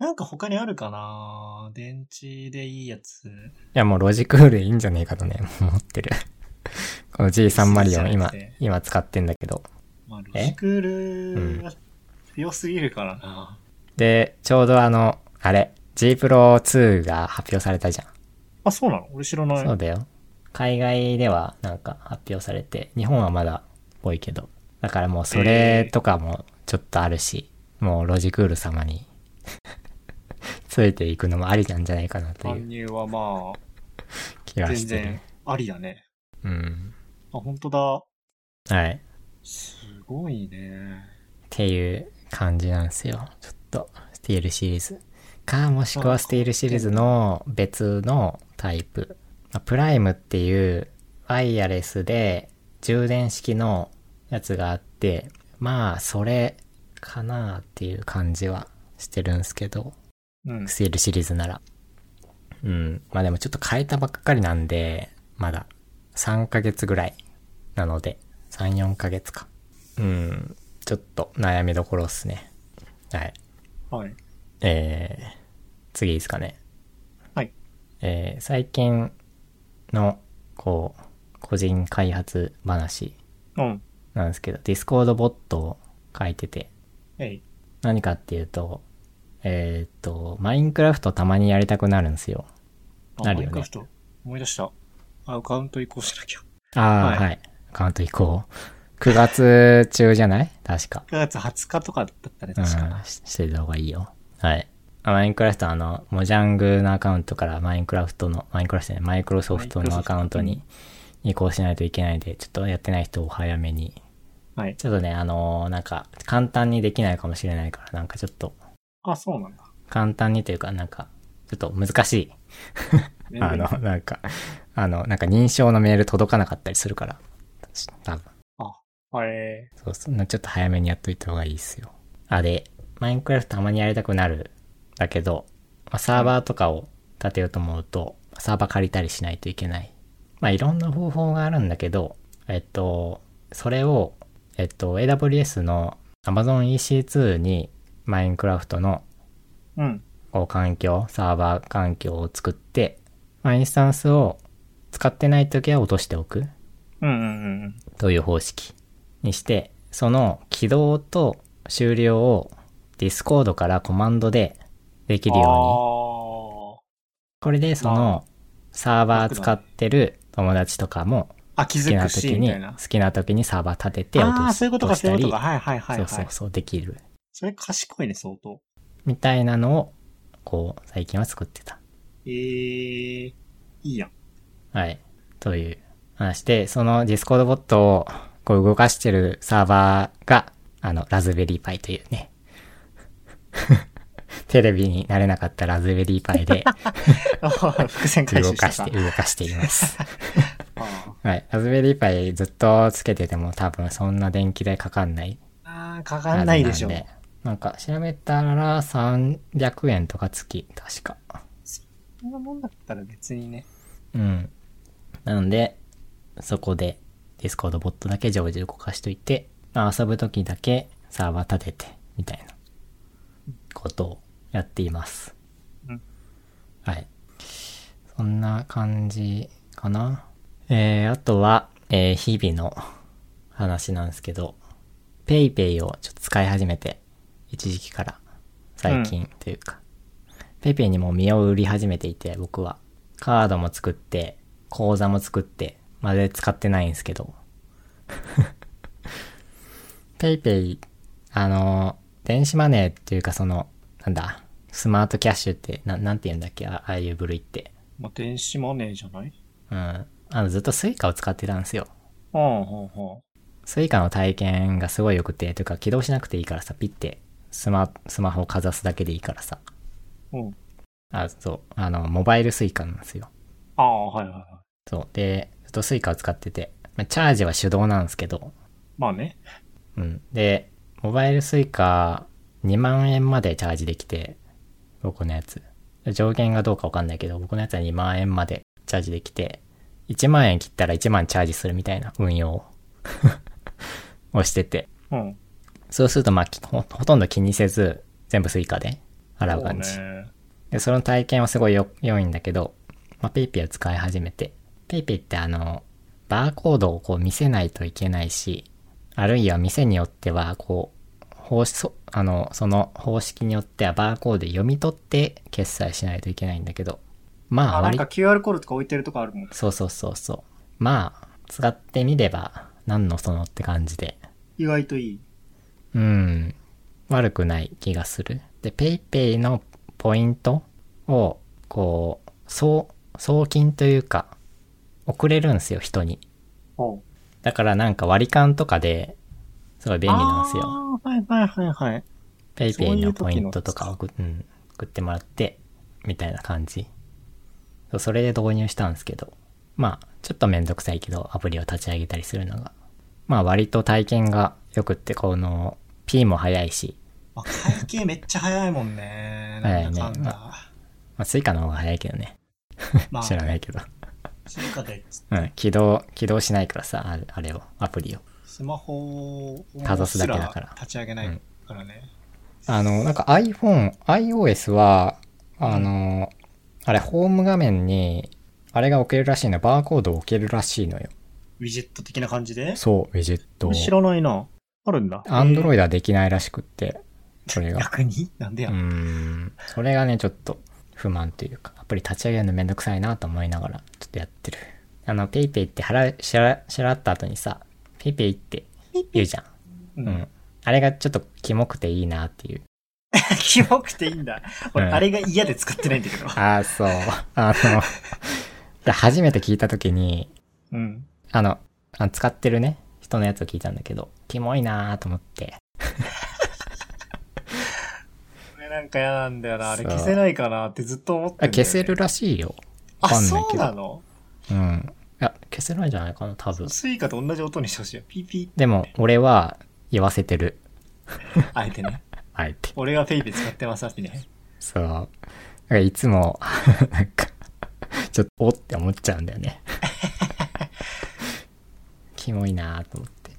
[SPEAKER 2] なんか他にあるかな電池でいいやつ。
[SPEAKER 1] いや、もうロジクールいいんじゃねえかとね、 もう思ってる。この G3 マリオン、
[SPEAKER 2] じゃな
[SPEAKER 1] 今
[SPEAKER 2] くて、
[SPEAKER 1] 今使ってんだけど。
[SPEAKER 2] まあ、ロ
[SPEAKER 1] え
[SPEAKER 2] ジクールは強すぎるからな。
[SPEAKER 1] で、ちょうどあの、あれ、G Pro 2が発表されたじゃん。
[SPEAKER 2] あ、そうなの俺知らない。
[SPEAKER 1] そうだよ。海外ではなんか発表されて、日本はまだ多いけど。だからもうそれとかもちょっとあるし、もうロジクール様に ついていくのもありなんじゃないかなとい
[SPEAKER 2] 搬
[SPEAKER 1] う
[SPEAKER 2] 入はま
[SPEAKER 1] 気が
[SPEAKER 2] あ、全
[SPEAKER 1] してる
[SPEAKER 2] 然。ありだね。
[SPEAKER 1] うん。
[SPEAKER 2] あ、本当だ。
[SPEAKER 1] はい。っ
[SPEAKER 2] すごいね。
[SPEAKER 1] ていう感じなんですよ。ちょっと、スティールシリーズか、もしくはスティールシリーズの別のタイプ。まあプライムっていうワイヤレスで充電式のやつがあって、まあ、それかなっていう感じはしてるんですけど、
[SPEAKER 2] うん。
[SPEAKER 1] スティールシリーズなら。うん。まあでもちょっと変えたばっかりなんで、まだ3ヶ月ぐらいなので、3、4ヶ月か。うん。ちょっと悩みどころっすね。はい。
[SPEAKER 2] はい。
[SPEAKER 1] えー、次いいですかね。
[SPEAKER 2] はい。
[SPEAKER 1] えー、最近の、こう、個人開発話
[SPEAKER 2] うん。
[SPEAKER 1] なんですけど、ディスコードボットを書いてて、
[SPEAKER 2] えい。
[SPEAKER 1] 何かっていうと、えーっと、マインクラフトたまにやりたくなるんですよ。
[SPEAKER 2] あ
[SPEAKER 1] なるよね
[SPEAKER 2] マインクラフト思い出した。あ、アカウント移行しなきゃ。
[SPEAKER 1] ああー、
[SPEAKER 2] は
[SPEAKER 1] はい。アカウント移行。9月中じゃない確か。
[SPEAKER 2] 9月20日とかだったね、
[SPEAKER 1] うん、
[SPEAKER 2] 確か。
[SPEAKER 1] ししてた方がいいよ。はい。あマインクラフト、あの、モジャングのアカウントからマインクラフトの、マインクラフトじゃないマイクロソフトのアカウントに移行しないといけないんで、ちょっとやってない人を早めに。
[SPEAKER 2] はい。
[SPEAKER 1] ちょっとね、あのーなんか、簡単にできないかもしれないから、なんかちょっと、
[SPEAKER 2] あ、そうなんだ。
[SPEAKER 1] 簡単にというか、なんか、ちょっと難しい。
[SPEAKER 2] 全
[SPEAKER 1] あ
[SPEAKER 2] 然
[SPEAKER 1] の、なんか、あの、なんか認証のメール届かなかったりするから。多分
[SPEAKER 2] あれ、
[SPEAKER 1] そうそう。なちょっと早めにやっといた方がいいですよ。あ、で、マインクラフトたまにやりたくなる。だけど、まあ、サーバーとかを立てようと思うと、サーバー借りたりしないといけない。まあ、いろんな方法があるんだけど、えっと、それを、えっと、AWS の Amazon EC2 にマインクラフトの
[SPEAKER 2] うん。
[SPEAKER 1] こう環境、サーバー環境を作って、まあ、インスタンスを使ってない時は落としておく。
[SPEAKER 2] うんうんうんうん。
[SPEAKER 1] という方式にして、その起動と終了を Discord からコマンドでできるように、これでそのサーバー使ってる友達とかも
[SPEAKER 2] あーあ、気
[SPEAKER 1] 好き
[SPEAKER 2] づ
[SPEAKER 1] な
[SPEAKER 2] くし、
[SPEAKER 1] 時
[SPEAKER 2] み
[SPEAKER 1] に、
[SPEAKER 2] たいな。
[SPEAKER 1] 好きな時にサーバー立てて落
[SPEAKER 2] ああー、
[SPEAKER 1] と
[SPEAKER 2] そう
[SPEAKER 1] す
[SPEAKER 2] いうことか、
[SPEAKER 1] 落とし
[SPEAKER 2] そ
[SPEAKER 1] た
[SPEAKER 2] ういうこ
[SPEAKER 1] り
[SPEAKER 2] とか。、はいはいはい、
[SPEAKER 1] そ
[SPEAKER 2] は
[SPEAKER 1] う
[SPEAKER 2] い。
[SPEAKER 1] そうそうできる。
[SPEAKER 2] それ賢いね、相当。
[SPEAKER 1] みたいなのを、こう、最近は作ってた。
[SPEAKER 2] ええー、いいやん。
[SPEAKER 1] はい。という話で、その Discord ボットをこう動かしてるサーバーが、あの、ラズベリーパイというね。 テレビになれなかったラズベリーパイ で
[SPEAKER 2] あー伏線回
[SPEAKER 1] 動
[SPEAKER 2] 収
[SPEAKER 1] か
[SPEAKER 2] し
[SPEAKER 1] してて、
[SPEAKER 2] た。
[SPEAKER 1] 動かしています。
[SPEAKER 2] あ
[SPEAKER 1] はい。ラズベリーパイずっとつけてても多分そんな電気代かかんない
[SPEAKER 2] ーあー、か
[SPEAKER 1] は
[SPEAKER 2] か
[SPEAKER 1] ず
[SPEAKER 2] ん
[SPEAKER 1] な
[SPEAKER 2] なんいでしょう。
[SPEAKER 1] なんか調べたら300円とか月、確か。
[SPEAKER 2] そんなもんだったら別にね。
[SPEAKER 1] うん。なので、そこで、ディスコードボットだけ常時動かしといて、まあ、遊ぶ時だけサーバー立てて、みたいな、ことをやっています。
[SPEAKER 2] うん
[SPEAKER 1] はい。そんな感じかな。えー、あとは、えー日々の話なんですけど、ペイペイをちょっと使い始めて、一時期から、最近というか、ペイペイにも身を売り始めていて、僕は。カードも作って、口座も作って、まで使ってないんですけど。 ペイペイ、あの、電子マネーっていうかその、なんだ、スマートキャッシュって、ななんて言うんだっけあああいう部類って。
[SPEAKER 2] まあ、電子マネーじゃない
[SPEAKER 1] うん。あの、ずっとスイカを使ってたんですよ。
[SPEAKER 2] うん、ほうほ
[SPEAKER 1] スイカの体験がすごい良くて、というか起動しなくていいからさ、ピッて、スマ、スマホをかざすだけでいいからさ。
[SPEAKER 2] う。うん。
[SPEAKER 1] あ、そう、あの、モバイルスイカなんですよ。
[SPEAKER 2] ああ、はいはいはい。
[SPEAKER 1] そう。で、ずっとスイカを使ってて、まあ、チャージは手動なんですけど、
[SPEAKER 2] まあね。
[SPEAKER 1] うん。で、モバイルスイカ2万円までチャージできて、僕のやつ。上限がどうかわかんないけど、僕のやつは2万円までチャージできて、1万円切ったら1万チャージするみたいな運用を をしてて。
[SPEAKER 2] うん。
[SPEAKER 1] そうすると、まあ、きほほとんど気にせず、全部スイカで払う感じ。
[SPEAKER 2] そうね
[SPEAKER 1] で、その体験はすごいよ良いんだけど、まあ、ペイペイを使い始めて。ペイペイってあの、バーコードをこう見せないといけないし、あるいは店によっては、こう、方そ、あの、その方式によってはバーコードで読み取って決済しないといけないんだけど、まあ、
[SPEAKER 2] あ、なん
[SPEAKER 1] 割
[SPEAKER 2] か QR コードとか置いてるとこあるもん。
[SPEAKER 1] そうそうそうそう。まあ、使ってみれば、何のそのって感じで。
[SPEAKER 2] 意外といい。
[SPEAKER 1] うん。悪くない気がする。で、PayPay のポイントを、こう、送、送金というか、送れるんですよ、人に。
[SPEAKER 2] ほう。
[SPEAKER 1] だからなんか割り勘とかで、すごい便利なんですよ。
[SPEAKER 2] あーはいはいはいはい。
[SPEAKER 1] ペイペイ
[SPEAKER 2] そうい
[SPEAKER 1] の
[SPEAKER 2] う時
[SPEAKER 1] ポ
[SPEAKER 2] の
[SPEAKER 1] イントとかを送っうん送ってもらって、みたいな感じ。そうそれで導入したんですけど、まあ、ちょっとめんどくさいけど、アプリを立ち上げたりするのが。まあ、割と体験が良くって、この、P も早いし、
[SPEAKER 2] まあ、会計めっちゃ早いも んね。なんだかんだ。
[SPEAKER 1] まあ、スイカの方が早いけどね。
[SPEAKER 2] まあ、
[SPEAKER 1] 知ら
[SPEAKER 2] 中
[SPEAKER 1] ないけど。
[SPEAKER 2] 華で
[SPEAKER 1] うん、起動、起動しないからさ、あれあれを、アプリを。
[SPEAKER 2] スマホを
[SPEAKER 1] かざすだけだから
[SPEAKER 2] 立ち上げないからね。
[SPEAKER 1] あの、なんか iPhone、iOS は、あの、あれ、ホーム画面に、あれが置けるらしいの、バーコードを置けるらしいのよ。
[SPEAKER 2] ウィジェット的な感じで。
[SPEAKER 1] そう、ウィジェットを。
[SPEAKER 2] 知らないな。あるんだ。
[SPEAKER 1] アンドロイ
[SPEAKER 2] イ
[SPEAKER 1] ドはできないらしくって、それが。
[SPEAKER 2] 逆になんで
[SPEAKER 1] う
[SPEAKER 2] や、
[SPEAKER 1] ーん。それがね、ちょっと不満というか、アプリ立ち上げるのめんどくさいなと思いながら、ちょっとやってる。あの、ペイペイって払う、支払支払った後にさ、ペイペイって言うじゃ。
[SPEAKER 2] うん
[SPEAKER 1] うん。あれがちょっとキモくていいなっていう。
[SPEAKER 2] キモくていいんだ。俺、
[SPEAKER 1] うん
[SPEAKER 2] あれが嫌で使ってないんだけど。
[SPEAKER 1] ああ、そう。 あの、いや初めて聞いた時に、
[SPEAKER 2] うん。
[SPEAKER 1] あの、あの使ってるね、人のやつを聞いたんだけど、キモいなーと思って。
[SPEAKER 2] これなんか嫌なんだよな。あれ
[SPEAKER 1] そう
[SPEAKER 2] 消せないかなってずっと思ってんだ
[SPEAKER 1] あ
[SPEAKER 2] よね
[SPEAKER 1] 消せるらしいよ。わ
[SPEAKER 2] あ、
[SPEAKER 1] かんない
[SPEAKER 2] そう
[SPEAKER 1] けど。
[SPEAKER 2] なの
[SPEAKER 1] うん。いや、消せないんじゃないかな、多分。
[SPEAKER 2] スイカと同じ音にしてほしいよ。ピーピ
[SPEAKER 1] でも、俺は言わせてる。
[SPEAKER 2] ー。あえてね。
[SPEAKER 1] あえて。
[SPEAKER 2] 俺がペイペイ使ってますってね。
[SPEAKER 1] そう。だからいつも、 なんか、ちょっと、おって思っちゃうんだよ ね。キモいなぁと思って。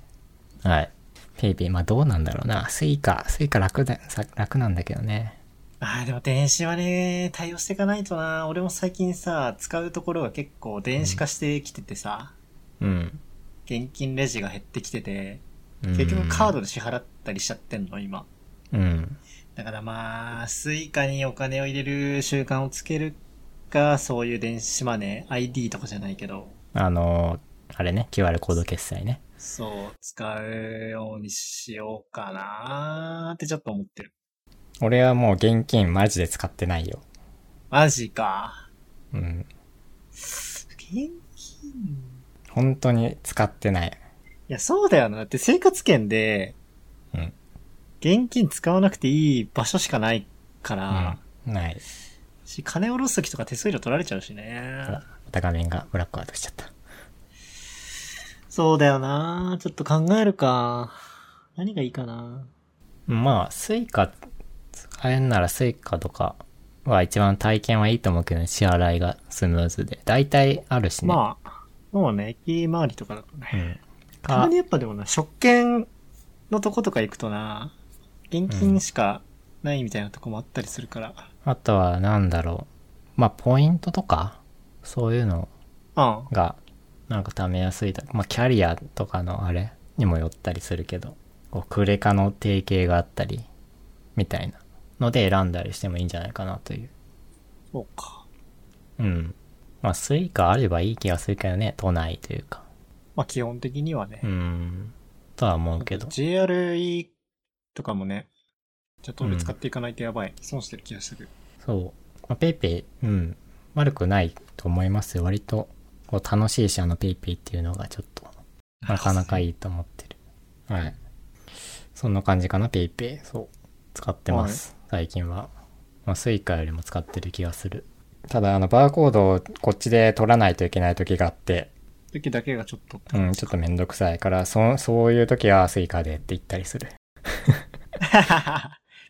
[SPEAKER 1] はい。ペイペイ、まあどうなんだろうな。スイカ、スイカ楽だ、さ楽なんだけどね。
[SPEAKER 2] ああ、でも電子はね、対応していかないとな。俺も最近さ、使うところが結構電子化してきててさ、
[SPEAKER 1] うん。
[SPEAKER 2] 現金レジが減ってきてて、
[SPEAKER 1] うん
[SPEAKER 2] 結局カードで支払ったりしちゃってんの、今。
[SPEAKER 1] うん。
[SPEAKER 2] だからまあ、スイカにお金を入れる習慣をつけるか、そういう電子マネー、ID とかじゃないけど、
[SPEAKER 1] あのー、あれね、QR コード決済ね。
[SPEAKER 2] そう、使うようにしようかなーってちょっと思ってる。
[SPEAKER 1] 俺はもう現金マジで使ってないよ。
[SPEAKER 2] マジか。
[SPEAKER 1] うん。
[SPEAKER 2] 現金
[SPEAKER 1] 本当に使ってない。
[SPEAKER 2] いや、そうだよな。だって生活圏で、
[SPEAKER 1] うん
[SPEAKER 2] 現金使わなくていい場所しかないから、
[SPEAKER 1] うん。ない。
[SPEAKER 2] し、金下ろすときとか手数料取られちゃうしね
[SPEAKER 1] ほ。らまた画面がブラックアウトしちゃった。
[SPEAKER 2] そうだよな。ちょっと考えるか。何がいいかな。
[SPEAKER 1] まあ、スイカ使えんならスイカとかは一番体験はいいと思うけどね、支払いがスムーズで。大体あるしね。
[SPEAKER 2] まあ、もうね、駅周りとかだと
[SPEAKER 1] う
[SPEAKER 2] ね。
[SPEAKER 1] ん。
[SPEAKER 2] たま
[SPEAKER 1] か
[SPEAKER 2] に、やっぱでもな、食券のとことか行くとな、現金しかないみたいなとこもあったりするから。
[SPEAKER 1] あとはなんだろう。まあ、ポイントとか、そういうの
[SPEAKER 2] うん。
[SPEAKER 1] が、なんか貯めやすいだ。まあ、キャリアとかのあれにもよったりするけど、こうクレカの提携があったり、みたいなので選んだりしてもいいんじゃないかなという。
[SPEAKER 2] そうか。
[SPEAKER 1] うん。まあ、スイカあればいい気がするけどね、都内というか。
[SPEAKER 2] まあ、基本的にはね。
[SPEAKER 1] うん。とは思うけど。
[SPEAKER 2] JRE とかもね、ちょっと俺使っていかないとやばい。損してる気がする。
[SPEAKER 1] そう。まあ、ペイペイ、うん。悪くないと思いますよ。割と、こう、楽しいし、あの、ペイペイっていうのがちょっと、なかなかいいと思ってる。はい。そんな感じかな、ペイペイ。そう。使ってます。最近は。まあ、スイカよりも使ってる気がする。ただ、あの、バーコードをこっちで取らないといけない時があって、
[SPEAKER 2] 時だけがちょっ と。
[SPEAKER 1] うん、ちょっとめんどくさいから、そ、そういう時はスイカでって言ったりする。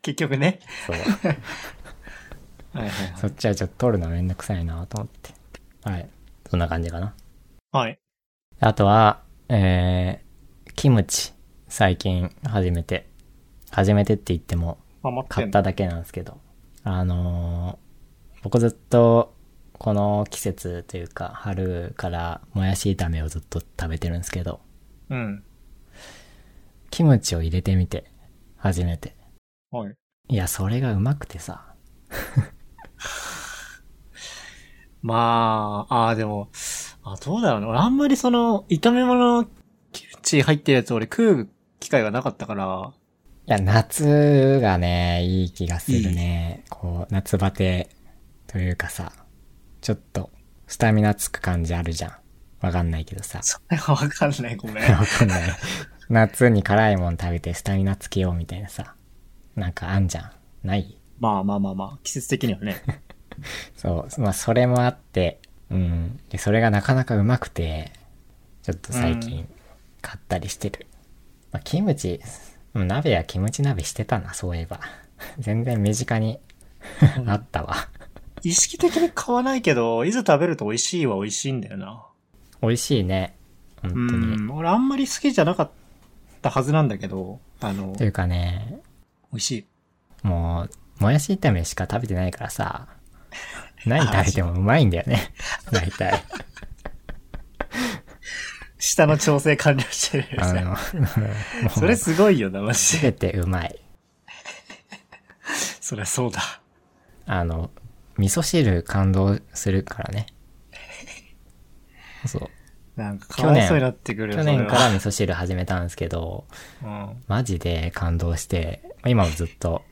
[SPEAKER 2] 結局ね。
[SPEAKER 1] そう。
[SPEAKER 2] はいはいは
[SPEAKER 1] そっちはちょっと取るのめんどくさいなと思って。はい。そんな感じかな。
[SPEAKER 2] い。はい。
[SPEAKER 1] あとは、えー、キムチ。最近、初めて。初めてって言っても、
[SPEAKER 2] まあ、待って
[SPEAKER 1] 買っ
[SPEAKER 2] ん
[SPEAKER 1] た
[SPEAKER 2] の。
[SPEAKER 1] だけなんですけど。あのー僕ずっと、この季節というか、春から、もやし炒めをずっと食べてるんですけど、
[SPEAKER 2] うん。
[SPEAKER 1] キムチを入れてみて、初めて。
[SPEAKER 2] はい。
[SPEAKER 1] いや、それがうまくてさ。
[SPEAKER 2] まあ、ああ、でも、あどうだろうね。俺あんまりその、炒め物、キムチ入ってるやつ俺食う機会がなかったから、
[SPEAKER 1] いや、夏がね、いい気がするね。こう、夏バテというかさ、ちょっと、スタミナつく感じあるじゃん。わかんないけどさ。
[SPEAKER 2] それがわかんない。ごめん。
[SPEAKER 1] わかんない。夏に辛いもん食べてスタミナつけようみたいなさ。なんかあんじゃん。ない
[SPEAKER 2] まあまあまあまあ、季節的にはね。
[SPEAKER 1] そう、まあそれもあって、うん。で、それがなかなかうまくて、ちょっと最近買ったりしてる。まあキムチ、うん鍋やキムチ鍋してたな、そういえば。 全然身近にあったわ。
[SPEAKER 2] 意識的に買わないけど、いざ食べると美味しいは美味しいんだよな。
[SPEAKER 1] 美味しいね。本当
[SPEAKER 2] う
[SPEAKER 1] に。
[SPEAKER 2] ん。俺あんまり好きじゃなかったはずなんだけど、あの、
[SPEAKER 1] とい
[SPEAKER 2] 美
[SPEAKER 1] うかね、
[SPEAKER 2] 味しい。
[SPEAKER 1] もう、もやし炒めしか食べてないからさ、何食べてもうまいんだよね。 大体。
[SPEAKER 2] 下の調整完了してるよ
[SPEAKER 1] あ
[SPEAKER 2] ね。
[SPEAKER 1] の、
[SPEAKER 2] それすごいよな、マジ
[SPEAKER 1] す
[SPEAKER 2] で。
[SPEAKER 1] べてうまい。
[SPEAKER 2] そりゃそうだ。
[SPEAKER 1] あの、味噌汁感動するからね。 そう。
[SPEAKER 2] なんか、かわいそうになってくるよ
[SPEAKER 1] 去年か
[SPEAKER 2] そ
[SPEAKER 1] ら味噌汁始めたんですけど、
[SPEAKER 2] れはうん。
[SPEAKER 1] マジで感動して、今もずっと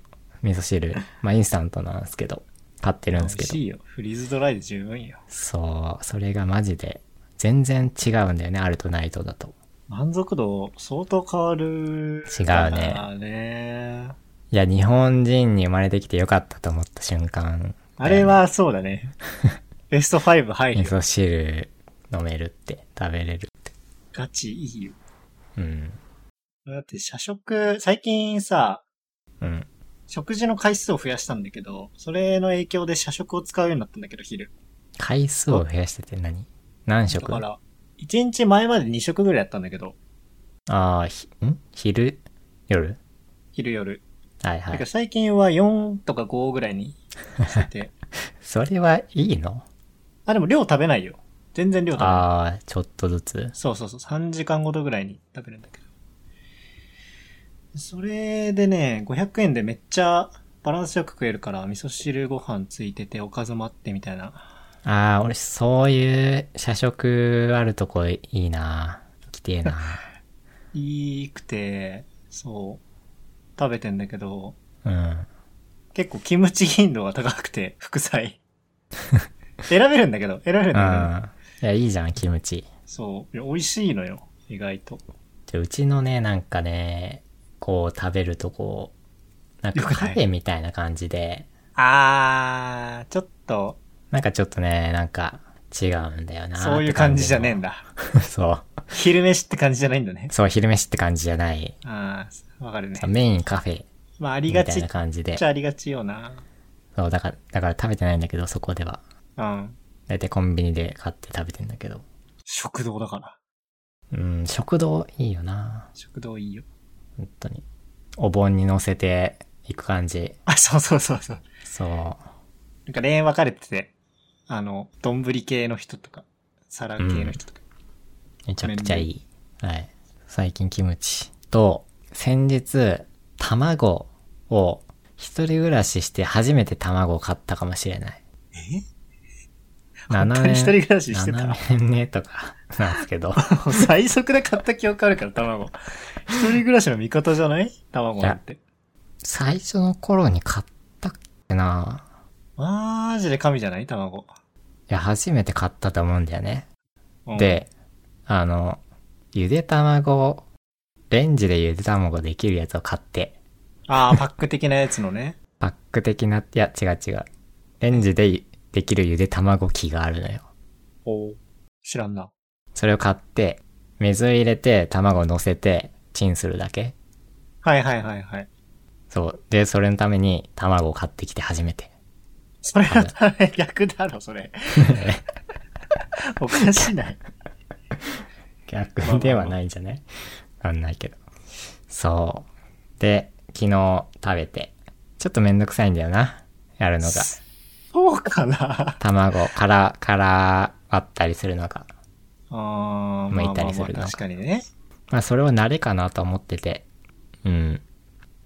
[SPEAKER 1] 味噌汁、まあインスタントなんですけど、買ってるん
[SPEAKER 2] 美
[SPEAKER 1] ですけ
[SPEAKER 2] 味
[SPEAKER 1] ど。
[SPEAKER 2] しいよ。フリーズドライで十分よ。
[SPEAKER 1] そう、それがマジで、全然違うんだよね、あるとないとだと。
[SPEAKER 2] 満足度相当変わる。
[SPEAKER 1] 違うね
[SPEAKER 2] からね
[SPEAKER 1] いや、日本人に生まれてきてよかったと思った瞬間、
[SPEAKER 2] あれはそうだ ね。ベスト5入
[SPEAKER 1] 味
[SPEAKER 2] るよ。
[SPEAKER 1] 噌汁飲めるって、食べれるって。
[SPEAKER 2] ガチいいよ。
[SPEAKER 1] うん。
[SPEAKER 2] だって社食、最近さ、
[SPEAKER 1] うん。
[SPEAKER 2] 食事の回数を増やしたんだけど、それの影響で社食を使うようになったんだけど、昼。
[SPEAKER 1] 回数を増やしてて何何
[SPEAKER 2] だ
[SPEAKER 1] 食
[SPEAKER 2] か
[SPEAKER 1] あ
[SPEAKER 2] ら、1日前まで2食ぐらいやったんだけど、
[SPEAKER 1] あー、ひ、ん昼夜
[SPEAKER 2] 昼夜。
[SPEAKER 1] はいは
[SPEAKER 2] だから
[SPEAKER 1] い。
[SPEAKER 2] 最近は4とか5ぐらいにしてて。
[SPEAKER 1] それはいいの
[SPEAKER 2] あ、でも量食べないよ。全然量食べない。
[SPEAKER 1] ああ、ちょっとずつ。
[SPEAKER 2] そうそうそう。3時間ごとぐらいに食べるんだけど。それでね、500円でめっちゃバランスよく食えるから、味噌汁ご飯ついてて、おかずもあってみたいな。
[SPEAKER 1] ああ、俺そういう社食あるとこいいな。行きて えな。
[SPEAKER 2] いいくて、そう、食べてんだけど、
[SPEAKER 1] うん。
[SPEAKER 2] 結構キムチ頻度が高くて、 副菜。選べるんだけど、選べるん
[SPEAKER 1] う
[SPEAKER 2] だ
[SPEAKER 1] ん。いや、いいじゃん、キムチ。
[SPEAKER 2] けど。そう。いや美味しいのよ、意外と。
[SPEAKER 1] でうちのね、なんかね、こう食べるとこう、なんか
[SPEAKER 2] よくない
[SPEAKER 1] カフェみたいな感じで、
[SPEAKER 2] あー、ちょっと、
[SPEAKER 1] なんかちょっとね、なんか違うんだよな。
[SPEAKER 2] そういう感じじゃねえん
[SPEAKER 1] だ。
[SPEAKER 2] だ。
[SPEAKER 1] そう。
[SPEAKER 2] 昼飯って感じじゃないんだね。
[SPEAKER 1] そう、昼飯って感じじゃない。
[SPEAKER 2] ああ、わかるね。
[SPEAKER 1] メインカフェ
[SPEAKER 2] まあ、あり
[SPEAKER 1] み
[SPEAKER 2] が
[SPEAKER 1] たい
[SPEAKER 2] ち
[SPEAKER 1] な
[SPEAKER 2] っ
[SPEAKER 1] 感じで
[SPEAKER 2] ち。ゃありがちよな。
[SPEAKER 1] そう、だから、だから食べてないんだけど、そこでは。
[SPEAKER 2] うん。
[SPEAKER 1] だいたいコンビニで買って食べてんだけど。
[SPEAKER 2] 食堂だから。
[SPEAKER 1] うん、食堂いいよな。
[SPEAKER 2] 食堂いいよ。
[SPEAKER 1] 本当に。お盆に乗せていく感じ。
[SPEAKER 2] あ、そうそうそうそう。
[SPEAKER 1] そ
[SPEAKER 2] なんか、レーン分かれてて、あの、丼系の人とか、皿系の人とか。
[SPEAKER 1] う。めちゃくちゃいい。はい。最近キムチと、先日、卵を、一人暮らしして初めて卵を買ったかもしれない。
[SPEAKER 2] え
[SPEAKER 1] 7
[SPEAKER 2] 本当に一人暮らししてた。
[SPEAKER 1] 7年ねとか、なんですけ ど。
[SPEAKER 2] 最速で買った記憶あるから、卵。一人暮らしの味方じゃない卵なんて。
[SPEAKER 1] 最初の頃に買ったっけな
[SPEAKER 2] マジで神じゃない卵。
[SPEAKER 1] いや、初めて買ったと思うんだよね。
[SPEAKER 2] うん、
[SPEAKER 1] で、あの、ゆで卵を、レンジでゆで卵できるやつを買って、
[SPEAKER 2] ああ、パック的なやつの ね。
[SPEAKER 1] パック的な、いや、違う違う。レンジでゆできるゆで卵機があるのよ。
[SPEAKER 2] お知らんな。
[SPEAKER 1] それを買って、水を入れて、卵を乗せて、チンするだけ。
[SPEAKER 2] はいはいはいはい。
[SPEAKER 1] そう。で、それのために卵を買ってきて初めて。
[SPEAKER 2] それはダメ、逆だろ、それ。おかしない。
[SPEAKER 1] 逆ではないんじゃないわかんないけど。そう。で、昨日食べて。ちょっとめんどくさいんだよな。やるのが。
[SPEAKER 2] そうかな
[SPEAKER 1] 卵、殻、殻割ったりするのが。
[SPEAKER 2] あー、
[SPEAKER 1] 巻いたりするの
[SPEAKER 2] まあまあまあ確かにね。
[SPEAKER 1] まあ、それは慣れかなと思ってて。うん。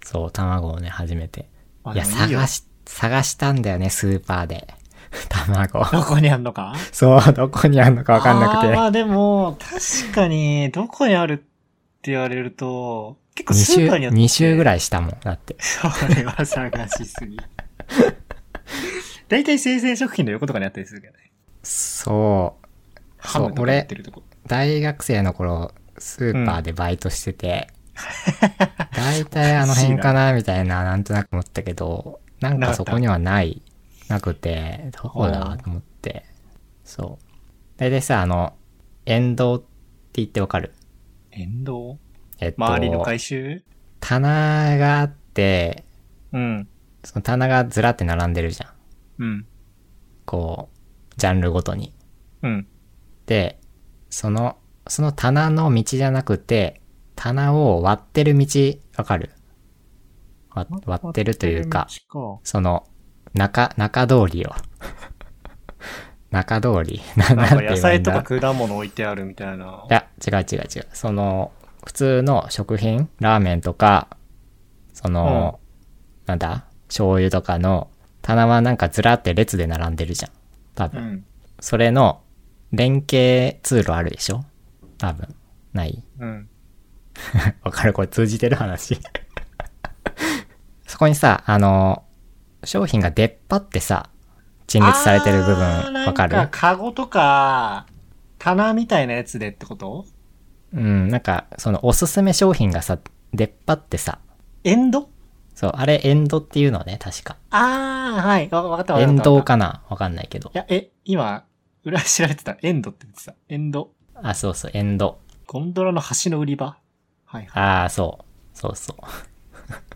[SPEAKER 1] そう、卵をね、初めて。
[SPEAKER 2] あ
[SPEAKER 1] いや、
[SPEAKER 2] でもいいよ
[SPEAKER 1] 探し、探したんだよね、スーパーで。 卵。
[SPEAKER 2] どこにあんのか
[SPEAKER 1] そう、どこにあるのかわかんなく
[SPEAKER 2] あー
[SPEAKER 1] て
[SPEAKER 2] ま。あでも、確かに、どこにあるって言われると、結構
[SPEAKER 1] 2
[SPEAKER 2] ス
[SPEAKER 1] 週、
[SPEAKER 2] ーパーにあって。
[SPEAKER 1] 2週ぐ
[SPEAKER 2] い。
[SPEAKER 1] らいしたもん、だって。
[SPEAKER 2] それは探しすぎ。大体生鮮食品の横とかにあったりするけどね。
[SPEAKER 1] そう。
[SPEAKER 2] ハムとか売ってるとこ。
[SPEAKER 1] 大学生の頃、スーパーでバイトしてて、大体あの辺かなみたいな、なんとなく思ったけど、なんかそこにはない、なくて、どこだと思って。そう。大体さ、あの、沿道って言ってわかる
[SPEAKER 2] 沿道
[SPEAKER 1] えっと、
[SPEAKER 2] 周りの回収
[SPEAKER 1] 棚があって、
[SPEAKER 2] うん。
[SPEAKER 1] その棚がずらって並んでるじゃん。
[SPEAKER 2] うん。
[SPEAKER 1] こう、ジャンルごとに。
[SPEAKER 2] うん。
[SPEAKER 1] で、その、その棚の道じゃなくて、棚を割ってる道、わかるわ割ってるというか、
[SPEAKER 2] 道
[SPEAKER 1] その、中、中通りを。 中通りな、
[SPEAKER 2] か。なん
[SPEAKER 1] て
[SPEAKER 2] か野
[SPEAKER 1] 言えばいい
[SPEAKER 2] 菜
[SPEAKER 1] ん
[SPEAKER 2] と
[SPEAKER 1] だ。
[SPEAKER 2] か果物置いてあるみたいない
[SPEAKER 1] や、違う違う違う。その、普通の食品、ラーメンとか、その、なんだ、醤油とかの棚はなんかずらって列で並んでるじゃん。多
[SPEAKER 2] う
[SPEAKER 1] 分。
[SPEAKER 2] ん。
[SPEAKER 1] それの連携通路あるでしょ多分。ない。
[SPEAKER 2] うん。
[SPEAKER 1] わかるこれ通じてる話。そこにさ、あの、商品が出っ張ってさ、陳列されてる部分
[SPEAKER 2] あー、
[SPEAKER 1] わかる
[SPEAKER 2] なんか、カゴとか、棚みたいなやつでってこと
[SPEAKER 1] うん、なんか、そのおすすめ商品がさ、出っ張ってさ、
[SPEAKER 2] エンド
[SPEAKER 1] そう、あれ、エンドっていうのね、確か。
[SPEAKER 2] ああ、はい。わわかったわ
[SPEAKER 1] エ
[SPEAKER 2] かった。
[SPEAKER 1] ンド
[SPEAKER 2] わ
[SPEAKER 1] かなわかんないけど
[SPEAKER 2] った。い。や、え、今、裏調べてた。エンドって言ってた。エンド。
[SPEAKER 1] あ、そうそう、エンド。
[SPEAKER 2] ゴンドラの端の売り場はいはい。
[SPEAKER 1] ああ、そう。そうそう。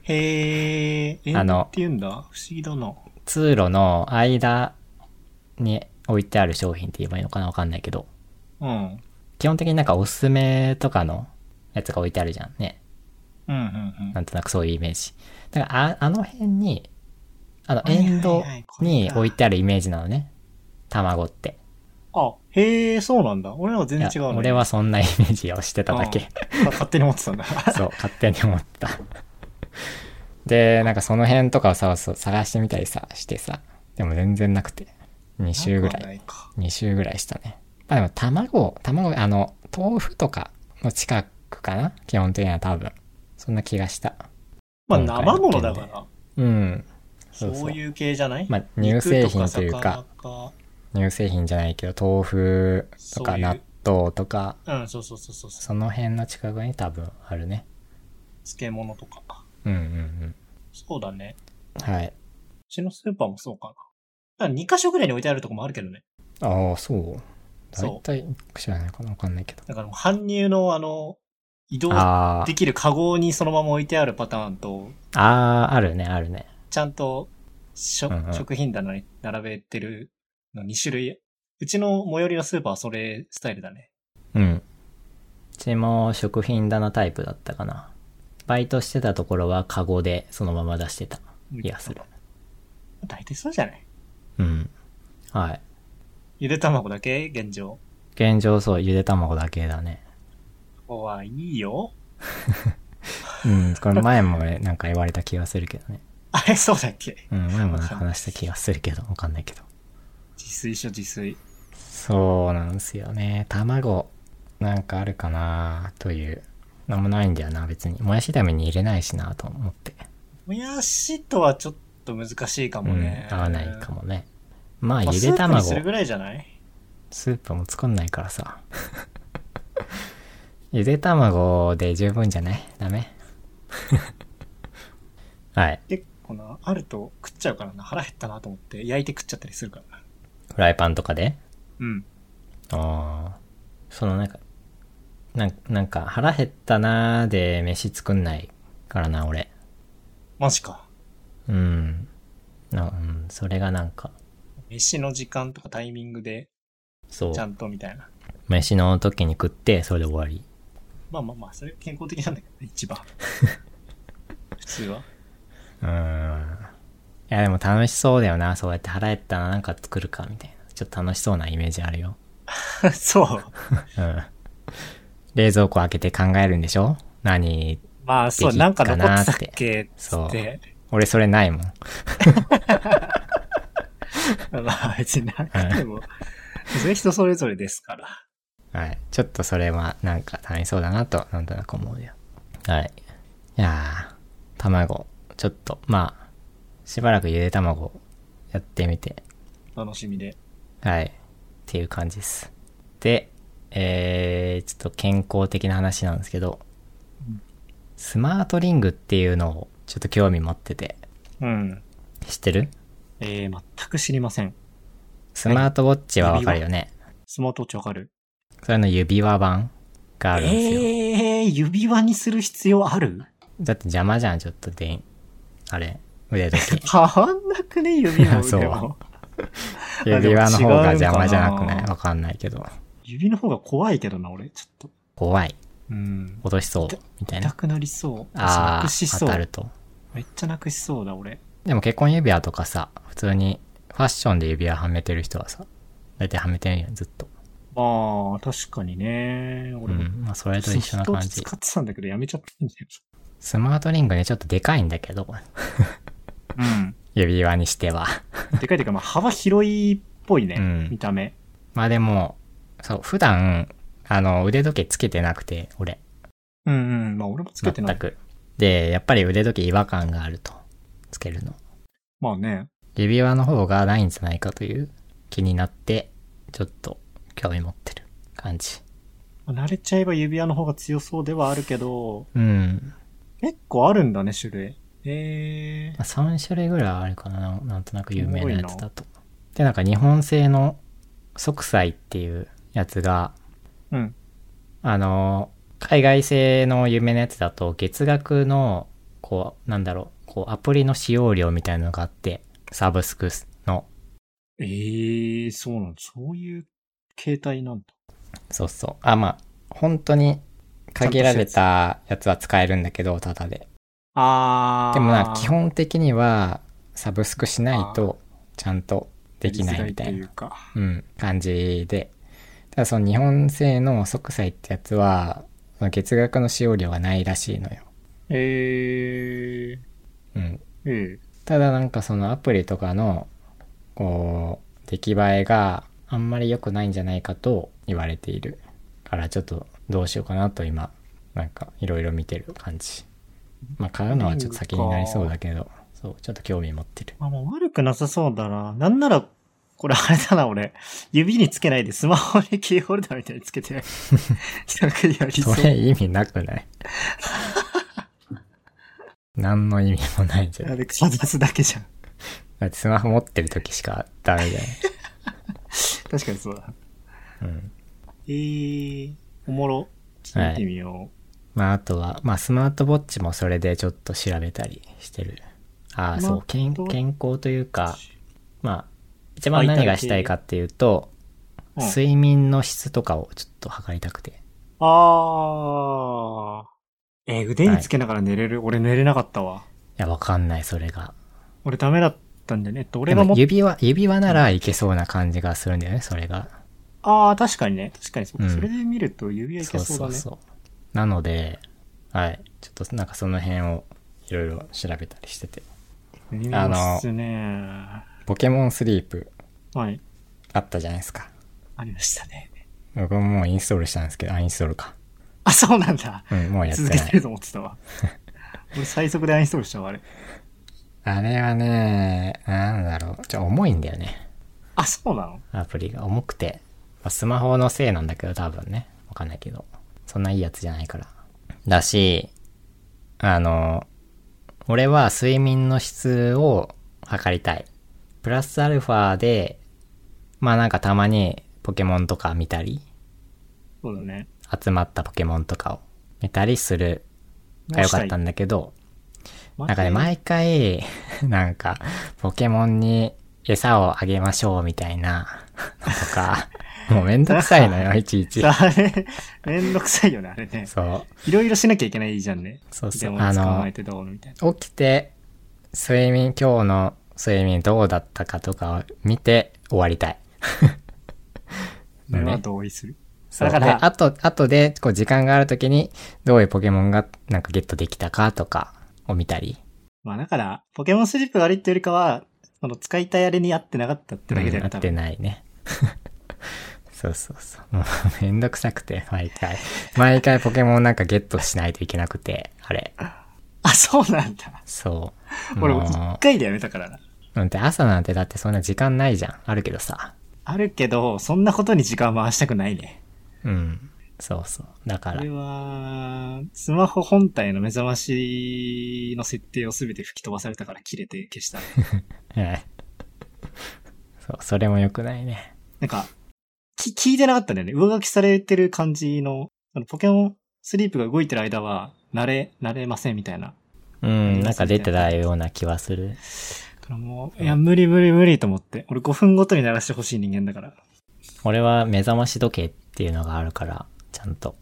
[SPEAKER 2] へえ、エ
[SPEAKER 1] あ
[SPEAKER 2] ンド
[SPEAKER 1] の
[SPEAKER 2] って言うんだ。不思議だな。
[SPEAKER 1] 通路の間に置いてある商品って言えばいいのかなわかんないけど。
[SPEAKER 2] うん。
[SPEAKER 1] 基本的になんかおすすめとかのやつが置いてあるじゃんね。
[SPEAKER 2] うんうん
[SPEAKER 1] なんとなくそういうイメージ。だから、あ、あの辺に、あの、
[SPEAKER 2] はいはい
[SPEAKER 1] エ
[SPEAKER 2] はい
[SPEAKER 1] ンドに置いてあるイメージなのね。卵って。
[SPEAKER 2] うん。あ、へえ、そうなんだ。俺らは全
[SPEAKER 1] い
[SPEAKER 2] 然
[SPEAKER 1] や
[SPEAKER 2] 違うの。
[SPEAKER 1] 俺はそんなイメージをしてただけ。
[SPEAKER 2] か勝手に思ってたんだ。
[SPEAKER 1] そう、勝手に思った。で、なんかその辺とかをさ、そう探してみたりさ、してさ、でも全然なくて。2週ぐら。
[SPEAKER 2] なんかないいか。
[SPEAKER 1] 2週ぐらいしたね。まあでも卵、卵、あの、豆腐とかの近くかな基本的には多分。そんな気がした。
[SPEAKER 2] まあ、
[SPEAKER 1] 今回
[SPEAKER 2] 生
[SPEAKER 1] の
[SPEAKER 2] ものだから、
[SPEAKER 1] うん。そうそう
[SPEAKER 2] そういう系じゃない
[SPEAKER 1] まあ乳製品というか。
[SPEAKER 2] 肉と魚
[SPEAKER 1] 乳製品じゃないけど、豆腐と
[SPEAKER 2] そう
[SPEAKER 1] か
[SPEAKER 2] いう
[SPEAKER 1] 納豆とか、
[SPEAKER 2] うん、そうそうそうそう。
[SPEAKER 1] その辺の近くに多分あるね。
[SPEAKER 2] 漬物とか。
[SPEAKER 1] うんうん
[SPEAKER 2] そうだね。
[SPEAKER 1] うん。はい。
[SPEAKER 2] うちのスーパーもそうかな。だから2カ所ぐらいに置いてあるとこもあるけどね。
[SPEAKER 1] ああ、そう。
[SPEAKER 2] そう
[SPEAKER 1] 大体、知らないかなわかんないけど。
[SPEAKER 2] だからもう搬入のあの、移動
[SPEAKER 1] ああ
[SPEAKER 2] できるカゴにそのまま置いてあるパターンと、
[SPEAKER 1] ああ、あるね、あるね。
[SPEAKER 2] ちゃんとしょ、
[SPEAKER 1] うんうん
[SPEAKER 2] 食品棚に並べてるの2種類。うちの最寄りのスーパーはそれスタイルだね。
[SPEAKER 1] うん。うちも食品棚タイプだったかな。バイトしてたところはカゴでそのまま出してた気がする。
[SPEAKER 2] 大体そうじゃない
[SPEAKER 1] うん。はい。
[SPEAKER 2] ゆで卵だけ現状。
[SPEAKER 1] 現状そう、ゆで卵だけだね。
[SPEAKER 2] おわ、いいよ。
[SPEAKER 1] うん、これ前もねなんか言われた気がするけどね。
[SPEAKER 2] あれ、そうだっけ
[SPEAKER 1] うん、前もなんか話した気がするけど、わかんないけど。
[SPEAKER 2] 自炊しょ、自炊。
[SPEAKER 1] そうなんですよね。卵、なんかあるかなという。なんもないんだよな、別に。もやし炒めに入れないしなと思って。
[SPEAKER 2] もやしとはちょっと難しいかもね。
[SPEAKER 1] うん、合わないかもね。まあ、
[SPEAKER 2] まあ。
[SPEAKER 1] ゆで
[SPEAKER 2] スープに
[SPEAKER 1] 卵、
[SPEAKER 2] する
[SPEAKER 1] ス
[SPEAKER 2] ぐらいじゃない
[SPEAKER 1] ープも作んないからさ。 ゆで卵で十分じゃないダメ はい。
[SPEAKER 2] 結構な、あると食っちゃうからな、腹減ったなと思って、焼いて食っちゃったりするからな。
[SPEAKER 1] フライパンとかで
[SPEAKER 2] うん。
[SPEAKER 1] ああ。そのなんか、なんなんか腹減ったなーで飯作んないからな、俺。
[SPEAKER 2] マジか。
[SPEAKER 1] うん。なうん、それがなんか、
[SPEAKER 2] 飯の時間とかタイミングで、
[SPEAKER 1] そう
[SPEAKER 2] ちゃ。んとみたいな。
[SPEAKER 1] 飯の時に食って、それで終わり。
[SPEAKER 2] まあまあまあ、それ健康的なんだけどね、一番。普通は。
[SPEAKER 1] うーん。いや、でも楽しそうだよな。そうやって腹減ったな、なんか作るか、みたいな。ちょっと楽しそうなイメージあるよ。
[SPEAKER 2] そう。
[SPEAKER 1] うん。冷蔵庫開けて考えるんでしょ何
[SPEAKER 2] まあそう、
[SPEAKER 1] できっ
[SPEAKER 2] なんか
[SPEAKER 1] か
[SPEAKER 2] 残
[SPEAKER 1] なー
[SPEAKER 2] っ
[SPEAKER 1] って
[SPEAKER 2] たっけつ
[SPEAKER 1] そう
[SPEAKER 2] って。
[SPEAKER 1] 俺それないもん。
[SPEAKER 2] まあ別になくても、それ人それぞれですから。
[SPEAKER 1] はい。ちょっとそれは、なんか楽しそうだなと、なんとなく思うよ。はい。いやー、卵。ちょっと、まあ、しばらくゆで卵、やってみて、
[SPEAKER 2] 楽しみで。
[SPEAKER 1] はい。っていう感じです。で、えー、ちょっと健康的な話なんですけど、スマートリングっていうのをちょっと興味持ってて、
[SPEAKER 2] うん。
[SPEAKER 1] 知ってる
[SPEAKER 2] えー、全く知りません。
[SPEAKER 1] スマートウォッチはわかるよね。
[SPEAKER 2] スマートウォッチわかる
[SPEAKER 1] それの指輪版があるんですよ。
[SPEAKER 2] えー、指輪にする必要ある。
[SPEAKER 1] だって邪魔じゃん、ちょっとでん、あれ、腕時
[SPEAKER 2] 変わんなくね 指輪も
[SPEAKER 1] そう
[SPEAKER 2] 腕も。
[SPEAKER 1] 指輪の方が邪魔じゃなく
[SPEAKER 2] 違う
[SPEAKER 1] なんい
[SPEAKER 2] かな
[SPEAKER 1] わかんないけど。
[SPEAKER 2] 指の方が怖いけどな、俺。ちょっと。
[SPEAKER 1] 怖い。
[SPEAKER 2] うん。
[SPEAKER 1] 落としそう。みたい
[SPEAKER 2] 痛
[SPEAKER 1] な。
[SPEAKER 2] くなりそう。
[SPEAKER 1] あ
[SPEAKER 2] な
[SPEAKER 1] あ
[SPEAKER 2] くし
[SPEAKER 1] ー、
[SPEAKER 2] そ
[SPEAKER 1] 当た
[SPEAKER 2] う
[SPEAKER 1] る。と。
[SPEAKER 2] めっちゃなくしそうだ、俺。
[SPEAKER 1] でも結婚指輪とかさ、普通にファッションで指輪はめてる人はさ、だいたいはめてるよ、ずっと。
[SPEAKER 2] まあ、確かにね。
[SPEAKER 1] う
[SPEAKER 2] 俺も。
[SPEAKER 1] ん。まあ、それと一緒な感じ
[SPEAKER 2] 使。ってたんだけど、やめちゃったんだよ。
[SPEAKER 1] スマートリングね、ちょっとでかいんだけど、
[SPEAKER 2] うん。
[SPEAKER 1] 指輪にしては。
[SPEAKER 2] でかいというか、まあ、幅広いっぽいね、
[SPEAKER 1] うん
[SPEAKER 2] 見た目。
[SPEAKER 1] まあでも、そう、普段、あの、腕時計つけてなくて、俺。
[SPEAKER 2] うんうん。まあ、俺もつけてな
[SPEAKER 1] 全
[SPEAKER 2] い。
[SPEAKER 1] く。で、やっぱり腕時計違和感があると。つけるの。
[SPEAKER 2] まあね。
[SPEAKER 1] 指輪の方がないんじゃないかという気になって、ちょっと興味持ってる感じ。
[SPEAKER 2] 慣れちゃえば指輪の方が強そうではあるけど、
[SPEAKER 1] うん。
[SPEAKER 2] 結構あるんだね、種類。え
[SPEAKER 1] まあ3種類ぐらいあるかな、なんなんとなく有名なやつ
[SPEAKER 2] すごい
[SPEAKER 1] だと。で、なんか日本製の即歳っていうやつが、
[SPEAKER 2] ー。うん。
[SPEAKER 1] あの、海外製の有名なやつだと、月額の、こう、なんだろう、こう、アプリの使用料みたいなのがあって、サブスクの、
[SPEAKER 2] えー、そうなの。そういう携帯なんだ。
[SPEAKER 1] そうそう。あ、まあ、本当に限られたやつは使えるんだけど、ただで。
[SPEAKER 2] あー。
[SPEAKER 1] でもな、基本的には、サブスクしないと、ちゃんとできないみた
[SPEAKER 2] や
[SPEAKER 1] い
[SPEAKER 2] りづ
[SPEAKER 1] な
[SPEAKER 2] らというか。
[SPEAKER 1] うん、感じで。ただその日本製の即歳ってやつは、その月額の使用料がないらしいのよ。
[SPEAKER 2] え
[SPEAKER 1] うん。
[SPEAKER 2] ー。ええ
[SPEAKER 1] ただなんかそのアプリとかの、こう、出来栄えがあんまり良くないんじゃないかと言われている。からちょっとどうしようかなと今、なんかいろいろ見てる感じ。まあ買うのはちょっと先になりそうだけど、そう、ちょっと興味持ってる。
[SPEAKER 2] まあ、もう悪くなさそうだな。なんなら、これあれだな、俺。指につけないでスマホにキーホルダーみたいにつけ て、なんかやりそ。
[SPEAKER 1] そうれ意味なくない 何の意味もないじゃん
[SPEAKER 2] あ。れ、かざすだけじゃん。
[SPEAKER 1] だってスマホ持ってる時しかダメじゃない。
[SPEAKER 2] 確かにそうだ。
[SPEAKER 1] うん。
[SPEAKER 2] えー、おもろ。ちょっと見てみよ
[SPEAKER 1] まああとは、まあスマートウォッチもそれでちょっと調べたりしてる。ああ、
[SPEAKER 2] スマ
[SPEAKER 1] そ
[SPEAKER 2] ー
[SPEAKER 1] う
[SPEAKER 2] ト
[SPEAKER 1] 健、健康という
[SPEAKER 2] う。
[SPEAKER 1] か、まあ、一番何がしたいかっていうと、
[SPEAKER 2] うん
[SPEAKER 1] 睡眠の質とかをちょっと測りたくて。
[SPEAKER 2] あー。えー、腕につけながら寝れる、俺寝れなかったわ。
[SPEAKER 1] いや、わかんない、それが。
[SPEAKER 2] 俺ダメだったんだよね。えっと、
[SPEAKER 1] で
[SPEAKER 2] 俺が
[SPEAKER 1] も
[SPEAKER 2] も、
[SPEAKER 1] 指輪、指輪ならいけそうな感じがするんだよね、それが。
[SPEAKER 2] あー、確かにね。確かにそう、
[SPEAKER 1] うん
[SPEAKER 2] それで見ると指輪いけそうだね。
[SPEAKER 1] ううなのではいちょっとなんかその辺をいろいろ調べたりしてて
[SPEAKER 2] 耳
[SPEAKER 1] あ
[SPEAKER 2] の
[SPEAKER 1] の
[SPEAKER 2] 質ね。
[SPEAKER 1] ポケモンスリープ
[SPEAKER 2] はい。
[SPEAKER 1] あったじゃないですか
[SPEAKER 2] ありましたね。
[SPEAKER 1] 僕ももうインストールしたんですけどあインストールか
[SPEAKER 2] あ、そうなんだ。
[SPEAKER 1] うんもうやって
[SPEAKER 2] 続け
[SPEAKER 1] な
[SPEAKER 2] てる
[SPEAKER 1] い
[SPEAKER 2] と思ってたわ。俺最速でアインストールしたわ、あれ。
[SPEAKER 1] あれはねなんだろうちょ重いんだよね
[SPEAKER 2] あ、そうなの
[SPEAKER 1] アプリが重くて、まあスマホのせいなんだけど多分ねわかんないけどそんないいやつじゃないからだしあの俺は睡眠の質を測りたい。プラスアルファで、まあなんかたまにポケモンとか見たり、
[SPEAKER 2] そうだね。
[SPEAKER 1] 集まったポケモンとかを見たりするが良かったんだけど、
[SPEAKER 2] な
[SPEAKER 1] なんかね、毎回、 なんか、ポケモンに餌をあげましょうみたいな、と か、もうめんどくさいのよ、いちいち。
[SPEAKER 2] あれ、めんどくさいよね、あれね。
[SPEAKER 1] そう。
[SPEAKER 2] いろいろしなきゃいけないじゃんね。
[SPEAKER 1] そうそう
[SPEAKER 2] でも
[SPEAKER 1] あの
[SPEAKER 2] 捕まえてどうのみたいな。
[SPEAKER 1] 起きて、睡眠、今日の睡眠どうだったかとかを見て終わりたい。
[SPEAKER 2] 俺は
[SPEAKER 1] ね
[SPEAKER 2] 同意する。
[SPEAKER 1] そう
[SPEAKER 2] だから
[SPEAKER 1] であと、あとで、こう、時間があるときに、どういうポケモンが、なんかゲットできたかとか、を見たり。
[SPEAKER 2] まあだから、ポケモンスリップが悪いっていうよりかは、その使いたいあれに合ってなかったってだけだ
[SPEAKER 1] うん
[SPEAKER 2] よ
[SPEAKER 1] 合
[SPEAKER 2] ね、
[SPEAKER 1] っ
[SPEAKER 2] 多
[SPEAKER 1] て
[SPEAKER 2] 分。
[SPEAKER 1] ないね。 そうそうそう。 もう、めんどくさくて、毎回。毎回ポケモンなんかゲットしないといけなくて、あれ。
[SPEAKER 2] あ、そうなんだ。
[SPEAKER 1] そう。
[SPEAKER 2] 俺、
[SPEAKER 1] もう
[SPEAKER 2] 一回でやめたからな。
[SPEAKER 1] だって朝なんてだってそんな時間ないじゃん。あるけどさ。
[SPEAKER 2] あるけど、そんなことに時間回したくないね。
[SPEAKER 1] うん。そうそう。だか
[SPEAKER 2] こ
[SPEAKER 1] ら
[SPEAKER 2] れ、は、スマホ本体の目覚ましの設定をすべて吹き飛ばされたから切れて消 した。
[SPEAKER 1] ええ。そう、それも良くないね。
[SPEAKER 2] なんか、き、聞いてなかったんだよね。上書きされてる感じの、あのポケモンスリープが動いてる間は、慣れ、慣れませんみたいな。
[SPEAKER 1] うん、なんか出てたような気はする。
[SPEAKER 2] だからもう、いや、無理無理無理と思って。俺5分ごとに鳴らしてほしい人間だから。
[SPEAKER 1] 俺は目覚まし時計っていうのがあるから、ちゃんと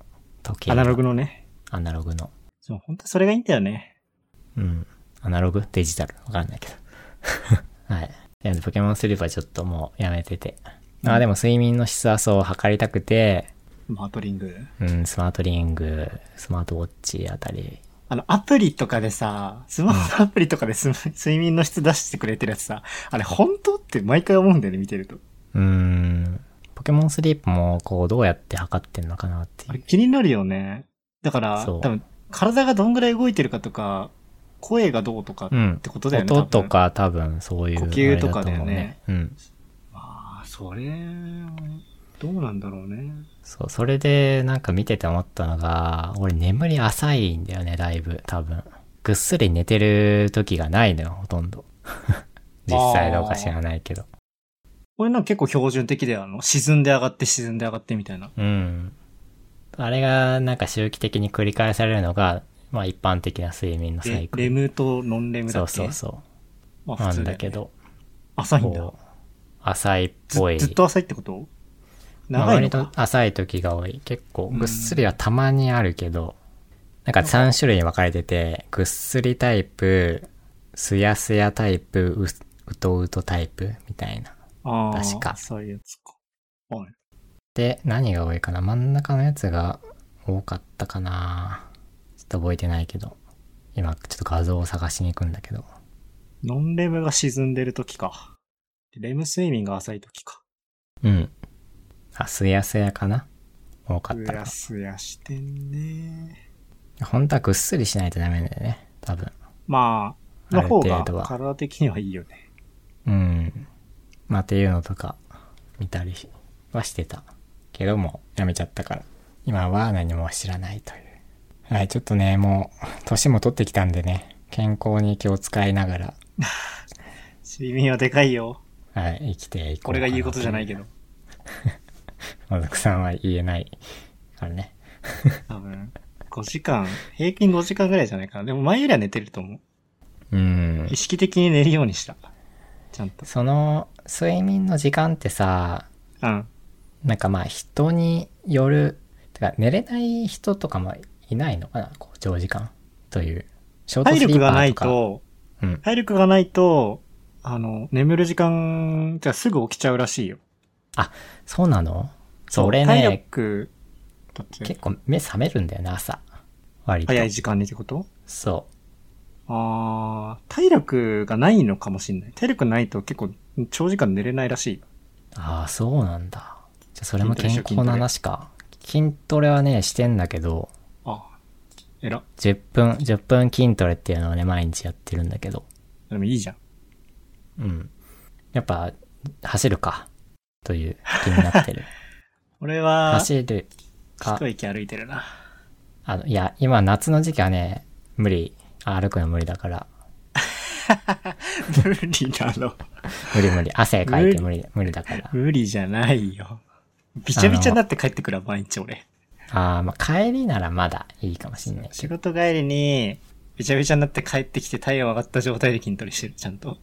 [SPEAKER 1] 時計
[SPEAKER 2] ア
[SPEAKER 1] が。
[SPEAKER 2] ナログのね。
[SPEAKER 1] アナログの。
[SPEAKER 2] そう、本当それがいいんだよね。
[SPEAKER 1] うん。アナログデジタルわかんないけど。 はい。でポケモンスリーパーちょっともうやめてて。ああ、でも睡眠の質はそう測りたくて、
[SPEAKER 2] マートリング。
[SPEAKER 1] うん、スマートリング、スマートウォッチあたり。
[SPEAKER 2] あの、アプリとかでさ、スマホのアプリとかです睡眠の質出してくれてるやつさ、あれ本当って毎回思うんだよね、見てると。
[SPEAKER 1] うん。ポケモンスリープもこうどうやって測ってんのかなっていう
[SPEAKER 2] あれ気になるよね。だから、
[SPEAKER 1] そ
[SPEAKER 2] 多
[SPEAKER 1] う
[SPEAKER 2] 分、体がどんぐらい動いてるかとか、声がどうとかっ
[SPEAKER 1] うん
[SPEAKER 2] てことだよね。
[SPEAKER 1] 音と
[SPEAKER 2] 多分。
[SPEAKER 1] か多分そういう
[SPEAKER 2] 呼
[SPEAKER 1] あ
[SPEAKER 2] 吸
[SPEAKER 1] れだ
[SPEAKER 2] と
[SPEAKER 1] と
[SPEAKER 2] かだよ
[SPEAKER 1] 思う
[SPEAKER 2] ね
[SPEAKER 1] ね。うん。
[SPEAKER 2] ああ、それ、どうなんだろうね。
[SPEAKER 1] そう、それでなんか見てて思ったのが、俺眠り浅いんだよね、だいぶ、多分。ぐっすり寝てる時がないのよ、ほとんど。 実際どうか知らないけど。
[SPEAKER 2] 俺なんか結構標準的だよ。あの、沈んで上がって沈んで上がってみたいな。
[SPEAKER 1] うん。あれがなんか周期的に繰り返されるのが、まあ一般的な睡眠のサイ
[SPEAKER 2] レ
[SPEAKER 1] クル。
[SPEAKER 2] レムとノンレムだ
[SPEAKER 1] そ
[SPEAKER 2] っ
[SPEAKER 1] う
[SPEAKER 2] け。
[SPEAKER 1] そうそう
[SPEAKER 2] まあ
[SPEAKER 1] う。な
[SPEAKER 2] 普通
[SPEAKER 1] ん
[SPEAKER 2] だ
[SPEAKER 1] だ
[SPEAKER 2] よね
[SPEAKER 1] けど、
[SPEAKER 2] 浅いんだ
[SPEAKER 1] こ。う、浅いっ
[SPEAKER 2] ず
[SPEAKER 1] ぽい。
[SPEAKER 2] ずっと浅いってこと
[SPEAKER 1] まあ
[SPEAKER 2] 長いの
[SPEAKER 1] 割
[SPEAKER 2] か
[SPEAKER 1] と浅い時が多い。結構、ぐっすりはたまにあるけど、なんか3種類に分かれてて、ぐっすりタイプ、すやすやタイプ、ううとうとタイプみたいな。
[SPEAKER 2] ああ
[SPEAKER 1] 確か
[SPEAKER 2] そういうやつか。はい。
[SPEAKER 1] で、何が多いかな真ん中のやつが多かったかなちょっと覚えてないけど。今、ちょっと画像を探しに行くんだけど。
[SPEAKER 2] ノンレムが沈んでる時か。レム睡眠が浅い時か。
[SPEAKER 1] うん。あ、すやすやかな多かっ
[SPEAKER 2] う
[SPEAKER 1] たな
[SPEAKER 2] や。すやしてんね。
[SPEAKER 1] 本当はぐっすりしないとダメだよね。多分。
[SPEAKER 2] まあ、の
[SPEAKER 1] あ
[SPEAKER 2] 方が
[SPEAKER 1] る程度は
[SPEAKER 2] 体的にはいいよね。
[SPEAKER 1] うん。まあっていうのとか見たりはしてた。けども、やめちゃったから。今は何も知らないという。はい、ちょっとね、もう、年も取ってきたんでね、健康に気を使いながら、
[SPEAKER 2] 睡眠はでかいよ。
[SPEAKER 1] はい、生きていこう
[SPEAKER 2] これが言うことじゃない
[SPEAKER 1] け
[SPEAKER 2] けど。
[SPEAKER 1] ど。まずくさんは言えないからね。
[SPEAKER 2] 多分。5時間、平均5時間ぐらいじゃないかな。でも前よりは寝てると思う。
[SPEAKER 1] うん
[SPEAKER 2] 意。識的に寝るようにした。ちゃんと。
[SPEAKER 1] その、睡眠の時間ってさ、
[SPEAKER 2] うん。
[SPEAKER 1] なんかまあ人による、てか寝れない人とかもいないのかな、こう長時間という。ショート
[SPEAKER 2] 体
[SPEAKER 1] スリ
[SPEAKER 2] 力
[SPEAKER 1] ーパ
[SPEAKER 2] がな
[SPEAKER 1] ーと
[SPEAKER 2] い
[SPEAKER 1] か。
[SPEAKER 2] と、
[SPEAKER 1] うん
[SPEAKER 2] 体力がないと、あの、眠る時間、じゃすぐ起きちゃうらしいよ。
[SPEAKER 1] そうなのそう、俺
[SPEAKER 2] 体
[SPEAKER 1] ね、
[SPEAKER 2] 力、だって、
[SPEAKER 1] 結構目覚めるんだよね、朝。割と。
[SPEAKER 2] 早い時間にってこと
[SPEAKER 1] そ
[SPEAKER 2] ああ、体力がないのかもしれない。体力ないと結構長時間寝れないらしい。
[SPEAKER 1] う。ああ、そうなんだ。じゃあそれも健
[SPEAKER 2] 筋トレしよ
[SPEAKER 1] 康
[SPEAKER 2] う
[SPEAKER 1] な話か。筋トレはね、してんだけど、
[SPEAKER 2] あえら。
[SPEAKER 1] 10分、10分筋トレっていうのをね、毎日やってるんだけど。
[SPEAKER 2] でもいいじゃん。
[SPEAKER 1] うん。やっぱ、走るか。という気になって る。
[SPEAKER 2] 俺は、
[SPEAKER 1] 走るか
[SPEAKER 2] 一。息歩いてるな。
[SPEAKER 1] あの、いや、今夏の時期はね、無理。あ歩くの無理だから。無理無
[SPEAKER 2] 無理だろ。
[SPEAKER 1] 理。汗かいて無理、無理だから。
[SPEAKER 2] 無理じゃないよ。びちゃびちゃになって帰ってくるわ、毎日俺。
[SPEAKER 1] ああ、まあ、帰りならまだいいかもしんないけ
[SPEAKER 2] 仕
[SPEAKER 1] ど。
[SPEAKER 2] 事帰りに、びちゃびちゃになって帰ってきて体温上がった状態で筋トレしてる、ちゃんと。
[SPEAKER 1] うん。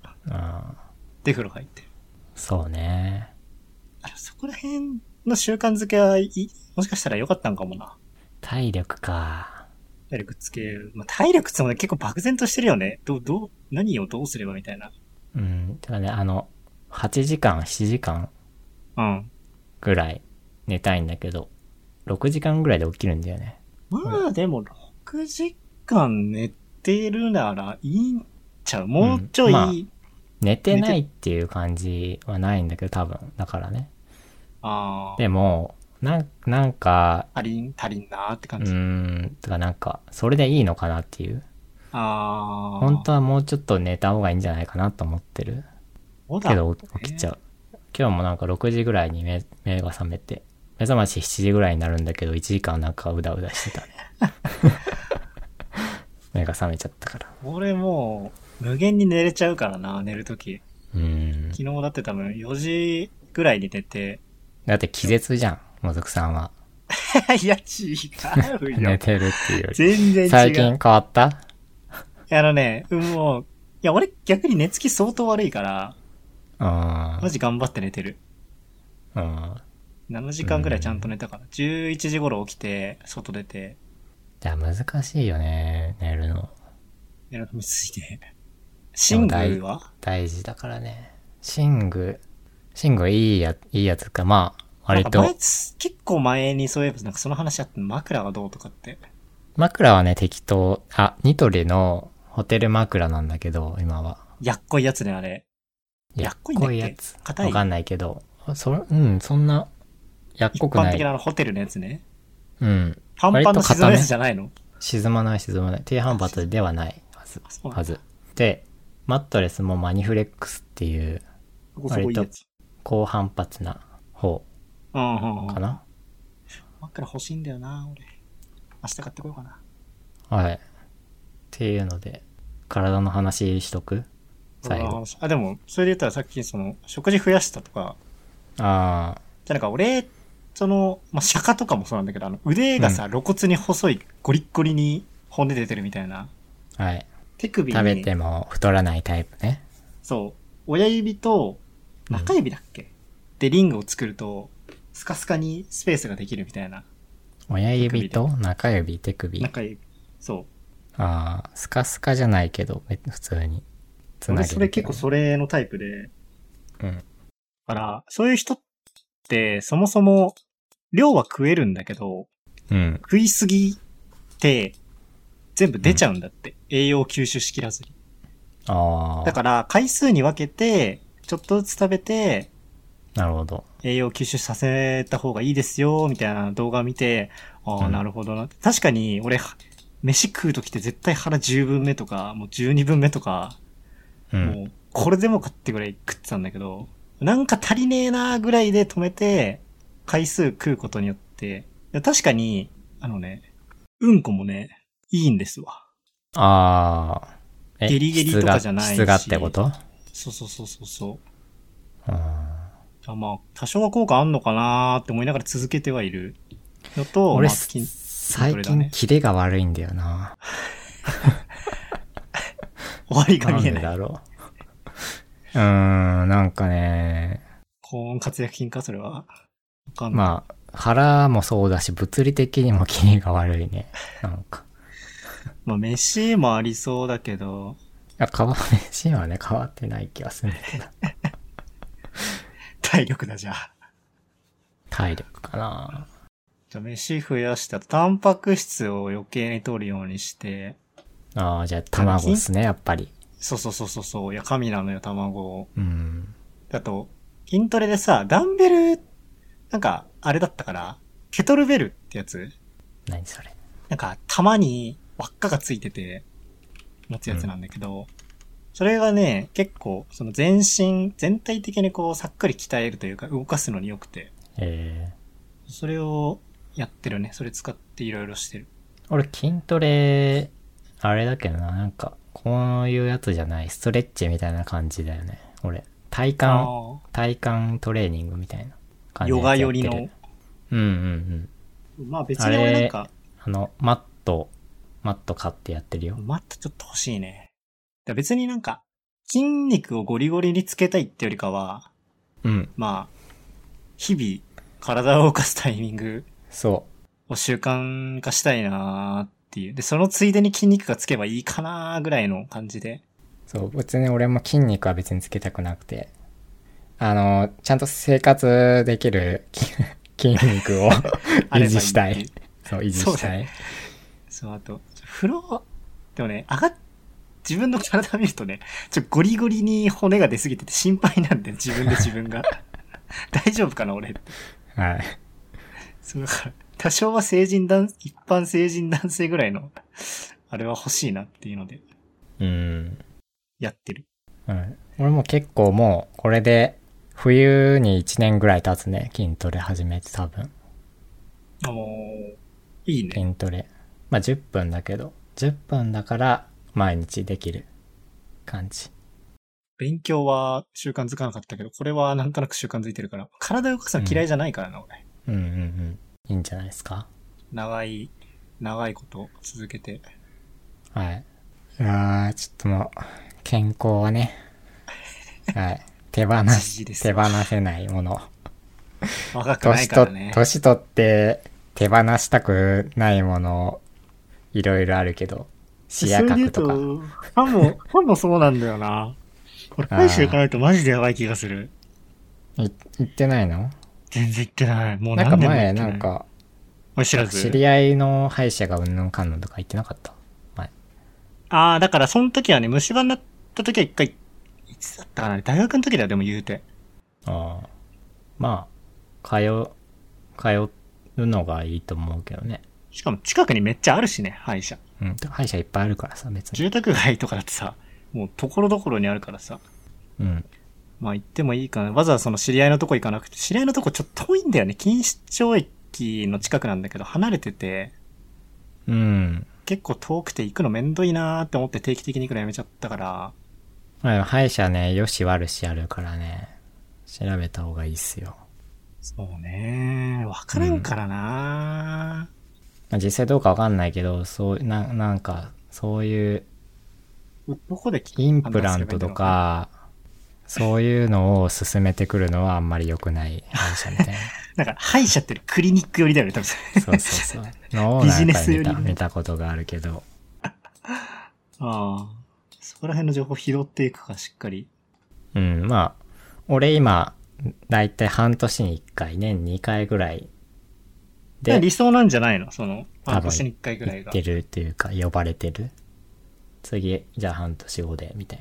[SPEAKER 2] で、風呂入ってる。
[SPEAKER 1] そうね。
[SPEAKER 2] あそこら辺の習慣づけはいい、もしかしたら良かったんかもな。
[SPEAKER 1] 体力か。
[SPEAKER 2] 体力つける。まあ、体力つもね、結構漠然としてるよね。どう、どう、何をどうすればみたいな。
[SPEAKER 1] うん。てかね、あの、8時間、7時間
[SPEAKER 2] うん。
[SPEAKER 1] ぐらい寝たいんだけど、6時間ぐらいで起きるんだよね。
[SPEAKER 2] まあ、でも、6時間寝てるならいいんちゃうもうちょい、
[SPEAKER 1] うんま寝てないっていう感じはないんだけど、多分。だからね。
[SPEAKER 2] あ、あー
[SPEAKER 1] でも、なんなんか、
[SPEAKER 2] 足りん、足りんなーって
[SPEAKER 1] う
[SPEAKER 2] 感じ。
[SPEAKER 1] ーん、とかなんか、それでいいのかなっていう。
[SPEAKER 2] ああ。
[SPEAKER 1] 本当はもうちょっと寝た方がいいんじゃないかなと思ってる。
[SPEAKER 2] そうだ
[SPEAKER 1] けど、起きちゃう。今日もなんか6時ぐらいに目目が覚めて、目覚まし7時ぐらいになるんだけど、1時間なんかうだうだして たね。目が覚めちゃったから。
[SPEAKER 2] 俺もう、無限に寝れちゃうからな、寝るとき。
[SPEAKER 1] うん。
[SPEAKER 2] 昨日だって多分4時ぐらいに寝て。
[SPEAKER 1] だって気絶じゃん、もずくさんは。
[SPEAKER 2] いや、違う
[SPEAKER 1] 寝
[SPEAKER 2] よ。
[SPEAKER 1] てるっていうより。
[SPEAKER 2] 全然違う。
[SPEAKER 1] 最近変わった
[SPEAKER 2] あのね、うんもう、いや、俺逆に寝つき相当悪いから、
[SPEAKER 1] うん
[SPEAKER 2] マ。ジ頑張って寝てる。
[SPEAKER 1] うん。
[SPEAKER 2] 7時間ぐらいちゃんと寝たから。11時頃起きて、外出て、
[SPEAKER 1] じゃあ難しいよね、寝るの。
[SPEAKER 2] 寝るのについて。シングルは
[SPEAKER 1] 大事だからね。シング、シングいいや、いいやつか、まあ、
[SPEAKER 2] な
[SPEAKER 1] 割
[SPEAKER 2] んか
[SPEAKER 1] と
[SPEAKER 2] 前。つ結構前にそういえば、なんかその話あって、枕がどうとかって。
[SPEAKER 1] 枕はね、適当。あ、ニトリのホテル枕なんだけど、今は。
[SPEAKER 2] やっこいやつね、あれ。やっこいんだっけ
[SPEAKER 1] やつ。
[SPEAKER 2] 硬い
[SPEAKER 1] わかんないけど。そ、うん、そんな、やっ
[SPEAKER 2] 一
[SPEAKER 1] こく
[SPEAKER 2] 般
[SPEAKER 1] な
[SPEAKER 2] 的
[SPEAKER 1] い。
[SPEAKER 2] なあのホテルのやつね。
[SPEAKER 1] うん。
[SPEAKER 2] パンパンの
[SPEAKER 1] 割と硬
[SPEAKER 2] 沈
[SPEAKER 1] め
[SPEAKER 2] むやつじゃないの
[SPEAKER 1] 沈まない沈まない。低反発ではないはず。
[SPEAKER 2] そうなん
[SPEAKER 1] は
[SPEAKER 2] だ
[SPEAKER 1] ず。で、マットレスもマニフレックスっていう
[SPEAKER 2] そこそこいいやつ。
[SPEAKER 1] 高反発な方
[SPEAKER 2] うんうんうん
[SPEAKER 1] か。な。
[SPEAKER 2] 枕欲しいんだよな、俺。明日買ってこようかな。
[SPEAKER 1] はい。っていうので、体の話しとく最後。
[SPEAKER 2] あ、でも、それで言ったらさっき、その、食事増やしたとか、
[SPEAKER 1] ああ、
[SPEAKER 2] じゃあなんか俺、その、まあ、釈迦とかもそうなんだけど、あの、腕がさ、露骨に細い、ゴリッゴリに骨出てるみたいな。
[SPEAKER 1] はい。
[SPEAKER 2] 手首に、
[SPEAKER 1] 食べても太らないタイプね。
[SPEAKER 2] そう、親指と中指だっけ、で、リングを作ると、スカスカにスペースができるみたいな。
[SPEAKER 1] 親指と中指、手首。あ
[SPEAKER 2] 中指。そう。
[SPEAKER 1] あー、スカスカじゃないけど、め普通に。つなげ
[SPEAKER 2] 俺
[SPEAKER 1] る
[SPEAKER 2] それ結構
[SPEAKER 1] け
[SPEAKER 2] それのタイプで、
[SPEAKER 1] どね
[SPEAKER 2] だから、そういう人って、そもそも、量は食えるんだけど、
[SPEAKER 1] うん。うん。
[SPEAKER 2] 食いすぎて、全部出ちゃうんだって。栄養を吸収しきらずに。
[SPEAKER 1] あ
[SPEAKER 2] だから、回数に分けて、ちょっとずつ食べて、
[SPEAKER 1] あ、なるほど。
[SPEAKER 2] 栄養を吸収させた方がいいですよ、みたいな動画を見て、あ
[SPEAKER 1] う
[SPEAKER 2] あ、
[SPEAKER 1] ん
[SPEAKER 2] なるほどな。確かに、俺、飯食うときって絶対腹10分目とか、もう12分目とか、
[SPEAKER 1] うん。
[SPEAKER 2] もう、これでもかってぐらい食ってたんだけど、なんか足りねえなぐらいで止めて、回数食うことによって、いや確かに、あのね、うんこもね、いいんですわ。
[SPEAKER 1] ああ。え
[SPEAKER 2] ゲリゲリとかじゃないし
[SPEAKER 1] 質が質がってこと
[SPEAKER 2] そうそうそうそうそう。
[SPEAKER 1] うん
[SPEAKER 2] あまあ、多少は効果あんのかなーって思いながら続けてはいるのと、
[SPEAKER 1] 俺、
[SPEAKER 2] まあ筋ト
[SPEAKER 1] 最
[SPEAKER 2] レだね
[SPEAKER 1] 近、キレが悪いんだよな。
[SPEAKER 2] 終わりが
[SPEAKER 1] なん
[SPEAKER 2] 見
[SPEAKER 1] で
[SPEAKER 2] えない。
[SPEAKER 1] だろう。う ーん、なんかね、
[SPEAKER 2] 高温活躍筋か、それは。わかんない。
[SPEAKER 1] まあ、腹もそうだし、物理的にもキレが悪いね。なんか。
[SPEAKER 2] まあ、飯もありそうだけど、
[SPEAKER 1] い や、変わ、シーンはね、変わってない気がするんだけど。
[SPEAKER 2] 体力だじゃあ。
[SPEAKER 1] 体力かな。
[SPEAKER 2] じゃあ飯増やしたら、タンパク質を余計に取るようにして、
[SPEAKER 1] ああ、じゃあ、卵っすね、やっぱり。
[SPEAKER 2] そうそうそうそうそう、いや、神なのよ、卵。
[SPEAKER 1] うん。
[SPEAKER 2] だと、筋トレでさ、ダンベル、なんか、あれだったから、ケトルベルってやつ
[SPEAKER 1] 何それ。
[SPEAKER 2] なんか、玉に輪っかがついてて、持つやつなんだけど、それがね、結構、その全身、全体的にこう、さっくり鍛えるというか、動かすのに良くて、
[SPEAKER 1] え
[SPEAKER 2] それをやってるね。それ使っていろいろしてる。
[SPEAKER 1] ー、俺、筋トレ、あれだけどな、なんか、こういうやつじゃない、ストレッチみたいな感じだよね。俺、体幹、
[SPEAKER 2] あ
[SPEAKER 1] 体幹トレーニングみたいな
[SPEAKER 2] あ、
[SPEAKER 1] 感じの
[SPEAKER 2] ヨ
[SPEAKER 1] や
[SPEAKER 2] ガ
[SPEAKER 1] つや
[SPEAKER 2] 寄
[SPEAKER 1] っ
[SPEAKER 2] り
[SPEAKER 1] てる
[SPEAKER 2] の。
[SPEAKER 1] うんうんうん。
[SPEAKER 2] まあ別に俺なんか、
[SPEAKER 1] あの、マット、マット買ってやってるよ。
[SPEAKER 2] マットちょっと欲しいね。だから別になんか、筋肉をゴリゴリにつけたいってよりかは、
[SPEAKER 1] うん、
[SPEAKER 2] まあ、日々、体を動かすタイミング
[SPEAKER 1] そ
[SPEAKER 2] を習慣化したいなーっていう。で、そのついでに筋肉がつけばいいかなーぐらいの感じで。
[SPEAKER 1] う。そう、別に俺も筋肉は別につけたくなくて、あの、ちゃんと生活できる筋 筋肉を
[SPEAKER 2] あれ
[SPEAKER 1] 維
[SPEAKER 2] ば
[SPEAKER 1] 持した
[SPEAKER 2] って。
[SPEAKER 1] いうそう、維持
[SPEAKER 2] そう
[SPEAKER 1] し
[SPEAKER 2] だ
[SPEAKER 1] たい。
[SPEAKER 2] そう、あと、風呂、でもね、上がっ、自分の体見るとね、ちょ、ゴリゴリに骨が出すぎてて心配なんで、自分で自分が。 大丈夫かな、俺って。
[SPEAKER 1] はい。
[SPEAKER 2] そうだから、多少は成人男、一般成人男性ぐらいの、あれは欲しいなっていうので、
[SPEAKER 1] うん。
[SPEAKER 2] やってる。
[SPEAKER 1] うん。俺も結構もう、これで、冬に1年ぐらい経つね、筋トレ始めて多分。
[SPEAKER 2] あのー、いいね。
[SPEAKER 1] 筋トレ。まあ、10分だけど、10分だから毎日できる感じ。
[SPEAKER 2] 勉強は習慣づかなかったけど、これはなんとなく習慣づいてるから、体動かすの嫌いじゃないからな、俺。
[SPEAKER 1] うんうんうん。いいんじゃないですか
[SPEAKER 2] 長い、長いこと続けて。
[SPEAKER 1] はい。いやー、ちょっともう、健康はね、 はい。手放
[SPEAKER 2] じじい
[SPEAKER 1] し、
[SPEAKER 2] です
[SPEAKER 1] 手放せないもの。
[SPEAKER 2] 若くない
[SPEAKER 1] 年
[SPEAKER 2] か
[SPEAKER 1] と
[SPEAKER 2] らね、。
[SPEAKER 1] 年取って手放したくないもの、いろいろあるけど、視野角とか。
[SPEAKER 2] ファンも、ファンもそうなんだよな。これ、返していかないとマジでやばい気がする。
[SPEAKER 1] い言ってないの
[SPEAKER 2] 全然行ってない。もう
[SPEAKER 1] なん
[SPEAKER 2] 何
[SPEAKER 1] か
[SPEAKER 2] 年も行
[SPEAKER 1] 前、
[SPEAKER 2] って
[SPEAKER 1] ないん、か、
[SPEAKER 2] 俺知らず。
[SPEAKER 1] 知り合いの歯医者がうんぬんかんぬんとか言ってなかった。前。
[SPEAKER 2] ああ、だからその時はね、虫歯になった時は一回、いつだったかな大学の時だよ、でも言うて。
[SPEAKER 1] ああ。まあ、通う、通うのがいいと思うけどね。
[SPEAKER 2] しかも近くにめっちゃあるしね、歯医者。
[SPEAKER 1] うん。歯医者いっぱいあるからさ、別に。
[SPEAKER 2] 住宅街とかだってさ、もうところどころにあるからさ。
[SPEAKER 1] うん。
[SPEAKER 2] まあ行ってもいいかな。わざわざその知り合いのとこ行かなくて、知り合いのとこちょっと遠いんだよね。錦糸町駅の近くなんだけど、離れてて、
[SPEAKER 1] うん。
[SPEAKER 2] 結構遠くて行くのめんどいなーって思って定期的に行くのやめちゃったから、
[SPEAKER 1] まあ歯医者ね、よし悪しあるからね、調べた方がいいっすよ。
[SPEAKER 2] そうねー、わからんからな
[SPEAKER 1] まあ、実際どうかわかんないけど、そう、ななんか、そういう
[SPEAKER 2] ー、どこで聞
[SPEAKER 1] インプラントと、か、そういうのを進めてくるのはあんまり良くない歯医者みたいな。
[SPEAKER 2] なんか歯医者ってクリニック寄りだよね、多分。
[SPEAKER 1] そうそうそう。のをなん
[SPEAKER 2] ビジネ
[SPEAKER 1] か
[SPEAKER 2] スよ
[SPEAKER 1] 見
[SPEAKER 2] り
[SPEAKER 1] た
[SPEAKER 2] も
[SPEAKER 1] 見たことがあるけど。
[SPEAKER 2] ああ。そこら辺の情報拾っていくか、しっかり。
[SPEAKER 1] うん、まあ、俺今、だいたい半年に1回、年2回ぐらいで
[SPEAKER 2] 理想なんじゃないのその、
[SPEAKER 1] 多分
[SPEAKER 2] 半年に1回ぐらい
[SPEAKER 1] 行っ
[SPEAKER 2] が。
[SPEAKER 1] てるっていうか、呼ばれてる。次、じゃあ半年後で、みたい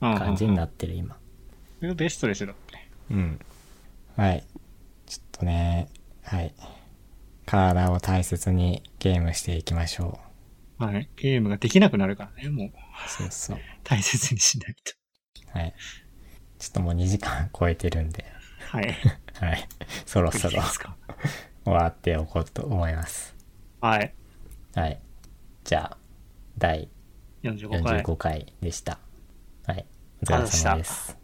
[SPEAKER 1] な感じにな
[SPEAKER 2] って。
[SPEAKER 1] ってる今。
[SPEAKER 2] それがベストでしょ、だって。
[SPEAKER 1] うん。はい。ちょっとね、はい。体を大切にゲームしていきましょ
[SPEAKER 2] はい。ゲームができなくなるからね、もう。
[SPEAKER 1] う。そうそう。
[SPEAKER 2] 大切にしないと。
[SPEAKER 1] はい。ちょっともう2時間超えてるんで、
[SPEAKER 2] はい。
[SPEAKER 1] はい。そろそ
[SPEAKER 2] いい
[SPEAKER 1] ろ
[SPEAKER 2] ですか
[SPEAKER 1] 終わっておこうと思います。
[SPEAKER 2] はい。
[SPEAKER 1] はい。じゃあ、第
[SPEAKER 2] 45回。
[SPEAKER 1] 45回でした。はい。お疲れ様です。